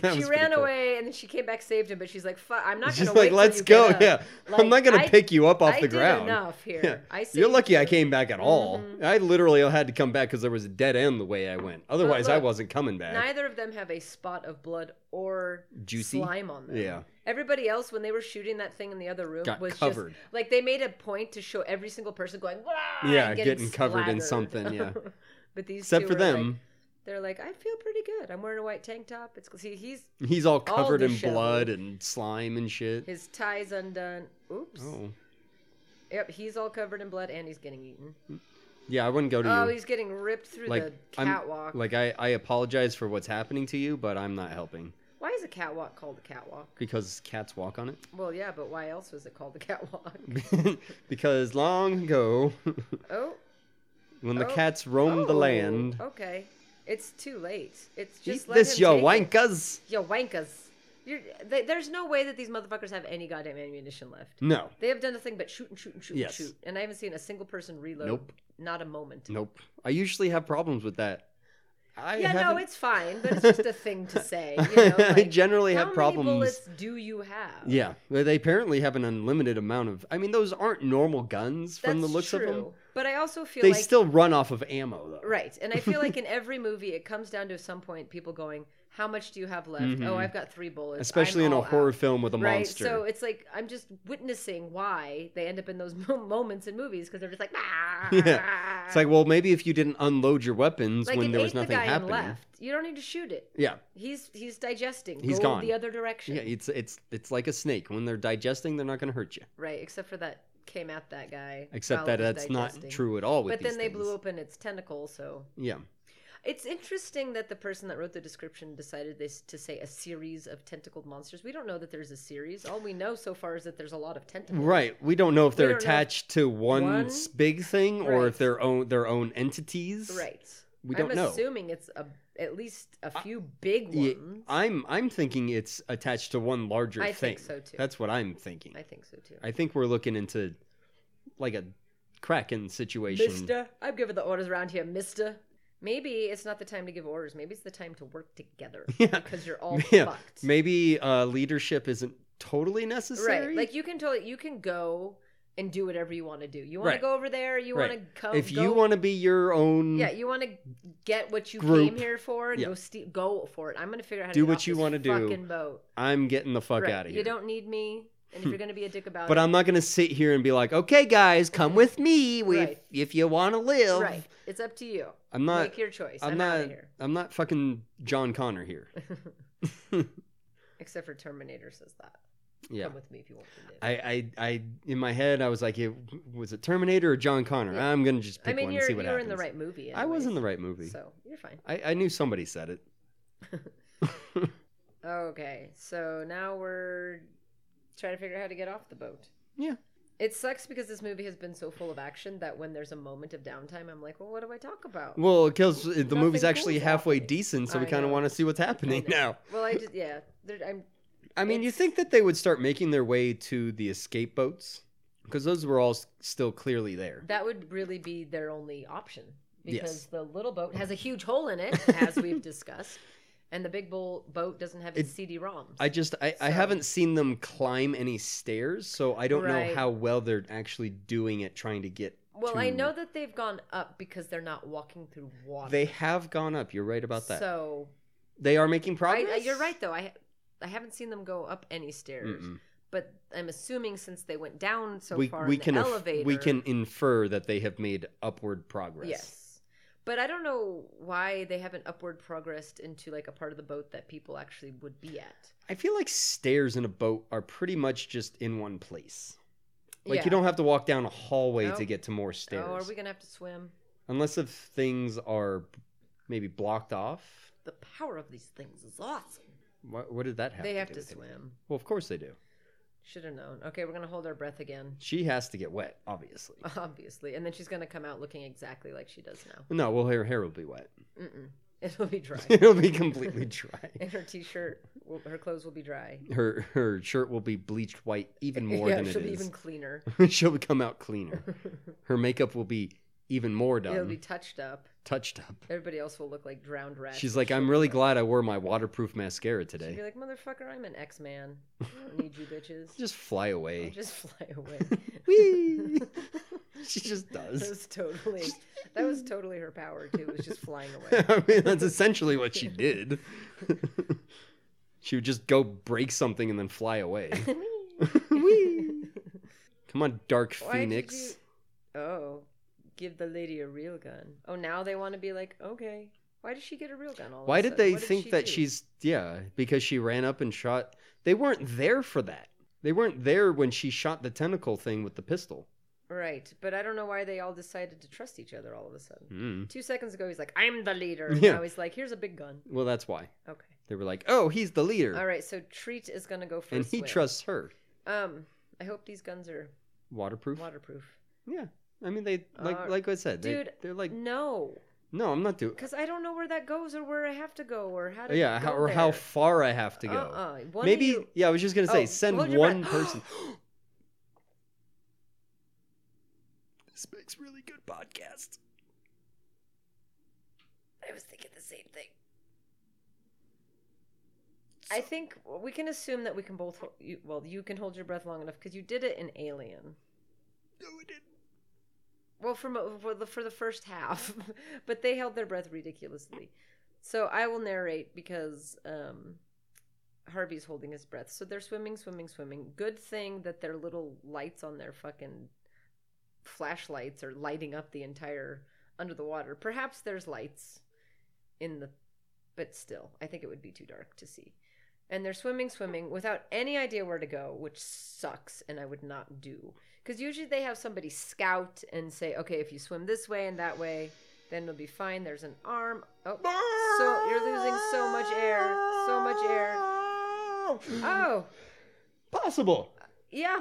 H: That
I: she
H: was
I: ran
H: pretty cool.
I: away, and then she came back, saved him, but she's like, "Fuck, I'm not
H: She's
I: gonna
H: like,
I: wait till
H: "Let's
I: you
H: go."
I: get
H: Yeah.
I: up."
H: I'm not gonna
I: I-
H: pick you up off
I: I
H: the
I: did
H: ground.
I: enough here.
H: Yeah.
I: I
H: You're
I: saved
H: lucky I
I: you. Mm-hmm.
H: came back at all. I literally had to come back because there was a dead end the way I went. Otherwise, I
I: Oh, look,
H: wasn't coming back.
I: Neither of them have a spot of blood or
H: Juicy?
I: slime on them.
H: Yeah.
I: Everybody else, when they were shooting that thing in the other room,
H: Got
I: was
H: covered.
I: just like they made a point to show every single person going, "Wah!" and
H: Yeah, getting covered in
I: splattered.
H: something, yeah.
I: but these
H: Except
I: two
H: for
I: were like-
H: them.
I: they're like, I feel pretty good. I'm wearing a white tank top. It's see, he's
H: He's all covered in
I: disheveled.
H: blood and slime and shit.
I: his tie's undone. Oops.
H: Oh.
I: Yep, he's all covered in blood and he's getting eaten.
H: Yeah, I wouldn't go to
I: Oh,
H: you.
I: he's getting ripped through the
H: like
I: catwalk.
H: I'm, like I, I apologize for what's happening to you, but I'm not helping
I: why is a catwalk called a catwalk?
H: because cats walk on
I: Well, yeah, but why else was it called a catwalk?
H: it. because long ago,
I: Oh,
H: when the
I: Oh.
H: cats roamed the
I: Oh,
H: land,
I: Okay, it's too late. It's just
H: eat
I: let
H: this,
I: him
H: you
I: take it.
H: wankers.
I: Yo, wankers. You're, they, there's no way that these motherfuckers have any goddamn ammunition left.
H: No,
I: They have done nothing but shoot and shoot and shoot
H: Yes.
I: and shoot, and I haven't seen a single person reload.
H: Nope.
I: Not a moment.
H: nope. I usually have problems with that. I
I: Yeah, no,
H: haven't-
I: it's fine, but it's just a thing to say. You know,
H: I
I: like,
H: generally
I: how
H: have
I: many
H: problems-
I: bullets do you have?
H: yeah. They they apparently have an unlimited amount of. I mean, those aren't normal guns
I: That's
H: from the looks
I: true.
H: of them.
I: But I also feel
H: They
I: like
H: still run off of ammo though.
I: right, and I feel like in every movie, it comes down to some point people going, "How much do you have left? Oh, I've got three bullets." I'm
H: Mm-hmm. Especially in a
I: all
H: horror
I: out."
H: film with a
I: right?
H: monster.
I: So it's like I'm just witnessing why they end up in those mo- moments in movies because they're just like, ah.
H: Yeah. It's like, well, maybe if you didn't unload your weapons
I: Like,
H: when
I: it
H: there
I: ate
H: was nothing
I: the guy and
H: happening.
I: left. You don't need to shoot it.
H: Yeah.
I: He's he's digesting.
H: He's
I: Go
H: gone.
I: the other direction.
H: Yeah, it's it's it's like a snake. When they're digesting, they're not going to hurt you.
I: Right, except for that came at that guy.
H: Except
I: while
H: that
I: it was
H: that's
I: digesting.
H: not true at all with
I: But then
H: these
I: they blew
H: things.
I: open its tentacle, so
H: Yeah.
I: it's interesting that the person that wrote the description decided this to say a series of tentacled monsters. We don't know that there's a series. All we know so far is that there's a lot of tentacles.
H: Right. We don't know if they're
I: don't know if
H: attached to one,
I: one-
H: s- big thing or
I: Right.
H: if they're own their own entities.
I: Right.
H: We don't
I: I'm
H: know.
I: assuming it's a, at least a few big
H: Yeah,
I: ones.
H: I'm I'm thinking it's attached to one larger
I: I
H: thing.
I: think so, too.
H: That's what I'm thinking.
I: I think so too.
H: I think we're looking into like a kraken situation.
I: Mister, I'm giving the orders around here, Mister. Maybe it's not the time to give orders. Maybe it's the time to work together because you're all
H: Yeah.
I: fucked.
H: Maybe uh, leadership isn't totally necessary.
I: Right. Like you can totally you can go and do whatever you want to do. You want
H: Right.
I: to go over there, you
H: Right.
I: want to come
H: if
I: go,
H: you want to be your own
I: Yeah, you want to get what you
H: Group.
I: came here for and
H: Yeah.
I: go ste- go for it. I'm going to figure out how to
H: Do
I: get
H: what
I: off
H: you
I: this
H: wanna do.
I: fucking boat.
H: i'm getting the fuck
I: Right.
H: out of here Hmm.
I: You don't need me and if you're going to be a dick about
H: but
I: it.
H: i'm not gonna sit here and be like okay guys come with me we,
I: Right.
H: if you want to live
I: right. It's up to you.
H: i'm not
I: Make your choice.
H: i'm,
I: I'm,
H: not
I: out of here.
H: i'm not fucking john connor here
I: Except for Terminator says that.
H: yeah
I: Come with me if you want to live.
H: I, I i in my head i was like it, was it terminator or john connor i'm gonna just
I: I
H: pick
I: mean,
H: one
I: you're
H: and see
I: you
H: what
I: were
H: happens
I: in the right movie.
H: i was in
I: anyways,
H: the right movie
I: so you're fine.
H: I, I knew somebody said it
I: Okay, so now we're trying to figure out how to get off the boat.
H: Yeah.
I: It sucks because this movie has been so full of action that when there's a moment of downtime, I'm like, well, what do I talk about?
H: Well, because the movie's
I: cool's
H: actually halfway
I: happening.
H: decent, so we
I: I
H: kind of
I: know.
H: want to see what's happening now.
I: Well, I just, yeah, there, I'm,
H: I mean, you think that they would start making their way to the escape boats because those were all s- still clearly there.
I: that would really be their only option because
H: Yes.
I: the little boat has a huge hole in it, as we've discussed, and the big bull boat doesn't have its
H: It-
I: CD-ROMs.
H: I just I, I
I: So-
H: haven't seen them climb any stairs, so I don't know
I: Right.
H: how well they're actually doing at trying to get.
I: well, I
H: to-
I: know that they've gone up because they're not walking through water.
H: they have gone up. You're right about that.
I: So
H: they are making
I: I,
H: progress.
I: I- you're right though. I I haven't seen them go up any stairs,
H: Mm-mm.
I: but I'm assuming since they went down so
H: we
I: far
H: we
I: in the
H: can inf-
I: elevator,
H: we can infer that they have made upward progress.
I: yes. But I don't know why they haven't upward progressed into like a part of the boat that people actually would be at.
H: I feel like stairs in a boat are pretty much just in one place. Like
I: Yeah.
H: you don't have to walk down a hallway to
I: Nope.
H: get to more stairs.
I: Oh, are we gonna have to swim?
H: Unless if things are maybe blocked off.
I: The power of these things is awesome.
H: What, what did that happen?
I: they have to,
H: swim.
I: swim.
H: Well, of course they do.
I: Should have known. Okay, we're gonna hold our breath again,
H: She has to get wet, obviously.
I: obviously, and then she's gonna come out looking exactly like she does now.
H: No, well, her hair will be wet.
I: Mm-mm. It'll be dry.
H: It'll be completely dry.
I: and her t-shirt, will, her clothes will be dry.
H: Her her shirt will be bleached white even more
I: yeah,
H: than it
I: she'll be
H: is.
I: even cleaner.
H: she'll come out cleaner. Her makeup will be even more
I: It'll
H: done,
I: be touched up.
H: touched up.
I: Everybody else will look like drowned rats.
H: She's
I: and
H: like, I'm
I: shit."
H: really glad I wore my waterproof mascara
I: She'll
H: today.
I: be like, motherfucker, I'm an X man. I don't need you bitches.
H: Just fly away.
I: Just fly away.
H: Whee! she just
I: that
H: does.
I: was totally that was totally her power too. Was just flying away.
H: I mean, that's essentially what she did. she would just go break something and then fly away. Whee! Come on, Dark
I: Why did
H: Phoenix.
I: you- Oh, give the lady a real gun. Oh, now they want to be like, okay, why did she get a real gun? All of
H: Why
I: a
H: did
I: sudden?
H: they
I: What did
H: think
I: she
H: that
I: do?
H: she's yeah? Because she ran up and shot. They weren't there for that. They weren't there when she shot the tentacle thing with the pistol.
I: right? But I don't know why they all decided to trust each other all of a sudden.
H: Mm.
I: Two seconds ago, he's like, I'm the leader. And
H: Yeah.
I: now he's like, here's a big gun.
H: Well, that's why
I: Okay.
H: they were like, "Oh, he's the leader,"
I: All right. So Treat is going to go first.
H: and he trusts her.
I: Um, I hope these guns are
H: Waterproof.
I: waterproof.
H: Yeah, I mean they like
I: Uh,
H: like I said, they,
I: Dude,
H: they're like,
I: no,
H: no, I'm not doing.
I: because I don't know where that goes or where I have to go or how to.
H: Yeah,
I: go
H: how, or how
I: there.
H: far I have to go.
I: Uh-uh. One of
H: Maybe
I: you-
H: yeah, I was just gonna say
I: Oh, hold
H: send
I: your
H: one
I: breath.
H: person. this makes really good podcast.
I: I was thinking the same thing. I think we can assume that we can both. Hold, you, well, you can hold your breath long enough because you did it in Alien.
D: No, it didn't.
I: Well, for, mo- for the for the first half, but they held their breath ridiculously. So I will narrate because um, Harvey's holding his breath. So they're swimming, swimming, swimming. Good thing that their little lights on their fucking flashlights are lighting up the entire under the water. Perhaps there's lights in the, but still, I think it would be too dark to see. And they're swimming, swimming without any idea where to go, which sucks, and I would not do. Because usually they have somebody scout and say, okay, if you swim this way and that way, then it'll be fine. There's an arm. Oh, so you're losing so much air, so much air. Oh,
H: Possible,
I: yeah,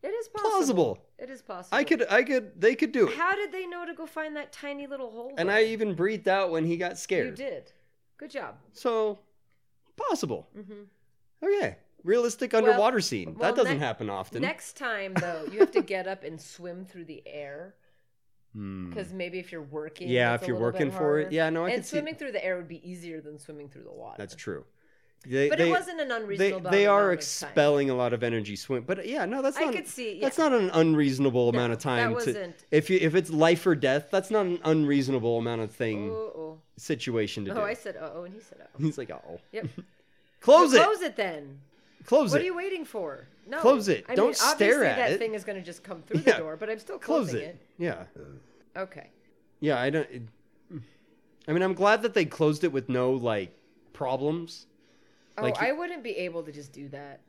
I: it is possible.
H: plausible.
I: It is possible.
H: I could, I could, they could do it.
I: How did they know to go find that tiny little hole?
H: And
I: though?
H: I even breathed out when he got
I: you
H: scared.
I: did. Good job.
H: So, possible.
I: hmm
H: Okay, realistic
I: Well-
H: underwater scene.
I: well,
H: that doesn't
I: ne-
H: happen often.
I: Next time, though, you have to get up and swim through the air
H: Hmm.
I: because maybe if you're working,
H: Yeah,
I: it's
H: if
I: a
H: you're
I: little bit
H: working for it.
I: harder.
H: Yeah, no, I
I: and
H: could see-
I: swimming through the air would be easier than swimming through the water.
H: That's true. They,
I: But
H: they-
I: it wasn't an
H: They,
I: unreasonable.
H: they are
I: amount of time.
H: expelling a lot of energy swim, but yeah, no, that's
I: I
H: not.
I: could see,
H: That's
I: yeah.
H: not an unreasonable amount
I: No,
H: of time.
I: that
H: To,
I: wasn't-
H: if you if it's life or death, that's not an unreasonable amount of thing
I: Oh,
H: situation to
I: oh.
H: do.
I: oh I said oh, oh, and he said oh.
H: He's like, oh,
I: Yep.
H: close it,
I: Close it then.
H: close
I: What
H: it.
I: are you waiting for? No.
H: Close it.
I: I mean,
H: Don't stare
I: obviously
H: at
I: that
H: it.
I: thing is going to just come through
H: Yeah.
I: the door, but I'm still
H: close
I: closing
H: it. Yeah,
I: it. Okay.
H: yeah. I don't. it- I mean, I'm glad that they closed it with no like problems.
I: Oh,
H: Like you-
I: I wouldn't be able to just do that.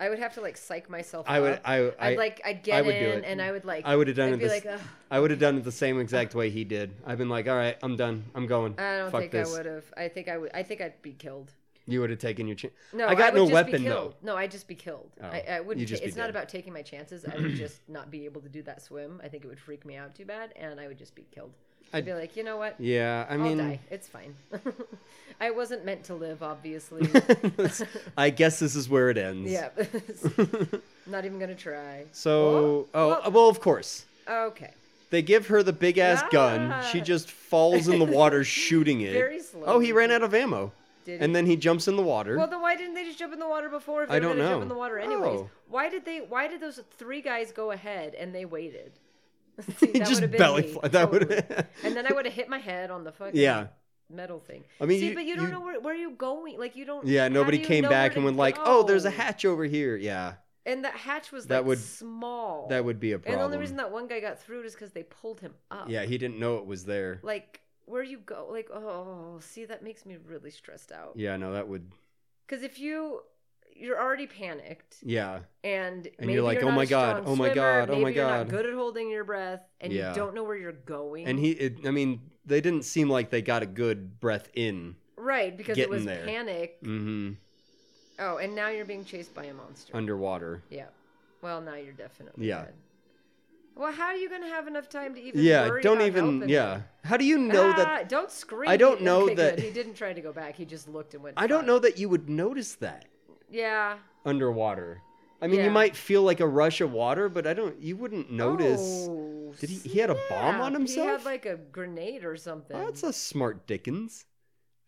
I: I would have to like psych myself.
H: I would.
I: up.
H: I. I
I: I'd like. I'd get
H: I would
I: in,
H: do it.
I: and I would like.
H: I would have done
I: I'd
H: it.
I: Be
H: This,
I: like, "Ugh,
H: I would have done it the same exact way he did. I've been like, all right, I'm done. I'm going.
I: I don't
H: Fuck
I: think
H: this.
I: I would have. I think I would. I think I'd be killed.
H: You would have taken your chance.
I: No,
H: I got
I: would
H: no
I: just
H: weapon
I: be
H: though.
I: killed. No, I'd just be killed. I, I wouldn't.
H: you'd just
I: ta-
H: be
I: it's not
H: dead.
I: about taking my chances. I would just not be able to do that swim. I think it would freak me out too bad, and I would just be killed. I'd, be like, you know what?
H: Yeah, I
I: I'll
H: mean,
I: die. It's fine. I wasn't meant to live, obviously.
H: I guess this is where it ends.
I: yeah. not even gonna try.
H: So, oh, well, of course.
I: Okay.
H: They give her the big ass gun. She
I: Yeah.
H: just falls in the water shooting it.
I: Very
H: Oh, he
I: slowly.
H: ran out of ammo.
I: Did
H: and
I: he?
H: then he jumps in the water.
I: Well, then why didn't they just jump in the water before? If they
H: I
I: were
H: don't
I: gonna Jump
H: know.
I: in the water anyways.
H: Oh.
I: Why did they? Why did those three guys go ahead and they waited? See,
H: He
I: that
H: just
I: would've been
H: belly
I: me,
H: fly- that would-
I: totally. and then I would have hit my head on the fucking
H: Yeah.
I: metal thing.
H: I mean,
I: see,
H: you-
I: but you don't
H: you-
I: know where where are you going? Like you don't. how
H: yeah,
I: do
H: nobody
I: you
H: came
I: know
H: back
I: where
H: and
I: to
H: went like, "Oh, there's a
I: go?"
H: hatch over here." Yeah,
I: And that hatch was
H: That
I: like
H: would-
I: small.
H: that would be a
I: And
H: problem.
I: the only reason that one guy got through is because they pulled him up.
H: yeah, he didn't know it was there.
I: Like where you go? Like oh, see, that makes me really stressed out.
H: Yeah, no, that would.
I: Because if you you're already panicked.
H: Yeah,
I: and
H: And
I: maybe
H: you're like, "Oh
I: not
H: my
I: a
H: God,
I: strong
H: oh my
I: swimmer,
H: God, oh
I: maybe
H: my
I: you're
H: God."
I: not good at holding your breath, and
H: Yeah.
I: you don't know where you're going.
H: and he. It, I mean, they didn't seem like they got a good breath in.
I: right because it
H: getting
I: was
H: there.
I: panic.
H: Mm-hmm.
I: Oh, and now you're being chased by a monster.
H: Underwater.
I: yeah. Well, now you're definitely
H: Yeah.
I: dead. Well, how are you gonna have enough time to even?
H: Yeah,
I: worry
H: don't
I: about
H: even.
I: helping
H: Yeah.
I: them?
H: How do you know
I: Ah,
H: that?
I: Don't scream.
H: I don't
I: He-
H: know
I: okay,
H: that-
I: good. he didn't try to go back. He just looked and went.
H: I don't
I: "Fuck."
H: know that you would notice that.
I: Yeah.
H: underwater. I mean, you
I: Yeah.
H: might feel like a rush of water, but I don't. You wouldn't notice.
I: Oh,
H: Did he- he had a bomb on
I: snap. He
H: himself?
I: had like a grenade or something.
H: Oh, that's a smart Dickens.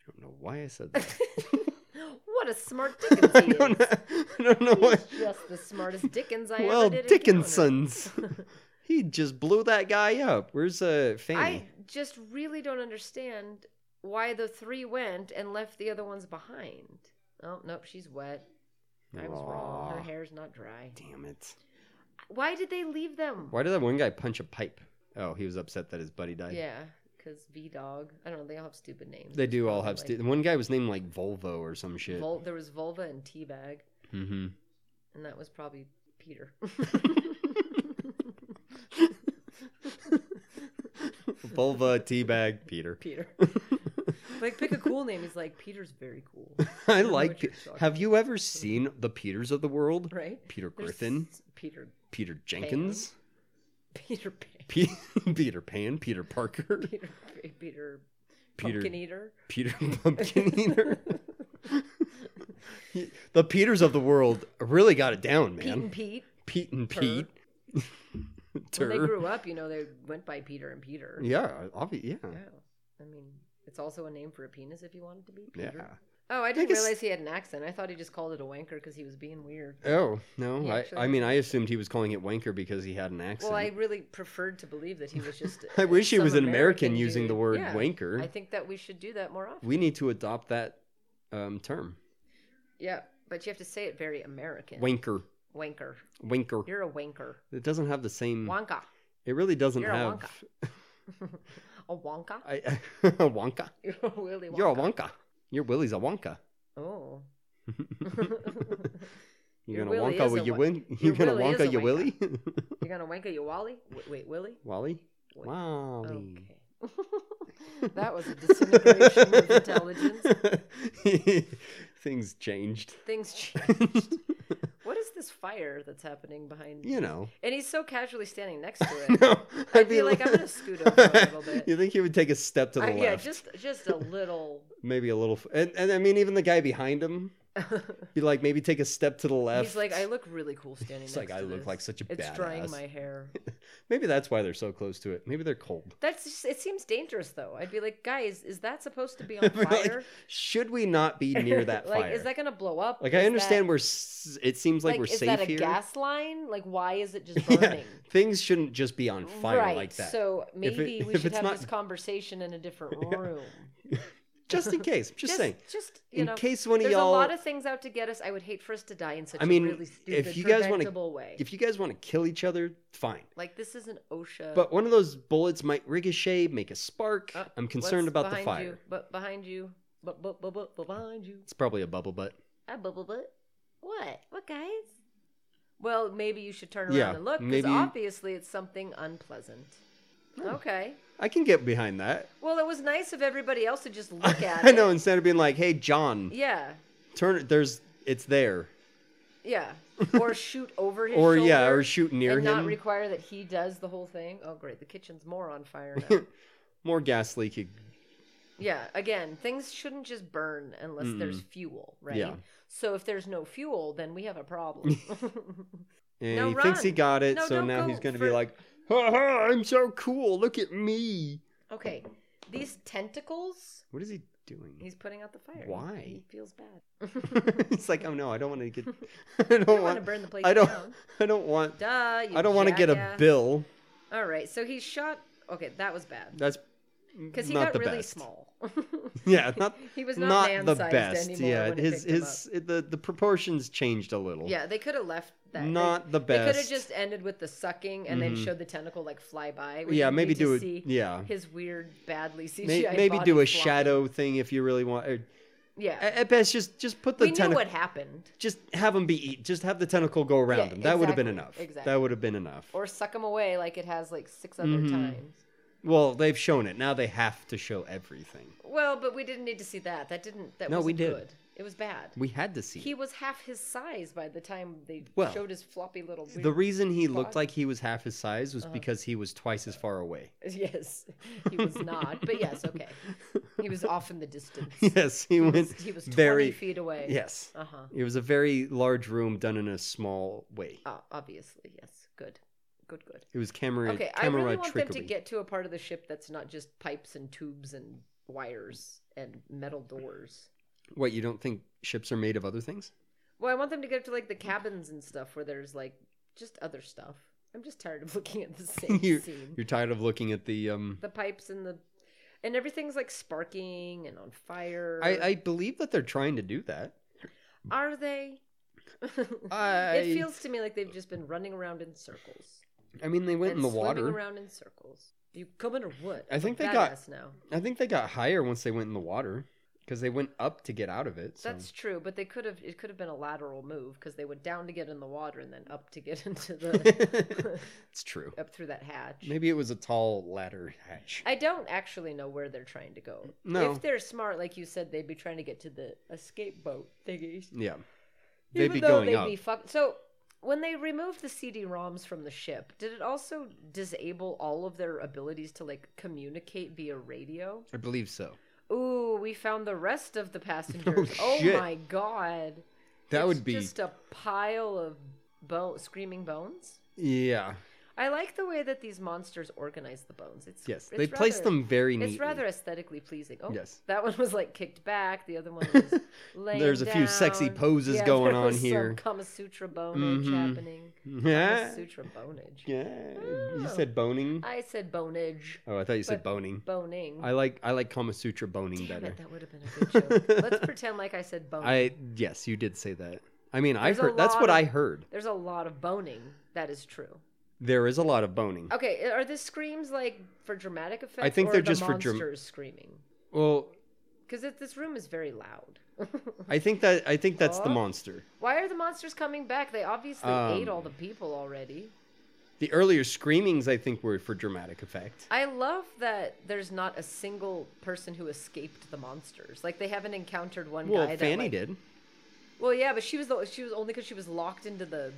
H: I don't know why I said that.
I: what a smart Dickens he
H: I
I: is.
H: don't know, I don't know why.
I: just the smartest Dickens I
H: Well,
I: ever did. encounter.
H: Dickinson's. he just blew that guy up. Where's uh,
I: I
H: Fanny?
I: just really don't understand why the three went and left the other ones behind. Oh nope, she's wet. I was wrong. Her
H: Aw.
I: hair's not dry.
H: Damn it.
I: Why did they leave them?
H: Why did that one guy punch a pipe? Oh, he was upset that his buddy died.
I: Yeah, because V Dog. I don't know. They all have stupid names.
H: They
I: It's
H: do all have.
I: probably
H: Stu- one guy was named like Volvo or some shit.
I: Vul- there was Vulva and Teabag,
H: mm-hmm.
I: and that was probably Peter.
H: Volva, teabag, Peter.
I: Peter. like pick a cool name. He's like Peter's very cool,
H: I
I: know
H: like.
I: what
H: Pe-
I: you're talking
H: have you ever seen the Peters of the world?
I: right?
H: Peter
I: There's
H: Griffin,
I: s- Peter
H: Peter Jenkins,
I: Peter Pan.
H: Pe- Peter Pan, Peter Parker,
I: Peter Peter
H: Peter-
I: Pumpkin Eater.
H: Peter Pumpkin Eater. the Peters of the world really got it down,
I: Pete
H: man.
I: and Pete.
H: Pete and Pete.
I: When they
H: Tur.
I: grew up, you know, they went by Peter and Peter.
H: Yeah, obviously. Yeah.
I: Yeah. I mean, it's also a name for a penis if you wanted to be
H: yeah.
I: Peter. Oh, I didn't
H: guess-
I: realize he had an accent. I thought he just called it a wanker because he was being weird.
H: Oh no!
I: He
H: I,
I: actually
H: I mean, I assumed he was calling it wanker because he had an accent.
I: Well, I really preferred to believe that he was just.
H: I wish he
I: some
H: was an American
I: dude.
H: using the word
I: Yeah.
H: wanker.
I: I think that we should do that more often.
H: We need to adopt that um, term,
I: Yeah, but you have to say it very American.
H: wanker,
I: wanker.
H: wanker.
I: You're a wanker.
H: It doesn't have the same.
I: Wonka.
H: It really doesn't
I: You're a
H: have.
I: A wonka.
H: I, Wonka.
I: You're a Willy
H: You're a
I: Wonka.
H: Wonka. Your Willie's a Wonka.
I: Oh.
H: You're
I: Your
H: gonna
I: Willy
H: Wonka
I: is a
H: with your
I: Won-
H: win.
I: your
H: You're gonna
I: Willy
H: Wonka
I: is a
H: your Willie.
I: You're gonna wanka your Wally? Wait, wait Willie?
H: Wally. Wally.
I: Okay. that was a disintegration of intelligence.
H: Things changed.
I: Things changed. What is this fire that's happening behind me?
H: you know.
I: And he's so casually standing next to it.
H: No,
I: I feel like I'm gonna scoot over a little bit.
H: you think he would take a step to the
I: I-
H: left?
I: yeah, just just a little.
H: maybe a little. f- And, and I mean, even the guy behind him, he'd like maybe take a step to the left.
I: He's like, I look really cool standing.
H: He's like,
I: next
H: "I
I: to
H: look
I: this.
H: like such a
I: It's drying
H: badass."
I: my hair.
H: maybe that's why they're so close to it. Maybe they're cold.
I: That's just, it seems dangerous though. I'd be like, guys, is that supposed to be on
H: Like,
I: fire?
H: should we not be near that
I: like,
H: fire?
I: is that gonna blow up?
H: Like
I: Is
H: I
I: that-
H: understand we're s- it seems like, we're
I: is
H: safe
I: that a
H: here.
I: gas line? Like, why is it just
H: Yeah,
I: burning?
H: Things shouldn't just be on fire
I: right.
H: like that.
I: So
H: If it-
I: maybe we
H: if
I: should
H: it's
I: have
H: not-
I: this conversation in a different room.
H: just in case, just,
I: Just,
H: saying.
I: just you
H: in
I: know,
H: case one of
I: there's
H: y'all-
I: a lot of things out to get us. I would hate for us to die in such
H: I mean,
I: a really stupid,
H: if you guys want
I: preventable
H: to,
I: way.
H: if you guys want to kill each other, fine.
I: Like this is an OSHA.
H: But one of those bullets might ricochet, make a spark.
I: Uh,
H: I'm
I: what's
H: concerned about the
I: behind
H: fire.
I: You, but behind you, but but but but behind you, Uh,
H: It's probably a bubble butt.
I: I bubble butt. What? What guys? Well, maybe you should turn around
H: Yeah,
I: and look because
H: maybe- Hmm.
I: obviously it's something unpleasant. Okay.
H: I can get behind that.
I: Well, it was nice of everybody else to just look at
H: I
I: it.
H: know instead of being like, "Hey, John,
I: Yeah.
H: turn it. There's it's there."
I: Yeah. Or shoot over his
H: Or, yeah,
I: shoulder
H: or shoot near
I: and not
H: him.
I: require that he does the whole thing. Oh, great. The kitchen's more on fire now.
H: More gas leaking.
I: yeah. Again, things shouldn't just burn unless there's fuel, right?
H: Yeah.
I: So if there's no fuel, then we have a problem.
H: And
I: No,
H: he thinks he
I: run.
H: got it,
I: No,
H: so
I: don't
H: now
I: go
H: he's going to
I: for-
H: be like, ha, ha, "I'm so cool. Look at me."
I: okay. These tentacles,
H: What is he doing?
I: he's putting out the fire. He-
H: Why?
I: He feels bad.
H: it's like, "Oh no, I don't want to get. I don't,
I: don't
H: want
I: wanna burn the place
H: I don't.
I: down.
H: I don't want.
I: Duh. You
H: I don't want to get a
I: jackass.
H: bill.
I: All right. So he shot. Okay. That was bad.
H: That's
I: Because he
H: not
I: got
H: the
I: really
H: best.
I: small.
H: yeah, not
I: He was not
H: the
I: man-sized
H: best.
I: anymore
H: yeah,
I: when it
H: his
I: picked him
H: his the the proportions changed a little.
I: Yeah, they could have left that. They-
H: Not the
I: They could have
H: best. Mm-hmm.
I: just ended with the sucking and then showed the tentacle like fly by. We
H: Yeah,
I: didn't
H: maybe
I: need to
H: do it-
I: see
H: yeah.
I: His weird, badly CGI.
H: May, maybe do
I: body
H: a
I: fly.
H: shadow thing if you really want. Or,
I: Yeah,
H: at at best, just just put the
I: we knew
H: tentacle.
I: what happened.
H: Just have him be eat. Just have the tentacle go around
I: Yeah,
H: him. That would have been
I: exactly,
H: enough.
I: exactly.
H: That would have been enough.
I: Or suck him away like it has like six other
H: Mm-hmm.
I: times.
H: well, they've shown it. Now they have to show everything.
I: Well, but we didn't need to see that. That didn't. That
H: No,
I: wasn't
H: we did.
I: good. It was bad.
H: We had to see.
I: he
H: it.
I: was half his size by the time they
H: Well,
I: showed his floppy little. Weird... Uh-huh.
H: The reason he looked like he was half his size was because he was twice as far away.
I: Yes, he was not. but yes, okay. He was off in the distance.
H: Yes, he, went
I: He was
H: very
I: twenty feet away.
H: Yes.
I: Uh huh.
H: It was a very large room done in a small way.
I: Uh, obviously, yes. Good. Good, good.
H: It was camera
I: Okay, I
H: camera
I: really want them to
H: trickery.
I: get to a part of the ship that's not just pipes and tubes and wires and metal doors.
H: What you don't think ships are made of other things?
I: Well, I want them to get to like the cabins and stuff where there's like just other stuff. I'm just tired of looking at the same
H: you're,
I: scene.
H: you're tired of looking at the um.
I: The pipes and the and everything's like sparking and on fire.
H: I, I believe that they're trying to do that.
I: Are they?
H: I-
I: It feels to me like they've just been running around in circles.
H: I mean, they went
I: and
H: in the
I: swimming
H: water.
I: around in circles. You coming or what?
H: I think
I: I'm
H: they got-
I: badass now.
H: I think they got higher once they went in the water because they went up to get out of it. So.
I: That's true, but they could have. It could have been a lateral move because they went down to get in the water and then up to get into the
H: it's true.
I: up through that hatch.
H: Maybe it was a tall ladder hatch.
I: I don't actually know where they're trying to go.
H: No.
I: If they're smart, like you said, they'd be trying to get to the escape boat thingies.
H: yeah, they'd
I: Even
H: be
I: though
H: going
I: they'd
H: up.
I: be fuck- So when they removed the CD-ROMs from the ship, did it also disable all of their abilities to like communicate via radio?
H: I believe so.
I: Ooh, we found the rest of the passengers. oh
H: shit.
I: my god.
H: That
I: It's
H: would be
I: just a pile of bone, screaming bones.
H: yeah.
I: I like the way that these monsters organize the bones. It's
H: Yes,
I: it's
H: they placed
I: rather-
H: them very neatly.
I: It's rather aesthetically pleasing. Oh,
H: Yes.
I: that one was like kicked back. The other one was laying
H: There's a few sexy
I: down.
H: poses
I: Yeah,
H: going
I: there
H: on
I: was some
H: here.
I: Kama Sutra bonage happening. Kama
H: Yeah.
I: Sutra bonage.
H: Yeah. You said boning.
I: I said bonage,
H: Oh, I thought you said
I: but-
H: boning.
I: boning.
H: I like I like Kama Sutra boning
I: Damn
H: better.
I: it, that would have been a good joke. Let's pretend like I said boning.
H: I yes, you did say that. I mean, I
I: There's a
H: heard that's what
I: lot
H: I
I: of-
H: heard.
I: There's a lot of boning. That is true.
H: There is a lot of boning.
I: Okay, are the screams like for dramatic effect?
H: think
I: or
H: they're
I: are
H: just
I: the
H: for dram-
I: monsters screaming.
H: Well,
I: Because this room is very loud.
H: I think that I think that's the
I: Oh.
H: monster.
I: Why are the monsters coming back? They obviously
H: Um.
I: ate all the people already.
H: The earlier screamings I think were for dramatic effect.
I: I love that there's not a single person who escaped the monsters. Like they haven't encountered one
H: Well,
I: guy. that,
H: Fanny
I: like-
H: did.
I: Well, yeah, but she was the, she was only because she was locked into the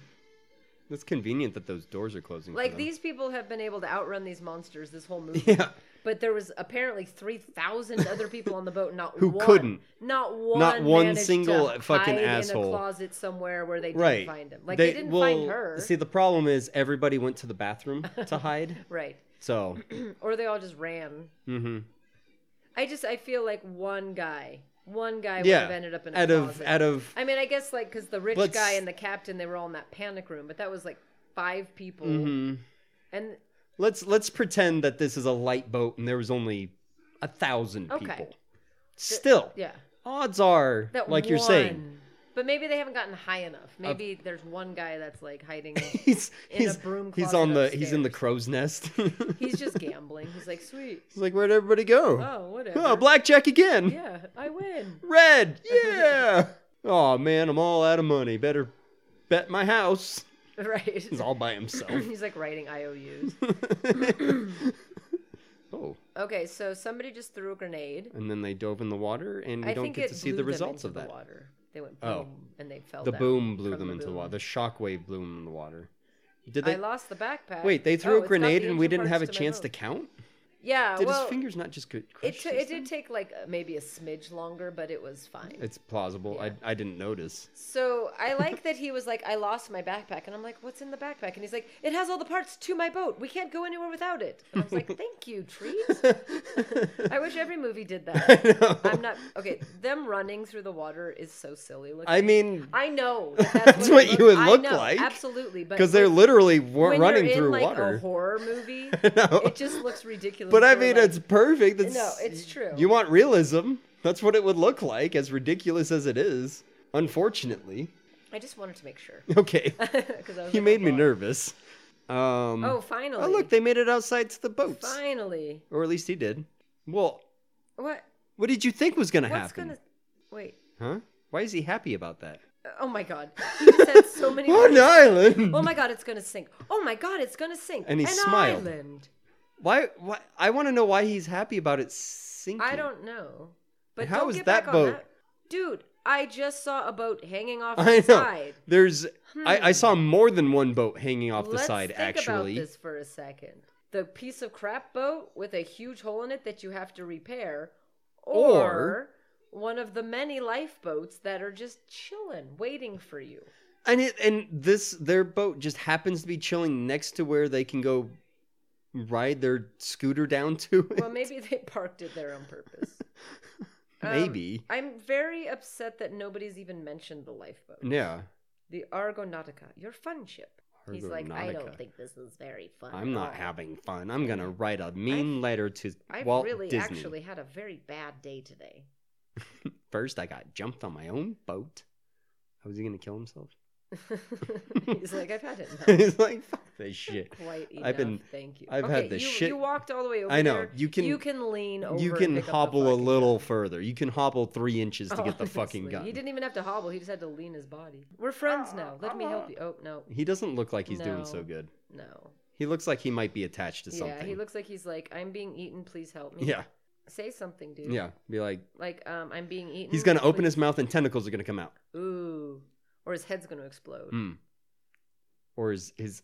H: That's convenient that those doors are closing. for
I: like
H: them.
I: these people have been able to outrun these monsters this whole movie.
H: Yeah.
I: But there was apparently three thousand other people on the boat. Not
H: Who
I: one,
H: couldn't.
I: Not one.
H: Not one
I: managed to
H: single
I: hide
H: fucking
I: In a
H: asshole.
I: closet somewhere where they didn't
H: Right.
I: find him. Like they, didn't find
H: well,
I: her.
H: See, the problem is everybody went to the bathroom to hide.
I: right.
H: So,
I: Or they all just ran. Mm-hmm. I just I feel like one guy, one guy would
H: yeah.
I: have ended up in a
H: out of
I: closet.
H: out of
I: I mean, I guess like because the rich
H: Let's-
I: guy and the captain they were all in that panic room, but that was like five people,
H: Mm-hmm.
I: and
H: Let's let's pretend that this is a light boat and there was only a thousand
I: Okay.
H: people. Still,
I: yeah,
H: odds are,
I: that
H: like you're saying,
I: one. But maybe they haven't gotten high enough. Maybe there's one guy that's like hiding.
H: he's
I: In a
H: he's
I: broom
H: he's
I: closet
H: on the he's in the
I: upstairs.
H: crow's nest. he's
I: He's just gambling. He's like, sweet.
H: like, where'd everybody go?
I: Oh, whatever.
H: Oh, blackjack again.
I: Yeah, I win.
H: Red, yeah. oh man, I'm all out of money. Better bet my house.
I: right.
H: He's all by himself.
I: He's like writing IOUs.
H: oh,
I: Okay, so somebody just threw a grenade.
H: and then they dove in the water, and we
I: I
H: don't
I: think
H: get
I: it
H: to see
I: blew
H: the
I: them
H: results
I: into
H: of
I: the
H: that.
I: water. They went boom
H: Oh.
I: and they fell.
H: the
I: down
H: boom blew
I: from
H: them
I: the
H: into the
I: boom.
H: water. The shockwave blew them in the water. Did
I: I
H: they?
I: lost the backpack.
H: Wait, they
I: Oh,
H: threw
I: it's
H: a
I: got
H: grenade
I: the
H: and we
I: engine
H: didn't have a
I: parts my
H: chance to
I: boat.
H: count.
I: Yeah,
H: Did
I: well,
H: his fingers not just get
I: it
H: crushed?
I: t- it did take like uh, maybe a smidge longer, but it was fine.
H: It's plausible.
I: Yeah.
H: I I didn't notice.
I: So I like that he was like, I lost my backpack. And I'm like, what's in the backpack? And he's like, it has all the parts to my boat. We can't go anywhere without it. And I was like, thank you, treat. I wish every movie did that. I'm not, okay, them running through the water is so silly looking.
H: I mean,
I: I know. that
H: That's
I: it
H: what you would
I: I
H: look
I: know,
H: like.
I: Absolutely. but
H: because they're
I: when-
H: literally wa-
I: when
H: running
I: you're in,
H: through
I: like,
H: water.
I: a horror movie,
H: know.
I: it just looks ridiculous.
H: But I
I: They're
H: mean,
I: like-
H: it's perfect. It's,
I: it's true.
H: You want realism? That's what it would look like, as ridiculous as it is. Unfortunately,
I: I just wanted to make sure.
H: okay,
I: 'Cause I was
H: you
I: like,
H: made
I: oh,
H: me
I: God.
H: nervous. Um,
I: Oh, finally.
H: oh, look, they made it outside to the boats,
I: Finally.
H: or at least he did. Well,
I: What?
H: what did you think was gonna
I: What's
H: happen?
I: going to. Wait.
H: Huh? Why is he happy about that?
I: Oh my god. He said so many
H: On
I: words.
H: an island.
I: Oh my god, it's gonna sink. Oh my god, it's gonna sink.
H: And he
I: An
H: smiled.
I: island.
H: Why? Why? I want to know why he's happy about it sinking.
I: I don't know. But
H: How
I: don't
H: is
I: get
H: that
I: back
H: boat-
I: on that. Dude, I just saw a boat hanging off
H: I
I: the
H: know.
I: side.
H: There's. I, I saw more than one boat hanging off the
I: Hmm. Let's
H: side.
I: think
H: actually.
I: about this for a second. The piece of crap boat with a huge hole in it that you have to repair, or, one of the many lifeboats that are just chilling, waiting for you.
H: and it and this their boat just happens to be chilling next to where they can go ride their scooter down to it.
I: Well, maybe they parked it there on purpose. Um,
H: maybe
I: I'm very upset that nobody's even mentioned the lifeboat.
H: yeah
I: The Argonautica, your fun ship. He's like, I
H: Argonautica.
I: don't think this is very fun.
H: i'm
I: at
H: not
I: all.
H: having fun i'm gonna write a mean letter to
I: Mm. I've
H: walt
I: really
H: disney
I: actually had a very bad day today.
H: first i got jumped on my own boat how is he gonna kill himself
I: He's like, I've had it. enough.
H: he's like fuck this shit
I: Quite enough.
H: I've been-
I: thank you.
H: I've
I: okay,
H: had the
I: you,
H: shit-
I: You walked all the way over.
H: I know.
I: there.
H: You can-
I: You can lean over.
H: you
I: and
H: can
I: pick up the
H: hobble a
I: fucking
H: little
I: gun.
H: further you can hobble three inches to get the fucking
I: Honestly,
H: gun
I: He didn't even have to hobble. He just had to lean his body. We're friends now. Let me help you. Oh no,
H: He doesn't look like he's doing
I: No.
H: so good
I: no.
H: he looks like he might be attached to something
I: Yeah, he looks like he's like, I'm being eaten. Please help me.
H: yeah
I: Say something, dude.
H: yeah be like
I: Like, um, I'm being eaten.
H: He's gonna open
I: please-
H: his mouth and tentacles are gonna come out,
I: Ooh. Or his head's gonna explode.
H: Mm. or his his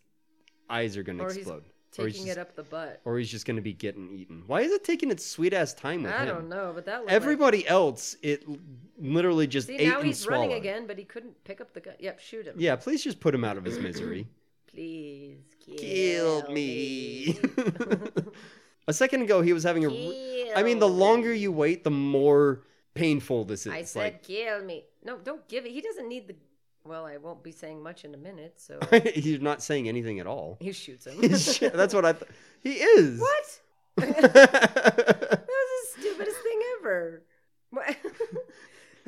H: eyes are gonna
I: Or he's
H: explode, or he's
I: Taking
H: just,
I: it up the butt.
H: or he's just gonna be getting eaten. Why is it taking its sweet ass time with
I: I
H: him?
I: don't know, but that looked like...
H: Everybody else, it l- literally just
I: See,
H: ate
I: now
H: and
I: he's
H: swallowed.
I: running again, but he couldn't pick up the gun. Yep, shoot him.
H: Yeah, please just put him out of his misery.
I: Please kill,
H: Kill me. a second ago, he was having a. re- I mean, the
I: Kill
H: longer you wait, the more painful this is.
I: I said
H: like,
I: kill me. No, don't give it. He doesn't need the. Well, I won't be saying much in a minute, so
H: you're not saying anything at all.
I: he shoots him.
H: Shit, That's what I. Th- he is.
I: what?
H: What?
I: That was the stupidest thing ever. What-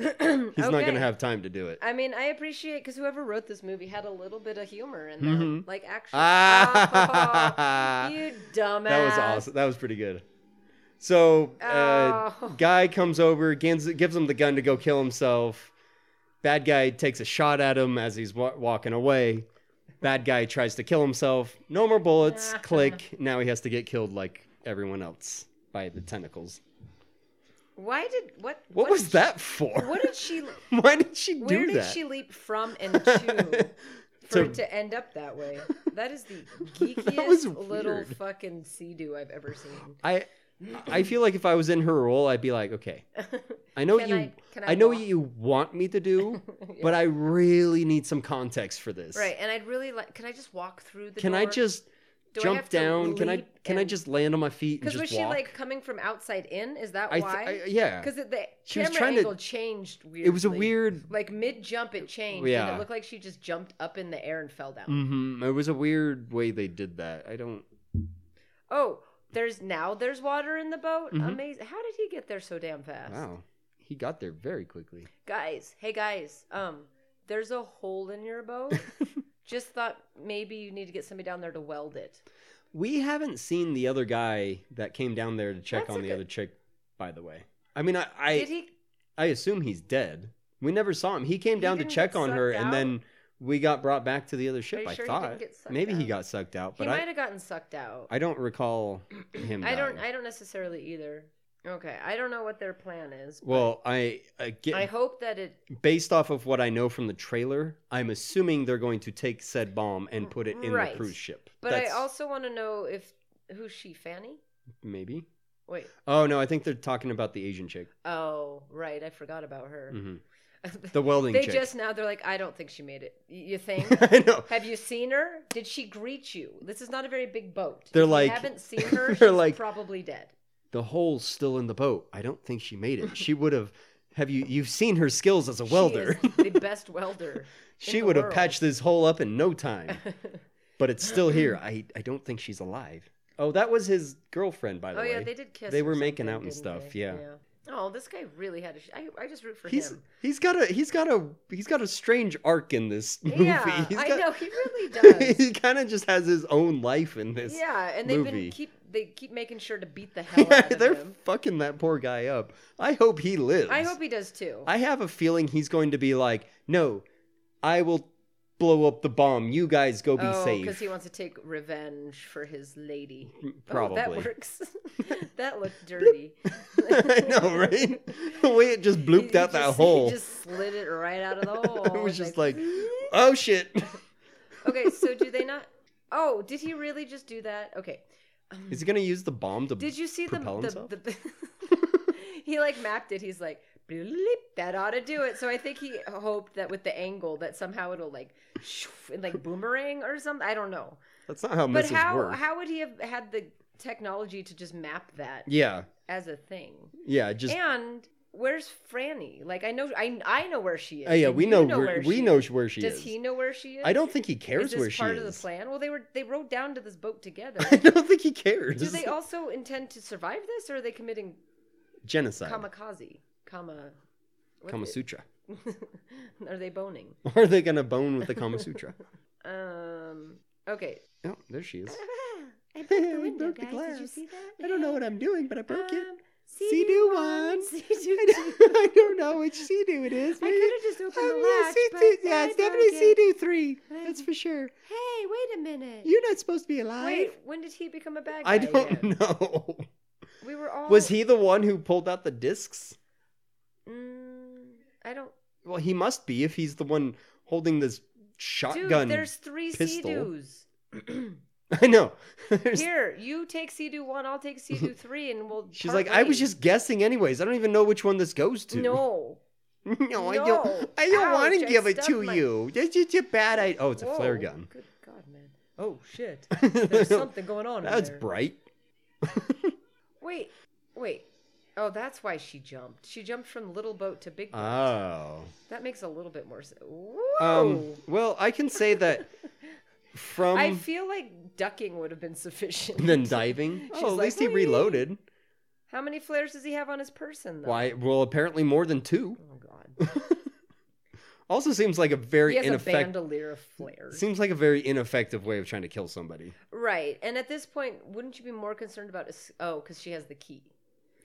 H: He's not going
I: Okay.
H: to have time to do it.
I: I mean, I appreciate because whoever wrote this movie had a little bit of humor in there,
H: Mhm.
I: like actually.
H: Ah.
I: Oh, you dumbass.
H: that was awesome. That was pretty good. So, uh,
I: Oh.
H: guy comes over, gives, gives him the gun to go kill himself. Bad guy takes a shot at him as he's wa- walking away. Bad guy tries to kill himself. No more bullets.
I: Ah.
H: click. Now he has to get killed like everyone else by the tentacles.
I: Why did what?
H: What, was
I: did
H: that
I: she-
H: for?
I: What did she?
H: Why did she do
I: Where did
H: that?
I: she leap from and to for
H: To-
I: it to end up that way? That is the geekiest
H: was
I: little
H: weird.
I: fucking sea doo I've ever seen.
H: I I feel like if I was in her role, I'd be like, okay, I know what
I: Can
H: you, I,
I: I- can I
H: know
I: walk?
H: what you want me to do, but I really need some context for this.
I: Right, and I'd really like. Can I just walk through the?
H: Can I
I: door?
H: just
I: Do I
H: jump
I: have to
H: down? Can I
I: leap
H: can I
I: and-
H: just land on my feet and
I: Because
H: just
I: was she
H: walk?
I: like coming from outside in? Is that
H: I th-
I: why?
H: I- yeah.
I: Because the
H: She was
I: camera
H: trying to-
I: angle changed weirdly.
H: it was a weird.
I: Like mid jump, it changed. And
H: Yeah.
I: it looked like she just jumped up in the air and fell down.
H: Mhm, it was a weird way they did that. I don't.
I: Oh, there's now there's water in the boat.
H: Mm-hmm.
I: Amazing. How did he get there so damn fast?
H: Wow, he got there very quickly.
I: Guys, hey guys, um, there's a hole in your boat. just thought maybe you need to get somebody down there to weld it.
H: We haven't seen the other guy that came down there to check
I: That's
H: on the
I: okay.
H: other chick. By the way, I mean, I I,
I: Did he?
H: I assume he's dead. We never saw him. He came down to
I: didn't
H: check
I: get
H: on her,
I: sucked
H: and
I: out?
H: then we got brought back to the other
I: Are
H: ship.
I: you
H: I
I: sure he
H: thought
I: didn't get sucked
H: maybe he
I: out?
H: got sucked out,
I: He
H: but
I: might
H: I,
I: have gotten sucked out.
H: I don't recall him.
I: I don't.
H: dying.
I: I don't necessarily either. Okay, I don't know what their plan is.
H: well, I, I get
I: I hope that it
H: based off of what I know from the trailer. I'm assuming they're going to take said bomb and put it in
I: Right.
H: the cruise ship.
I: But
H: That's-
I: I also want to know if who's she, Fanny?
H: maybe.
I: Wait.
H: Oh no, I think they're talking about the Asian chick,
I: Oh, right. I forgot about her.
H: Mhm. the welding
I: they
H: chick.
I: just now they're like, I don't think she made it. Y- You think?
H: I know.
I: Have you seen her? Did she greet you? This is not a very big boat.
H: They're
I: If you
H: like-
I: haven't seen her.
H: they're
I: she's
H: like-
I: probably dead.
H: The hole's still in the boat. I don't think she made it. She would have. Have you? You've seen her skills as a welder.
I: She is the best welder. in
H: She
I: the
H: would have
I: world.
H: patched this hole up in no time. but it's still here. I, I don't think she's alive. Oh, that was his girlfriend, by the
I: Oh
H: way.
I: yeah, they did kiss.
H: They
I: or
H: were making
I: something,
H: out and
I: didn't
H: stuff.
I: they?
H: Yeah.
I: Oh, this guy really had a. Sh- I, I just root for
H: He's
I: him.
H: he's got a he's got a he's got a strange arc in this movie.
I: Yeah,
H: He's
I: I
H: got-
I: know he really does.
H: he kind of just has his own life in this.
I: Yeah, and they've
H: movie.
I: been keep they keep making sure to beat the hell out of
H: they're
I: him.
H: fucking that poor guy up. I hope he lives.
I: I hope he does too.
H: I have a feeling he's going to be like, no, I will blow up the bomb. You guys go be
I: oh,
H: safe. Mm,
I: he wants to take revenge for his lady. Oh,
H: probably.
I: that works. that looked dirty.
H: I know, right? the way it just blooped
I: He
H: out that
I: just-
H: hole.
I: He just slid it right out of the hole.
H: it was just like, oh shit.
I: okay, so do they not? Oh, did he really just do that? Okay.
H: Is he gonna use the bomb to?
I: Did you see the
H: propel himself?
I: the, the he like mapped it? He's like, "Bleep, that ought to do it. So I think he hoped that with the angle that somehow it'll like, shoof, and like boomerang or something. I don't know.
H: That's not how
I: But
H: missiles
I: how
H: work.
I: how would he have had the technology to just map that
H: Yeah,
I: as a thing?
H: yeah. Just
I: And where's Franny? Like I know I I know where she is.
H: oh yeah,
I: and
H: we
I: you
H: know, where, we
I: she
H: know
I: is.
H: where she
I: Does
H: is.
I: he know where she is?
H: I don't think he
I: Is
H: cares
I: this
H: where she
I: part
H: is.
I: of the plan? Well, they were they rode down to this boat together.
H: I don't think he cares.
I: Do they also intend to survive this, or are they committing
H: Genocide.
I: kamikaze? Kama. what
H: Kama
I: is-
H: Sutra.
I: Are they boning?
H: Are they gonna bone with the Kama Sutra?
I: Um. Okay.
H: oh, there she is.
I: I broke
H: I broke the glass. I don't know what I'm doing, but I broke it.
I: Um,
H: See do one.
I: see-do
H: I don't- I don't know which see do it is.
I: I
H: Maybe-
I: coulda just opened the
H: Oh,
I: latch,
H: see-do-
I: but
H: yeah,
I: I
H: it's definitely
I: broke it.
H: see do three. That's for sure.
I: Hey, wait a minute.
H: You're not supposed to be alive.
I: Wait, when did he become a bad guy?
H: I don't
I: again?
H: know.
I: Oh. We were all.
H: Was he the one who pulled out the discs?
I: Mm, I don't.
H: Well, he must be if he's the one holding this shotgun.
I: Dude, there's three
H: pistol.
I: Sea-Doos.
H: I know. There's-
I: Here, you take Sea-Doo one, I'll take Sea-Doo three, and we'll.
H: She's
I: part
H: like, I was
I: ways."
H: just guessing, anyways. I don't even know which one this goes to.
I: No.
H: no, I
I: No.
H: don't. I don't want
I: Ouch,
H: to
I: I
H: give it
I: stubbed
H: to
I: my-
H: you. That's just a bad idea. Oh, it's a
I: Whoa,
H: flare gun.
I: Good God, man. Oh shit. There's something going on. in
H: That's
I: there.
H: bright.
I: Wait, wait. Oh, that's why she jumped. She jumped from little boat to big boat.
H: Oh.
I: that makes a little bit more sense.
H: Um.
I: Whoa.
H: Well, I can say that from
I: I feel like ducking would have been sufficient.
H: um, then diving.
I: She's
H: Oh, at
I: like,
H: least he
I: "Whee!"
H: reloaded.
I: How many flares does he have on his person? Though?
H: Why? Well, apparently more than two.
I: Oh God.
H: Also, seems like a very
I: He has a
H: ineffective.
I: bandolier of flares.
H: Seems like a very ineffective way of trying to kill somebody
I: right. And at this point, wouldn't you be more concerned about? es- Oh, because she has the key.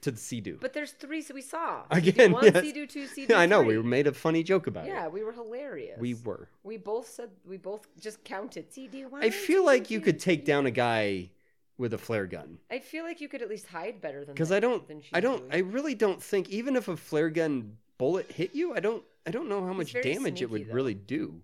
H: to the sea do.
I: But there's three, so we saw
H: Again,
I: One
H: yes.
I: Sea-Doo, two Sea-Doo.
H: I know
I: three.
H: we made a funny joke about
I: Yeah,
H: it.
I: we were hilarious.
H: We were.
I: We both said we both just counted. See, do you want
H: I feel like you could take down a guy with a flare gun
I: I feel like you could at least hide better than
H: because
I: that-
H: I don't.
I: than she's
H: I don't. I
I: doing.
H: really don't think even if a flare gun bullet hit you, I don't. I don't know how much
I: very
H: damage it
I: sneaky,
H: would
I: though.
H: really do.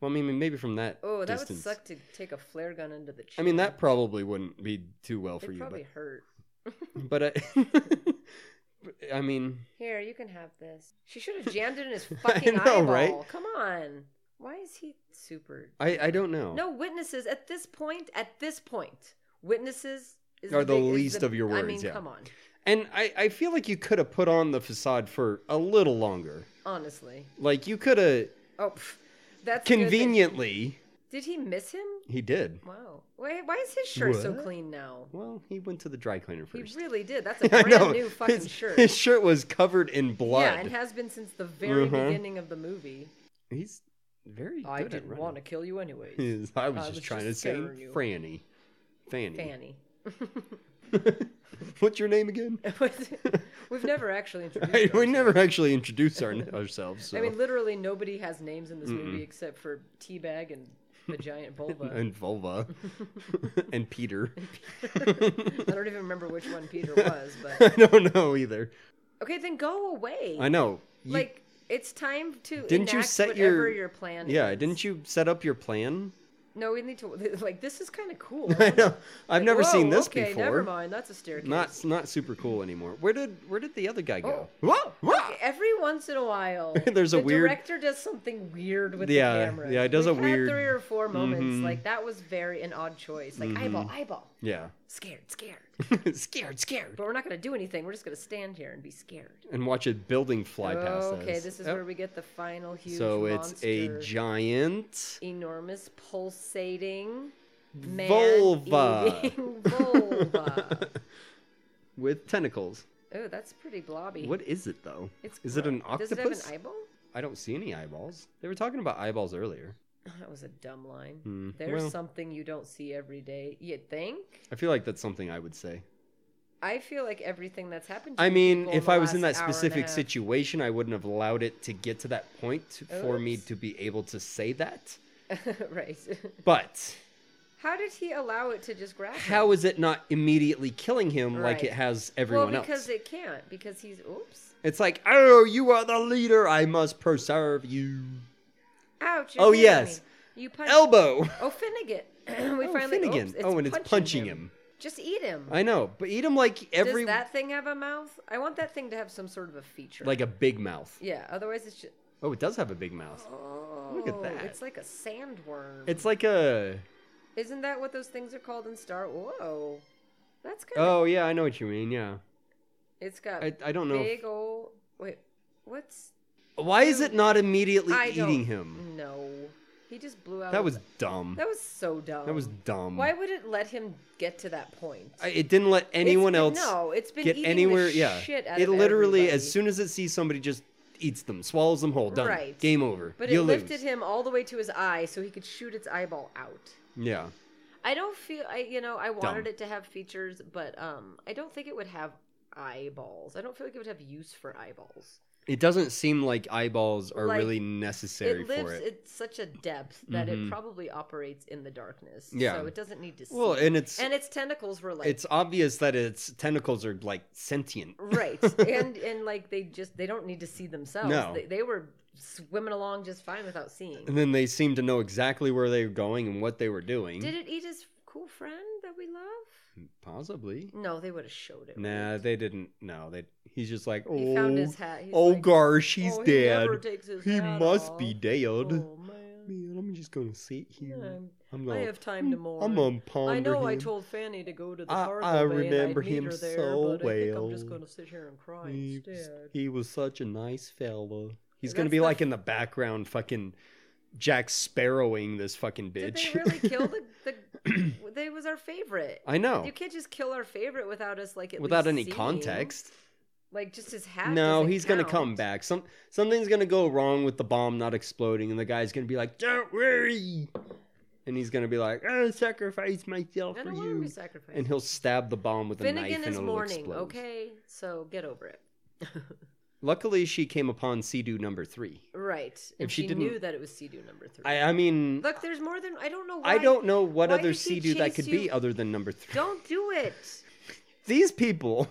H: Well, I mean, maybe from that.
I: Oh, that
H: distance.
I: would suck to take a flare gun into the. Chin.
H: I mean, that probably wouldn't be too well
I: It'd
H: for you,
I: probably hurt.
H: but but I, but, I mean,
I: Here, you can have this. She should have jammed it in his
H: I
I: fucking
H: know,
I: eyeball.
H: right?
I: Come on. Why is he super?
H: I I don't know.
I: No witnesses at this point. At this point, witnesses is
H: Are the
I: big- is
H: least of your
I: I mean,
H: worries, yeah.
I: come on.
H: and I I feel like you could have put on the facade for a little longer.
I: Honestly.
H: Like you could have
I: Oh, pff, that's good that-
H: conveniently.
I: Did he miss him?
H: He did.
I: Wow. Wait, why is his shirt so
H: What?
I: clean now?
H: Well, he went to the dry cleaner
I: He
H: first.
I: really did. That's a
H: I
I: brand
H: know.
I: new fucking
H: his,
I: shirt.
H: His shirt was covered in blood.
I: Yeah, and has been since the very
H: Mhm.
I: beginning of the movie.
H: He's very
I: Oh, I
H: good at
I: didn't want to
H: running.
I: kill you anyways.
H: He's- I was
I: I
H: just
I: was
H: trying
I: just
H: to say
I: scaring you.
H: Franny. Fanny.
I: Fanny.
H: What's your name again?
I: We've never actually introduced.
H: Hey, we
I: ourselves.
H: never actually introduce our, ourselves. So.
I: I mean, literally nobody has names in this movie except for Teabag and the giant vulva.
H: and Vulva. and Peter.
I: I don't even remember which one Peter was,
H: I
I: but
H: don't know either.
I: okay, then go away.
H: I know. You-
I: Like it's time to
H: Didn't you
I: enact
H: set your-
I: whatever your, plan.
H: yeah,
I: is.
H: didn't you set up your plan?
I: No, we need to like this is kind of cool.
H: I know. I've never
I: Whoa,
H: seen this
I: okay,
H: before.
I: Never mind, that's a staircase.
H: Not not super cool anymore. Where did where did the other guy go?
I: Oh.
H: Whoa! whoa!
I: Every once in a while,
H: There's a
I: the
H: weird-
I: director does something weird with
H: Yeah,
I: the camera.
H: yeah, it does
I: We've
H: a
I: had
H: weird- Mm-hmm.
I: three or four moments like that was very an odd choice. Like eyeball, eyeball,
H: Yeah.
I: scared, scared.
H: scared, scared.
I: But we're not going to do anything. We're just going to stand here and be scared.
H: And watch a building fly past us.
I: okay, this is
H: Yep.
I: where we get the final huge
H: So it's a
I: monster,
H: giant
I: enormous pulsating man
H: Vulva.
I: eating vulva.
H: with tentacles.
I: oh, that's pretty blobby.
H: What is it though?
I: It's
H: is it an
I: gross.
H: octopus?
I: Does it have an eyeball?
H: I don't see any eyeballs. They were talking about eyeballs earlier.
I: That was a dumb line. There's
H: Hmm, well.
I: something you don't see every day. You'd think.
H: I feel like that's something I would say.
I: I feel like everything that's happened. to
H: I
I: you
H: mean,
I: people
H: if
I: the
H: I was in that
I: last hour and a
H: specific
I: half-
H: situation, I wouldn't have allowed it to get to that point for me
I: Oops.
H: to be able to say that.
I: right?
H: But
I: How did he allow it to just grab? him?
H: how is it not immediately killing him like
I: Right.
H: it has
I: Well,
H: everyone else?
I: because it can't. Because he's oops.
H: It's like, oh, you are the leader. I must preserve you.
I: Ouch!
H: Oh,
I: you're hitting
H: yes.
I: me. you punch.
H: Elbow.
I: Oh Finnegan. we
H: Oh,
I: finally.
H: Finnegan.
I: Oops, it's
H: Oh, and it's punching him.
I: Just eat him.
H: I know, but eat him like every
I: Does that thing have a mouth? I want that thing to have some sort of a feature.
H: like a big mouth.
I: yeah. Otherwise, it's just.
H: Oh, it does have a big mouth.
I: Oh,
H: at that.
I: It's like a sandworm.
H: It's like a
I: Isn't that what those things are called in Star? Whoa, that's kind of.
H: Oh, yeah, I know what you mean. Yeah.
I: It's got
H: I I don't know.
I: big old. Wait, what's?
H: Why is it not immediately
I: I don't
H: eating him?
I: No, he just blew out.
H: That
I: his-
H: was dumb.
I: that was so dumb.
H: That was dumb.
I: Why would it let him get to that point?
H: I- It didn't let
I: It's
H: anyone
I: been-
H: else
I: No, it's been
H: get
I: eating
H: anywhere.
I: The
H: yeah,
I: shit out
H: it
I: of
H: literally
I: everybody.
H: as soon as it sees somebody just eats them, swallows them whole. Done.
I: Right.
H: Game over.
I: But
H: you
I: it
H: lose.
I: lifted him all the way to his eye, so he could shoot its eyeball out.
H: Yeah.
I: I don't feel I you know I wanted
H: Dumb.
I: it to have features, but um I don't think it would have eyeballs. I don't feel like it would have use for eyeballs.
H: It doesn't seem like eyeballs are
I: Like,
H: really necessary
I: it lives
H: for it. Mm-hmm.
I: at such a depth that it probably operates in the darkness.
H: Yeah.
I: So it doesn't need to see.
H: Well, and it's
I: and its tentacles were like
H: it's obvious that its tentacles are like sentient.
I: right. and and like they just they don't need to see themselves.
H: No.
I: They, they were swimming along just fine without seeing.
H: And then they seem to know exactly where they were going and what they were doing.
I: Did it eat his cool friend that we love?
H: Possibly.
I: No, they would have showed it.
H: Nah, they didn't. No, they. He's just like, oh,
I: He found his hat. He's
H: oh
I: like,
H: gosh, he's
I: "Oh, he
H: dead.
I: never takes his
H: He
I: hat
H: must
I: off."
H: be dead.
I: Oh man.
H: Man, I'm just gonna sit here.
I: I'm-
H: I'm
I: I
H: gonna-
I: have time to mourn.
H: I'm gonna ponder
I: I know I
H: him.
I: told Fanny to go to the
H: I-
I: park.
H: I
I: away and I'd
H: remember
I: meet
H: him
I: her there,
H: so
I: but I think I'm just
H: well.
I: going to sit here and cry
H: He,
I: instead.
H: he was such a nice fella. He's
I: That's
H: gonna be
I: the-
H: like in the background, fucking Jack Sparrowing this fucking
I: Did
H: bitch.
I: they really kill the? the they was our favorite.
H: I know.
I: You can't just kill our favorite without us like at
H: Without
I: least
H: any
I: seeing.
H: context.
I: Like just his hat.
H: no,
I: doesn't
H: he's gonna
I: count.
H: come back. Some something's gonna go wrong with the bomb not exploding, and the guy's gonna be like, "Don't worry," and he's gonna be like, "I sacrifice myself
I: I
H: for
I: don't want him
H: you,"
I: to sacrifice.
H: and he'll stab the bomb with a
I: Finnegan
H: knife and
I: is
H: it'll
I: mourning.
H: explode.
I: Okay, so get over it.
H: Luckily, she came upon Sea-Doo number three.
I: Right. And
H: she
I: she,
H: didn't-
I: knew that it was Sea-Doo number three.
H: I, I mean,
I: Look, there's more than I don't know. Why,
H: I don't know what
I: why
H: other
I: does he
H: sea-doo that
I: chase
H: could
I: you?
H: be other than number three.
I: Don't do it.
H: These people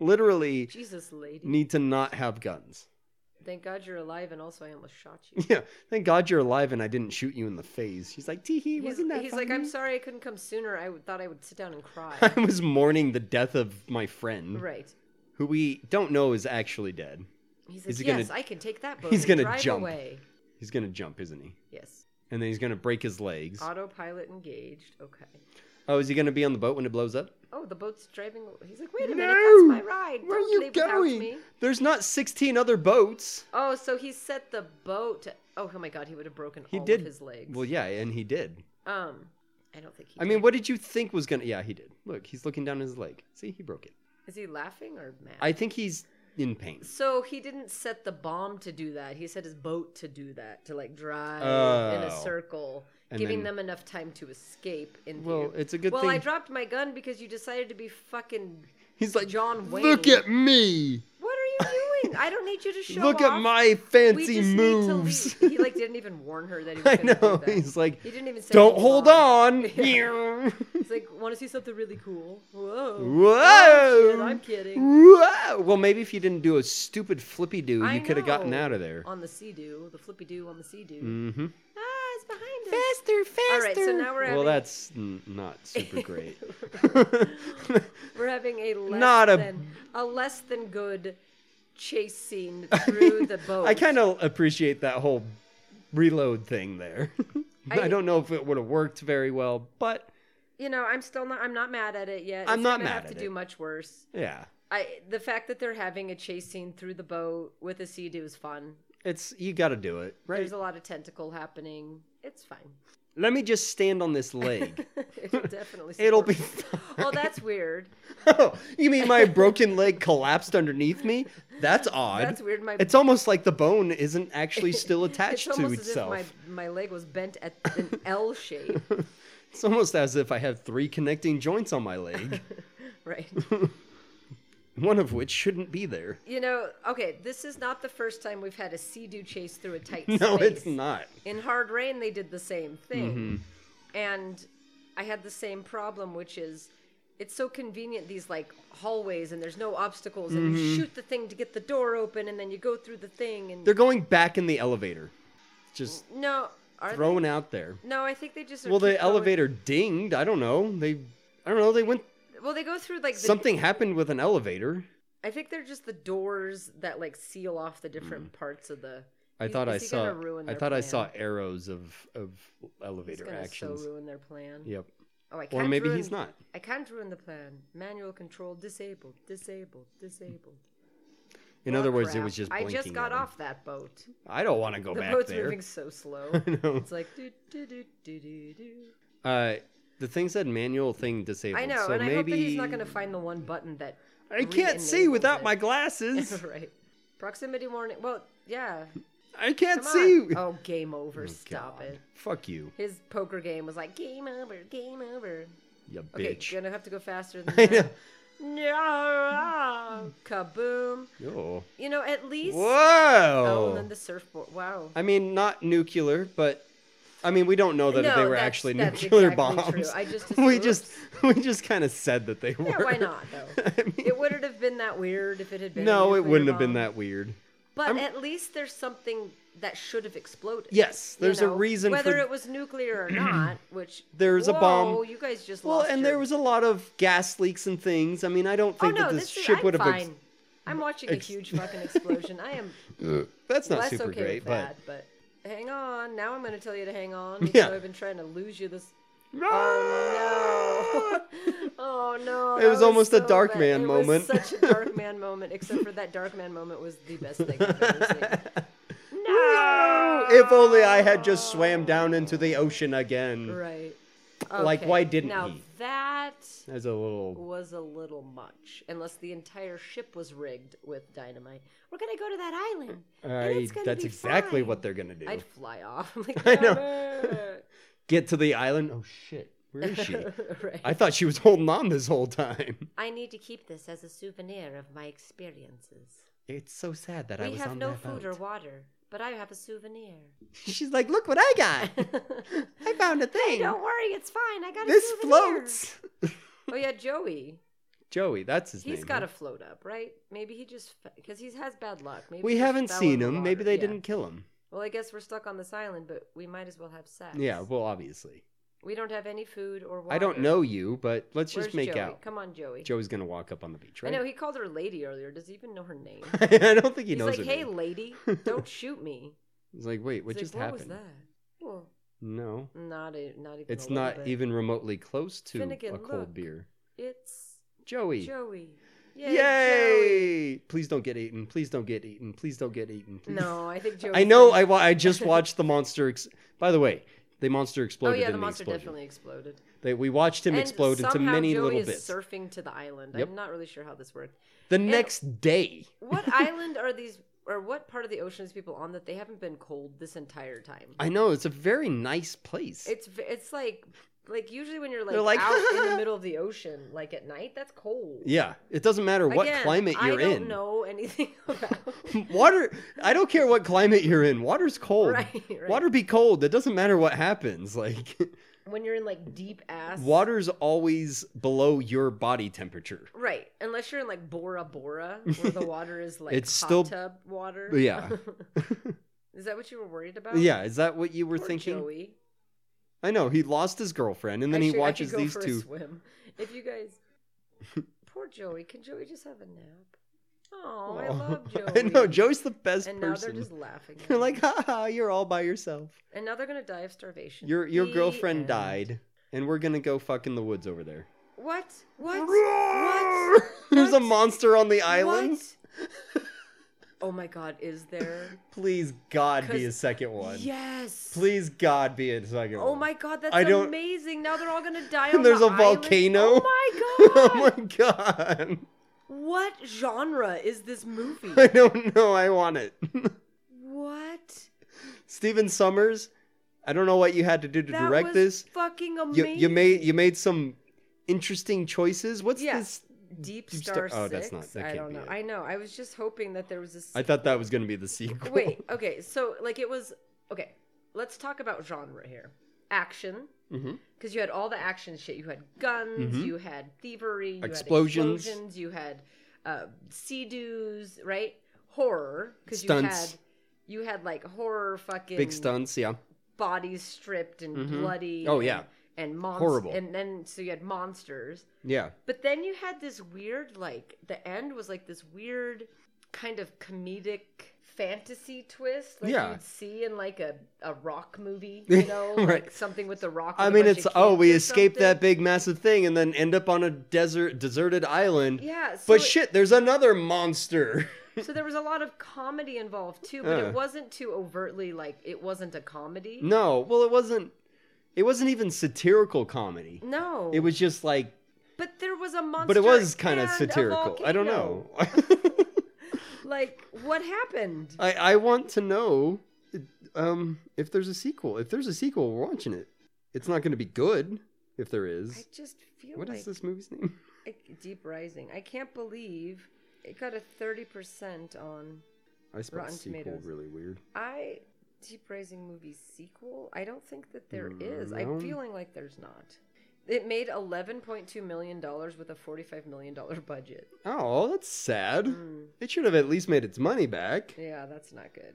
H: literally
I: Jesus, lady.
H: need to not have guns.
I: Thank God you're alive, and also I almost shot you.
H: Yeah, thank God you're alive and I didn't shoot you in the face. He's like, tee hee,
I: He's,
H: wasn't that
I: he's like,
H: funny?"
I: I'm sorry I couldn't come sooner. I w- thought I would sit down and cry.
H: I was mourning the death of my friend,
I: right.
H: who we don't know is actually dead.
I: He's like,
H: Is he gonna-
I: yes, I can take that boat.
H: he's
I: and
H: gonna
I: drive
H: jump.
I: Away.
H: He's gonna jump, isn't he?
I: Yes.
H: And then he's gonna break his legs.
I: Autopilot engaged. Okay.
H: Oh, is he gonna be on the boat when it blows up?
I: Oh, the boat's driving. aw- He's like, wait a minute,
H: No!
I: that's my ride.
H: Where
I: Don't
H: are you
I: leave without
H: going?
I: me.
H: There's not 16 other boats.
I: Oh, so he set the boat. To... Oh, oh my God, he would have broken
H: He
I: all
H: did
I: of his legs.
H: Well, yeah, and he did.
I: Um, I don't think he.
H: I mean, what did you think was gonna? Yeah, he did. Look, he's looking down his leg. See, he broke it.
I: is he laughing or mad?
H: I think he's in pain.
I: So he didn't set the bomb to do that. He set his boat to do that, to like drive in a
H: Oh.
I: circle.
H: And
I: giving
H: then-
I: them enough time to escape. In
H: Well,
I: theory.
H: it's a good
I: well, I
H: thing-
I: dropped my gun because you decided to be fucking.
H: He's like,
I: John Wayne.
H: Look at me.
I: What are you doing? I don't need you to show
H: Look at
I: off.
H: my
I: We
H: fancy
I: just
H: moves.
I: Need to leave. He like didn't even warn her that he was
H: I
I: gonna do
H: know.
I: that.
H: He's like,
I: he didn't even say
H: don't hold on.
I: He's like, want to see something really cool? Whoa.
H: Whoa.
I: Oh, shit, I'm kidding.
H: Whoa. Well, maybe if you didn't do a stupid flippy do,
I: I
H: you could have gotten
I: know.
H: out of there.
I: On the sea do, the flippy do on the sea do.
H: Mm-hmm.
I: Ah, it's behind us.
H: Faster, faster.
I: All right, so now we're
H: Well,
I: having-
H: that's n- not super great.
I: We're having a less
H: Not a-
I: than a less than good chase scene through the boat.
H: I kind of appreciate that whole reload thing there. I,
I: I-
H: don't know if it would have worked very well, but
I: you know, I'm still not. I'm not mad at it yet.
H: I'm
I: It's
H: not
I: gonna
H: mad
I: have
H: at
I: to do
H: it.
I: much worse.
H: yeah,
I: I the fact that they're having a chase scene through the boat with a sea do is fun.
H: it's you got to do it, right?
I: There's a lot of tentacle happening. It's fine.
H: Let me just stand on this leg.
I: It'll definitely.
H: It'll
I: support-
H: be.
I: Oh, that's weird.
H: Oh, you mean my broken leg collapsed underneath me? That's odd.
I: That's weird. My
H: It's almost like the bone isn't actually still
I: it's
H: attached to
I: almost as if
H: itself.
I: my my leg was bent at an L shape.
H: It's almost as if I have three connecting joints on my leg,
I: Right.
H: one of which shouldn't be there.
I: You know, okay, this is not the first time we've had a sea doo chase through a tight space.
H: No, it's not.
I: In Hard Rain, they did the same thing.
H: Mm-hmm.
I: And I had the same problem, which is it's so convenient, these like hallways, and there's no obstacles, and you shoot the thing to get the door open, and then you go through the thing, and
H: Mm-hmm. They're going back in the elevator. Just
I: no, are they?
H: thrown out there.
I: No, I think they just are
H: Well,
I: keep
H: the
I: going-
H: elevator dinged. I don't know. They, I don't know. They went.
I: Well, they go through like the,
H: Something happened with an elevator.
I: I think they're just the doors that like seal off the different parts of the.
H: Mm. I
I: Is-
H: thought
I: is
H: I
I: he gonna
H: saw.
I: ruin
H: I
I: their
H: thought I
I: plan?
H: saw arrows of of
I: He's
H: elevator
I: gonna
H: actions.
I: so ruin their plan.
H: Yep.
I: Oh, I
H: Or
I: can't
H: maybe
I: ruin,
H: he's not.
I: I can't ruin the plan. Manual control disabled, disabled, disabled.
H: In
I: Aw,
H: other words, it
I: crap.
H: was just.
I: I just
H: blinking
I: got
H: at him.
I: off that boat.
H: I don't want to go
I: The
H: back
I: boat's
H: there.
I: moving so slow.
H: know.
I: It's like do do do do do do.
H: Uh, the thing said manual thing disabled.
I: I know,
H: so
I: and I
H: maybe
I: hope that he's not going to find the one button that.
H: I can't see
I: re-enables
H: without
I: it.
H: my glasses.
I: right. Proximity warning. Well, yeah.
H: I can't
I: Come
H: see.
I: on. Oh, game over. Stop it.
H: Fuck you,
I: His poker game was like game over, game over.
H: you
I: Okay,
H: bitch.
I: gonna have to go faster than
H: I
I: that.
H: know.
I: No, kaboom.
H: Oh.
I: You know, at least. Oh, and
H: Whoa.
I: then the surfboard. Wow.
H: I mean, not nuclear, but I mean, we don't know that
I: No,
H: they were
I: that's-
H: actually
I: that's
H: nuclear
I: exactly true.
H: bombs.
I: I just
H: we
I: assumed.
H: just we just kind of said that they
I: Yeah,
H: were.
I: why not though?
H: I mean,
I: It wouldn't have been that weird if it had been. a
H: no, it
I: nuclear
H: wouldn't have been
I: bomb.
H: that weird.
I: But at least there's something that should have exploded.
H: Yes,
I: you
H: there's a
I: know?
H: reason
I: Whether
H: for-
I: it was nuclear or not, which
H: There's a
I: whoa,
H: bomb.
I: You guys just
H: Well,
I: lost
H: and
I: your-
H: there was a lot of gas leaks and things. I mean, I don't
I: Oh
H: think
I: no,
H: that
I: this,
H: this,
I: is
H: ship
I: I'm
H: would have.
I: fine.
H: Ex-
I: I'm watching a
H: ex-
I: huge fucking explosion. I am
H: that's not
I: less
H: super
I: okay
H: great,
I: with that, but... hang on. Now I'm going to tell you to hang on. even
H: Yeah.
I: though I've been trying to lose you this.
H: but.
I: Oh no! oh no!
H: It
I: that
H: was almost a
I: so
H: Dark
I: bad.
H: Man
I: It
H: moment.
I: Was such a dark man moment. Except for that dark man moment was the best thing I've ever seen. No.
H: If only I had just swam down into the ocean again.
I: Right.
H: Like,
I: Okay,
H: why didn't
I: now
H: he?
I: that
H: As a little.
I: was a little much. Unless the entire ship was rigged with dynamite. We're gonna go to that island. and
H: I-
I: it's gonna
H: that's
I: be
H: exactly
I: fine.
H: what they're gonna do.
I: I'd fly off. I'm like,
H: I know.
I: "Never."
H: Get to the island. Oh shit, where is she?
I: right.
H: I thought she was holding on this whole time.
I: I need to keep this as a souvenir of my experiences.
H: It's so sad that I
I: We
H: was
I: have
H: on
I: no
H: that
I: food or
H: boat.
I: water, but I have a souvenir.
H: She's like, look what I got. I found a thing.
I: Don't worry, it's fine. I got a
H: This
I: souvenir.
H: floats.
I: Oh yeah, Joey.
H: Joey, that's his
I: He's
H: name.
I: got
H: huh?
I: to float up, right? Maybe he just because he has bad luck. Maybe
H: We
I: he just
H: haven't
I: fell
H: seen
I: in the
H: him. Maybe
I: water.
H: they
I: Yeah.
H: didn't kill him.
I: Well, I guess we're stuck on this island, but we might as well have sex.
H: Yeah, well, obviously.
I: we don't have any food or water.
H: I don't know you, but let's
I: Where's
H: just make
I: Joey?
H: out.
I: Come on, Joey.
H: Joey's gonna walk up on the beach,
I: I
H: right?
I: know he called her lady earlier. Does he even know her name?
H: I don't think he
I: He's
H: knows.
I: like,
H: her
I: "Hey,
H: name.
I: lady, don't shoot me."
H: He's like, wait, what
I: He's like,
H: just
I: what
H: happened?
I: was that? Well,
H: No,
I: not a, not even. a
H: it's
I: little
H: not
I: bit.
H: even remotely close to
I: Finnegan,
H: a cold
I: look.
H: beer.
I: It's
H: Joey.
I: Joey. Yay! Joey.
H: Yay! Please don't get eaten. Please don't get eaten. Please don't get eaten. Please.
I: No, I think Joey. Oh,
H: I know. I, wa- I just watched the monster. Ex- By the way, the monster
I: Oh
H: exploded.
I: yeah,
H: in
I: the monster
H: explosion.
I: definitely exploded.
H: They, we watched him
I: and
H: explode into
I: somehow
H: many
I: Joey
H: little
I: is
H: bits.
I: Surfing to the island.
H: Yep.
I: I'm not really sure how this worked.
H: the next day,
I: What island are these? or what part of the ocean is people on that they haven't been cold this entire time?
H: I know it's a very nice place.
I: It's v- it's like like usually when you're like,
H: They're like,
I: out in the middle of the ocean, like at night, that's cold.
H: yeah, it doesn't matter what
I: Again,
H: climate you're
I: I don't
H: in.
I: know anything about.
H: Water, I don't care what climate you're in. Water's cold.
I: Right, right.
H: Water be cold. It doesn't matter what happens. Like
I: when you're in like deep ass
H: water's always below your body temperature.
I: Right, unless you're in like Bora Bora, where the water is like
H: It's
I: hot
H: still-
I: tub water.
H: Yeah.
I: is that what you were worried about?
H: Yeah, is that what you were
I: Poor
H: thinking?
I: Joey.
H: I know he lost his girlfriend, and then
I: I
H: he
I: should- I could
H: watches
I: go
H: these
I: for a
H: two.
I: swim. If you guys, poor Joey, can Joey just have a nap? Oh, I
H: Oh.
I: love Joey.
H: I know Joey's the best
I: And now they're
H: person.
I: just laughing. At
H: You're
I: him.
H: like, ha ha, you're all by yourself.
I: and now they're gonna die of starvation.
H: Your your
I: The
H: girlfriend
I: end.
H: died, and we're gonna go fuck in the woods over there.
I: What? What? what?
H: There's a
I: What?
H: monster on the island.
I: What? Oh my God! Is there?
H: Please God be a
I: Cause-
H: second one.
I: Yes.
H: Please God be a second one.
I: Oh my god, that's
H: I don't-
I: amazing! Now they're all gonna die. On
H: And there's
I: the
H: a
I: island.
H: volcano.
I: Oh my god!
H: oh my god.
I: What genre is this movie?
H: I don't know. I want it.
I: what?
H: Steven Summers, I don't know what you had to do to
I: That
H: direct
I: was
H: this.
I: fucking
H: You,
I: amazing.
H: you made you made some interesting choices. What's
I: Yeah.
H: this?
I: Deep
H: Deep
I: Star
H: Star- oh,
I: Six.
H: that's not- that
I: I
H: can't
I: don't
H: be
I: know.
H: it.
I: I know. I was just hoping that there was this.
H: I thought that was going to be the sequel.
I: Wait. Okay. So like it was. Okay. Let's talk about genre here. Action.
H: Mhm.
I: Because you had all the action shit. You had guns. You had thievery. You Had
H: Mm-hmm. Explosions.
I: explosions. You had uh, sea doos. Right. Horror. Because you had
H: Stunts.
I: you had like horror fucking
H: Big stunts, yeah.
I: bodies stripped and bloody.
H: Oh,
I: and-
H: yeah.
I: and monsters.
H: Horrible.
I: And then so you had monsters,
H: Yeah.
I: but then you had this weird like the end was like this weird kind of comedic fantasy twist like
H: Yeah.
I: you'd see in like a, a rock movie, you know, like
H: Right.
I: something with the rock.
H: I
I: with a
H: mean,
I: bunch
H: it's
I: of
H: oh,
I: kids
H: we
I: or
H: escape that
I: something.
H: big massive thing and then end up on a desert, deserted island.
I: Yeah, so
H: but
I: it-
H: shit, there's another monster.
I: So there was a lot of comedy involved too, but
H: Uh.
I: it wasn't too overtly like it wasn't a comedy.
H: no, well, it wasn't. It wasn't even satirical comedy.
I: No,
H: It was just like,
I: But there was a monster.
H: but it was kind of
I: and a
H: satirical. I don't
I: volcano.
H: know.
I: Like what happened?
H: I I want to know, um, if there's a sequel. If there's a sequel, we're watching it. It's not going to be good if there
I: I
H: is.
I: just feel
H: What is
I: like
H: this movie's name?
I: I- Deep Rising. I can't believe it got a 30% on
H: I spelled
I: Rotten
H: sequel
I: Tomatoes.
H: really weird.
I: I Deep Rising movie sequel. I don't think that there is.
H: no.
I: I'm feeling like there's not. It made 11.2 million dollars with a 45 million dollar budget.
H: Oh, that's sad.
I: Mm.
H: It should have at least made its money back.
I: Yeah, that's not good.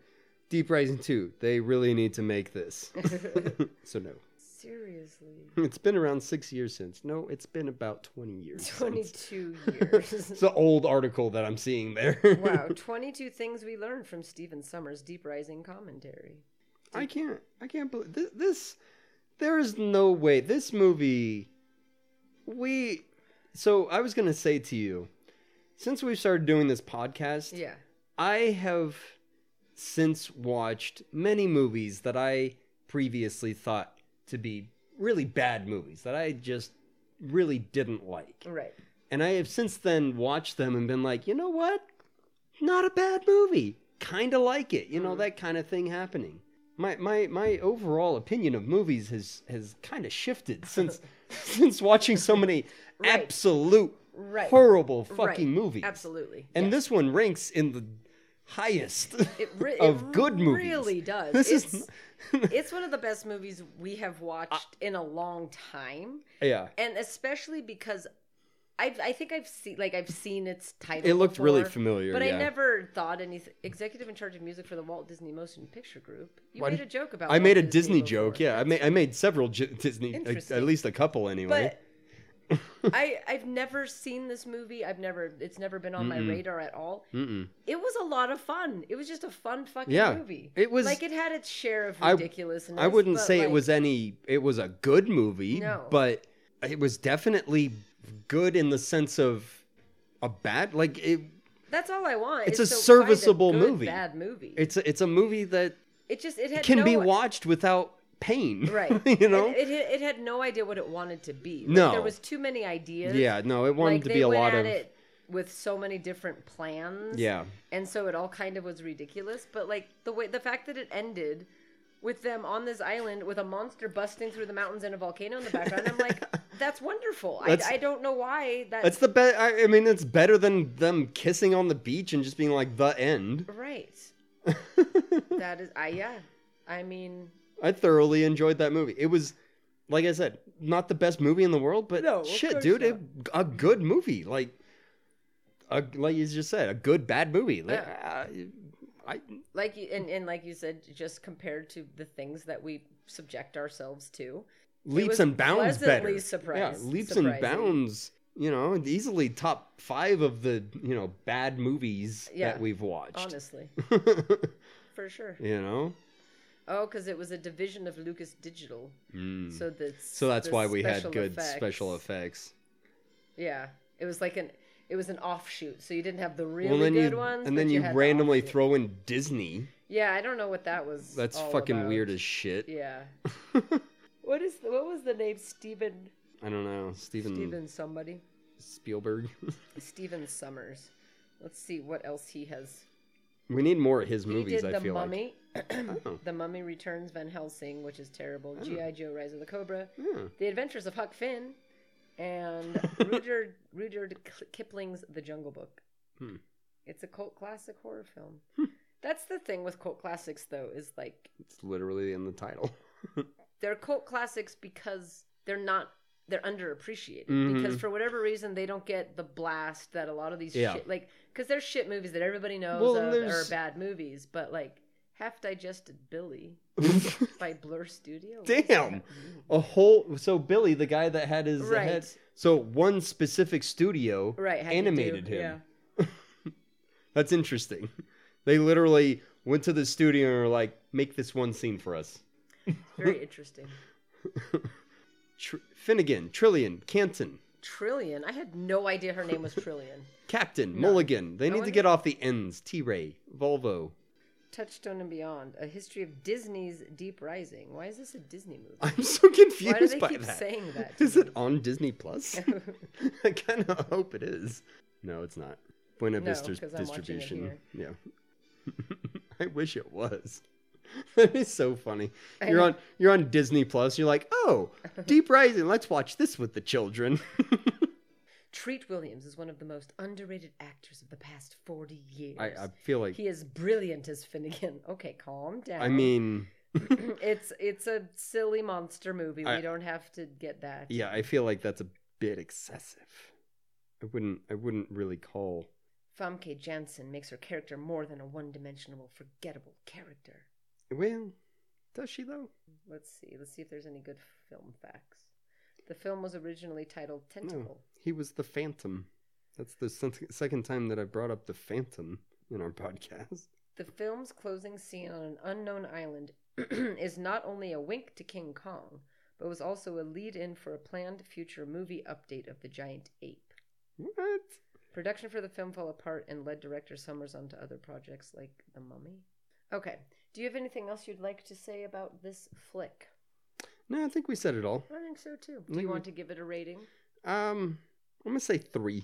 H: Deep Rising 2, they really need to make this. so, no.
I: Seriously.
H: It's been around six years since. No, it's been about 20 years. since.
I: 22 years.
H: It's the old article that I'm seeing there.
I: wow, 22 things we learned from Stephen Summers' Deep Rising commentary.
H: I can't, I can't believe this, this. There is no way. This movie, we. So, I was going to say to you, since we started doing this podcast,
I: Yeah.
H: I have since watched many movies that I previously thought to be really bad movies that I just really didn't like.
I: Right.
H: And I have since then watched them and been like, you know what? Not a bad movie. Kind of like it. You
I: Mm.
H: know, that kind of thing happening. My, my, my overall opinion of movies has, has kind of shifted since since watching so many
I: Right.
H: absolute
I: Right.
H: horrible fucking
I: Right.
H: movies.
I: Absolutely.
H: And
I: Yes.
H: this one ranks in the highest
I: It re-
H: of
I: it
H: good movies.
I: really does.
H: This
I: it's,
H: is
I: it's one of the best movies we have watched in a long time,
H: yeah.
I: and especially because I I think I've seen like I've seen its title.
H: It looked really
I: before,
H: familiar,
I: but
H: yeah.
I: I never thought anything. Executive in charge of music for the Walt Disney Motion Picture Group. You
H: Why
I: made
H: did-
I: a joke about.
H: I made a
I: Walt
H: Disney,
I: before.
H: joke. Yeah, I made I made several J- Disney, a- at,
I: Interesting.
H: least a couple anyway.
I: but I I've never seen this movie. I've never it's never been on my radar at all. It was a lot of fun. It was just a fun fucking
H: Yeah.
I: movie.
H: It was-
I: like it had its share of
H: I-
I: ridiculous.
H: I wouldn't say it was any. It was a good movie,
I: No.
H: but it was definitely good in the sense of a bad. Like it,
I: That's all I want.
H: It's
I: is
H: a
I: to find
H: serviceable
I: good,
H: movie.
I: Bad movie.
H: it's a, it's a movie that
I: it just it had
H: can
I: no,
H: be watched without pain.
I: Right.
H: you know.
I: It, it it had no idea what it wanted to be. Like,
H: No.
I: there was too many ideas.
H: yeah. No, it wanted
I: like,
H: to
I: they
H: be a
I: went
H: lot
I: at
H: of.
I: it with so many different plans.
H: Yeah.
I: And so it all kind of was ridiculous, but like the way the fact that it ended with them on this island with a monster busting through the mountains and a volcano in the background, I'm like, that's wonderful.
H: That's-
I: I, I don't know why that.
H: That's the best. I, I mean, it's better than them kissing on the beach and just being like the end.
I: right. that is, I yeah. I mean,
H: I thoroughly enjoyed that movie. It was, like I said, not the best movie in the world, but
I: No, of
H: shit,
I: course
H: dude, it, a good movie. Like, a, like you just said, a good bad movie. Like, uh, I, I,
I: like you and, and like you said just compared to the things that we subject ourselves to
H: leaps
I: was
H: and bounds
I: pleasantly
H: better.
I: surprise-
H: yeah, leaps and
I: surprising.
H: bounds. You know, and easily top five of the you know bad movies
I: Yeah,
H: that we've watched.
I: honestly for sure
H: you know,
I: oh because it was a division of lucas digital so that's
H: Hmm. so that's why we had good special effects.
I: yeah it was like an it was an offshoot so you didn't have the really
H: Well, then
I: good
H: you
I: ones
H: and then
I: but
H: you,
I: had the
H: randomly
I: offshoot.
H: throw in Disney.
I: yeah i don't know what that was
H: That's
I: all
H: fucking
I: about.
H: weird as shit.
I: yeah what is the, what was the name steven
H: I don't know, Steven,
I: steven somebody
H: Spielberg.
I: steven summers let's see what else he has
H: we need more of his movies.
I: He did
H: I
I: the
H: feel
I: Mummy,
H: like. Oh,
I: The Mummy Returns, Van Helsing, which is terrible, GI Joe, Rise of the Cobra, The Adventures of Huck Finn, and Rudyard Rudyard Ki- Kipling's The Jungle Book.
H: Hmm.
I: It's a cult classic horror film. That's the thing with cult classics, though, is like
H: it's literally in the title.
I: they're cult classics because they're not they're underappreciated
H: Mm-hmm.
I: because for whatever reason they don't get the blast that a lot of these
H: Yeah.
I: shit like because they're shit movies that everybody knows
H: Well, and
I: of,
H: there's-
I: are bad movies but like half digested billy by blur studio What is
H: Damn,
I: that?
H: a whole. So Billy, the guy that had his
I: Right.
H: head. So one specific studio
I: right how do you do-
H: animated him.
I: yeah.
H: That's interesting. They literally went to the studio and were like, "Make this one scene for us."
I: very interesting
H: Tr- Finnegan, Trillian, Canton,
I: trillion i had no idea her name was trillion
H: Captain, Mulligan. They need to
I: wonder-
H: get off the ends. T-Ray, Volvo.
I: touchstone and beyond a history of disney's deep rising why is this a disney movie
H: I'm so confused
I: why do they
H: by
I: keep
H: that.
I: saying that to
H: Is
I: me?
H: it on Disney Plus? I kind of hope it is. No, it's not. Buena
I: No,
H: Vista's
I: 'cause I'm watching it
H: distribution. Yeah. I wish it was. That'd be so funny.
I: I
H: You're
I: know.
H: on you're on Disney Plus. You're like, oh, Deep Rising. Let's watch this with the children.
I: Treat Williams is one of the most underrated actors of the past 40 years.
H: I, I feel like.
I: He is brilliant as Finnegan. Okay, calm down.
H: I mean,
I: it's it's a silly monster movie.
H: I-
I: we don't have to get that.
H: yeah, I feel like that's a bit excessive. I wouldn't. I wouldn't really call.
I: Famke Janssen makes her character more than a one-dimensional, forgettable character.
H: Well, does she though?
I: Let's see. Let's see if there's any good film facts. The film was originally titled
H: Hmm.
I: Tentacle.
H: He was the Phantom. That's the sen- second time that I brought up the Phantom in our podcast.
I: The film's closing scene on an unknown island is not only a wink to King Kong, but was also a lead in for a planned future movie update of The Giant Ape.
H: What?
I: Production for the film fell apart and led director Summers onto other projects like The Mummy. Okay, do you have anything else you'd like to say about this flick?
H: No, I think we said it all.
I: I think so too. Do
H: think
I: you
H: we-
I: want to give it a rating?
H: Um, I'm gonna say three,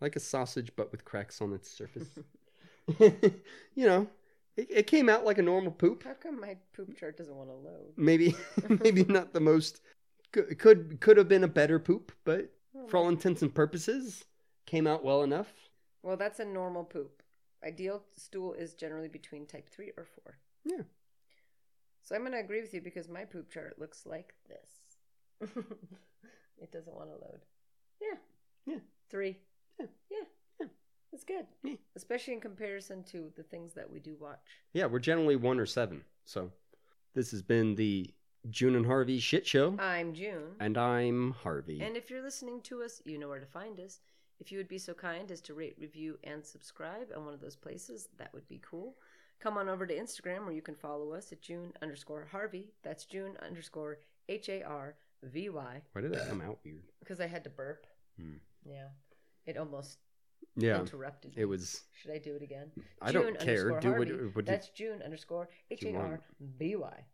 H: like a sausage, but with cracks on its surface. you know, it, it came out like a normal poop.
I: How come my poop chart doesn't want to load?
H: Maybe, maybe not the most. Could could, could have been a better poop, but for all intents and purposes, came out well enough.
I: Well, that's a normal poop. Ideal stool is generally between type 3 or 4.
H: Yeah.
I: So I'm going to agree with you because my poop chart looks like this. it doesn't want to load. Yeah.
H: Yeah.
I: Three.
H: Yeah.
I: Yeah. It's good.
H: Yeah.
I: Especially in comparison to the things that we do watch.
H: Yeah, we're generally one or seven. So this has been the June and Harvey shit show.
I: I'm June.
H: and I'm Harvey.
I: And if you're listening to us, you know where to find us. If you would be so kind as to rate, review, and subscribe on one of those places, that would be cool. Come on over to Instagram where you can follow us at June underscore Harvey. That's June underscore H A R V Y.
H: Why did that come out weird?
I: Because I had to burp. Yeah. It almost
H: Hmm. Yeah,
I: interrupted me.
H: it was.
I: Should I do it again?
H: I don't care.
I: underscore
H: Do what-
I: Harvey.
H: what you-
I: That's June underscore H A R V Y.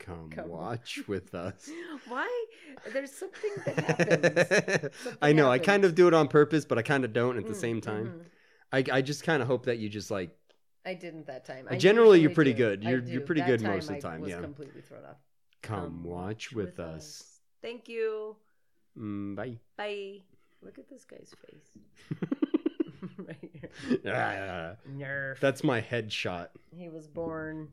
H: Come, watch with us.
I: Why? There's something that happens.
H: I know. I kind of do it on purpose, but I kind of don't at the same time. I, I just kind of hope that you just like
I: I didn't that time.
H: Uh, generally, you're
I: usually
H: pretty
I: do.
H: good.
I: I
H: You're- you're
I: do.
H: pretty
I: That
H: good most of the
I: I
H: time,
I: was
H: yeah.
I: completely thrown off.
H: come, watch with, us.
I: Um, Thank you.
H: Mm, bye.
I: Bye. Look at this guy's face. right here.
H: Ah,
I: Nerf.
H: that's my headshot.
I: He was born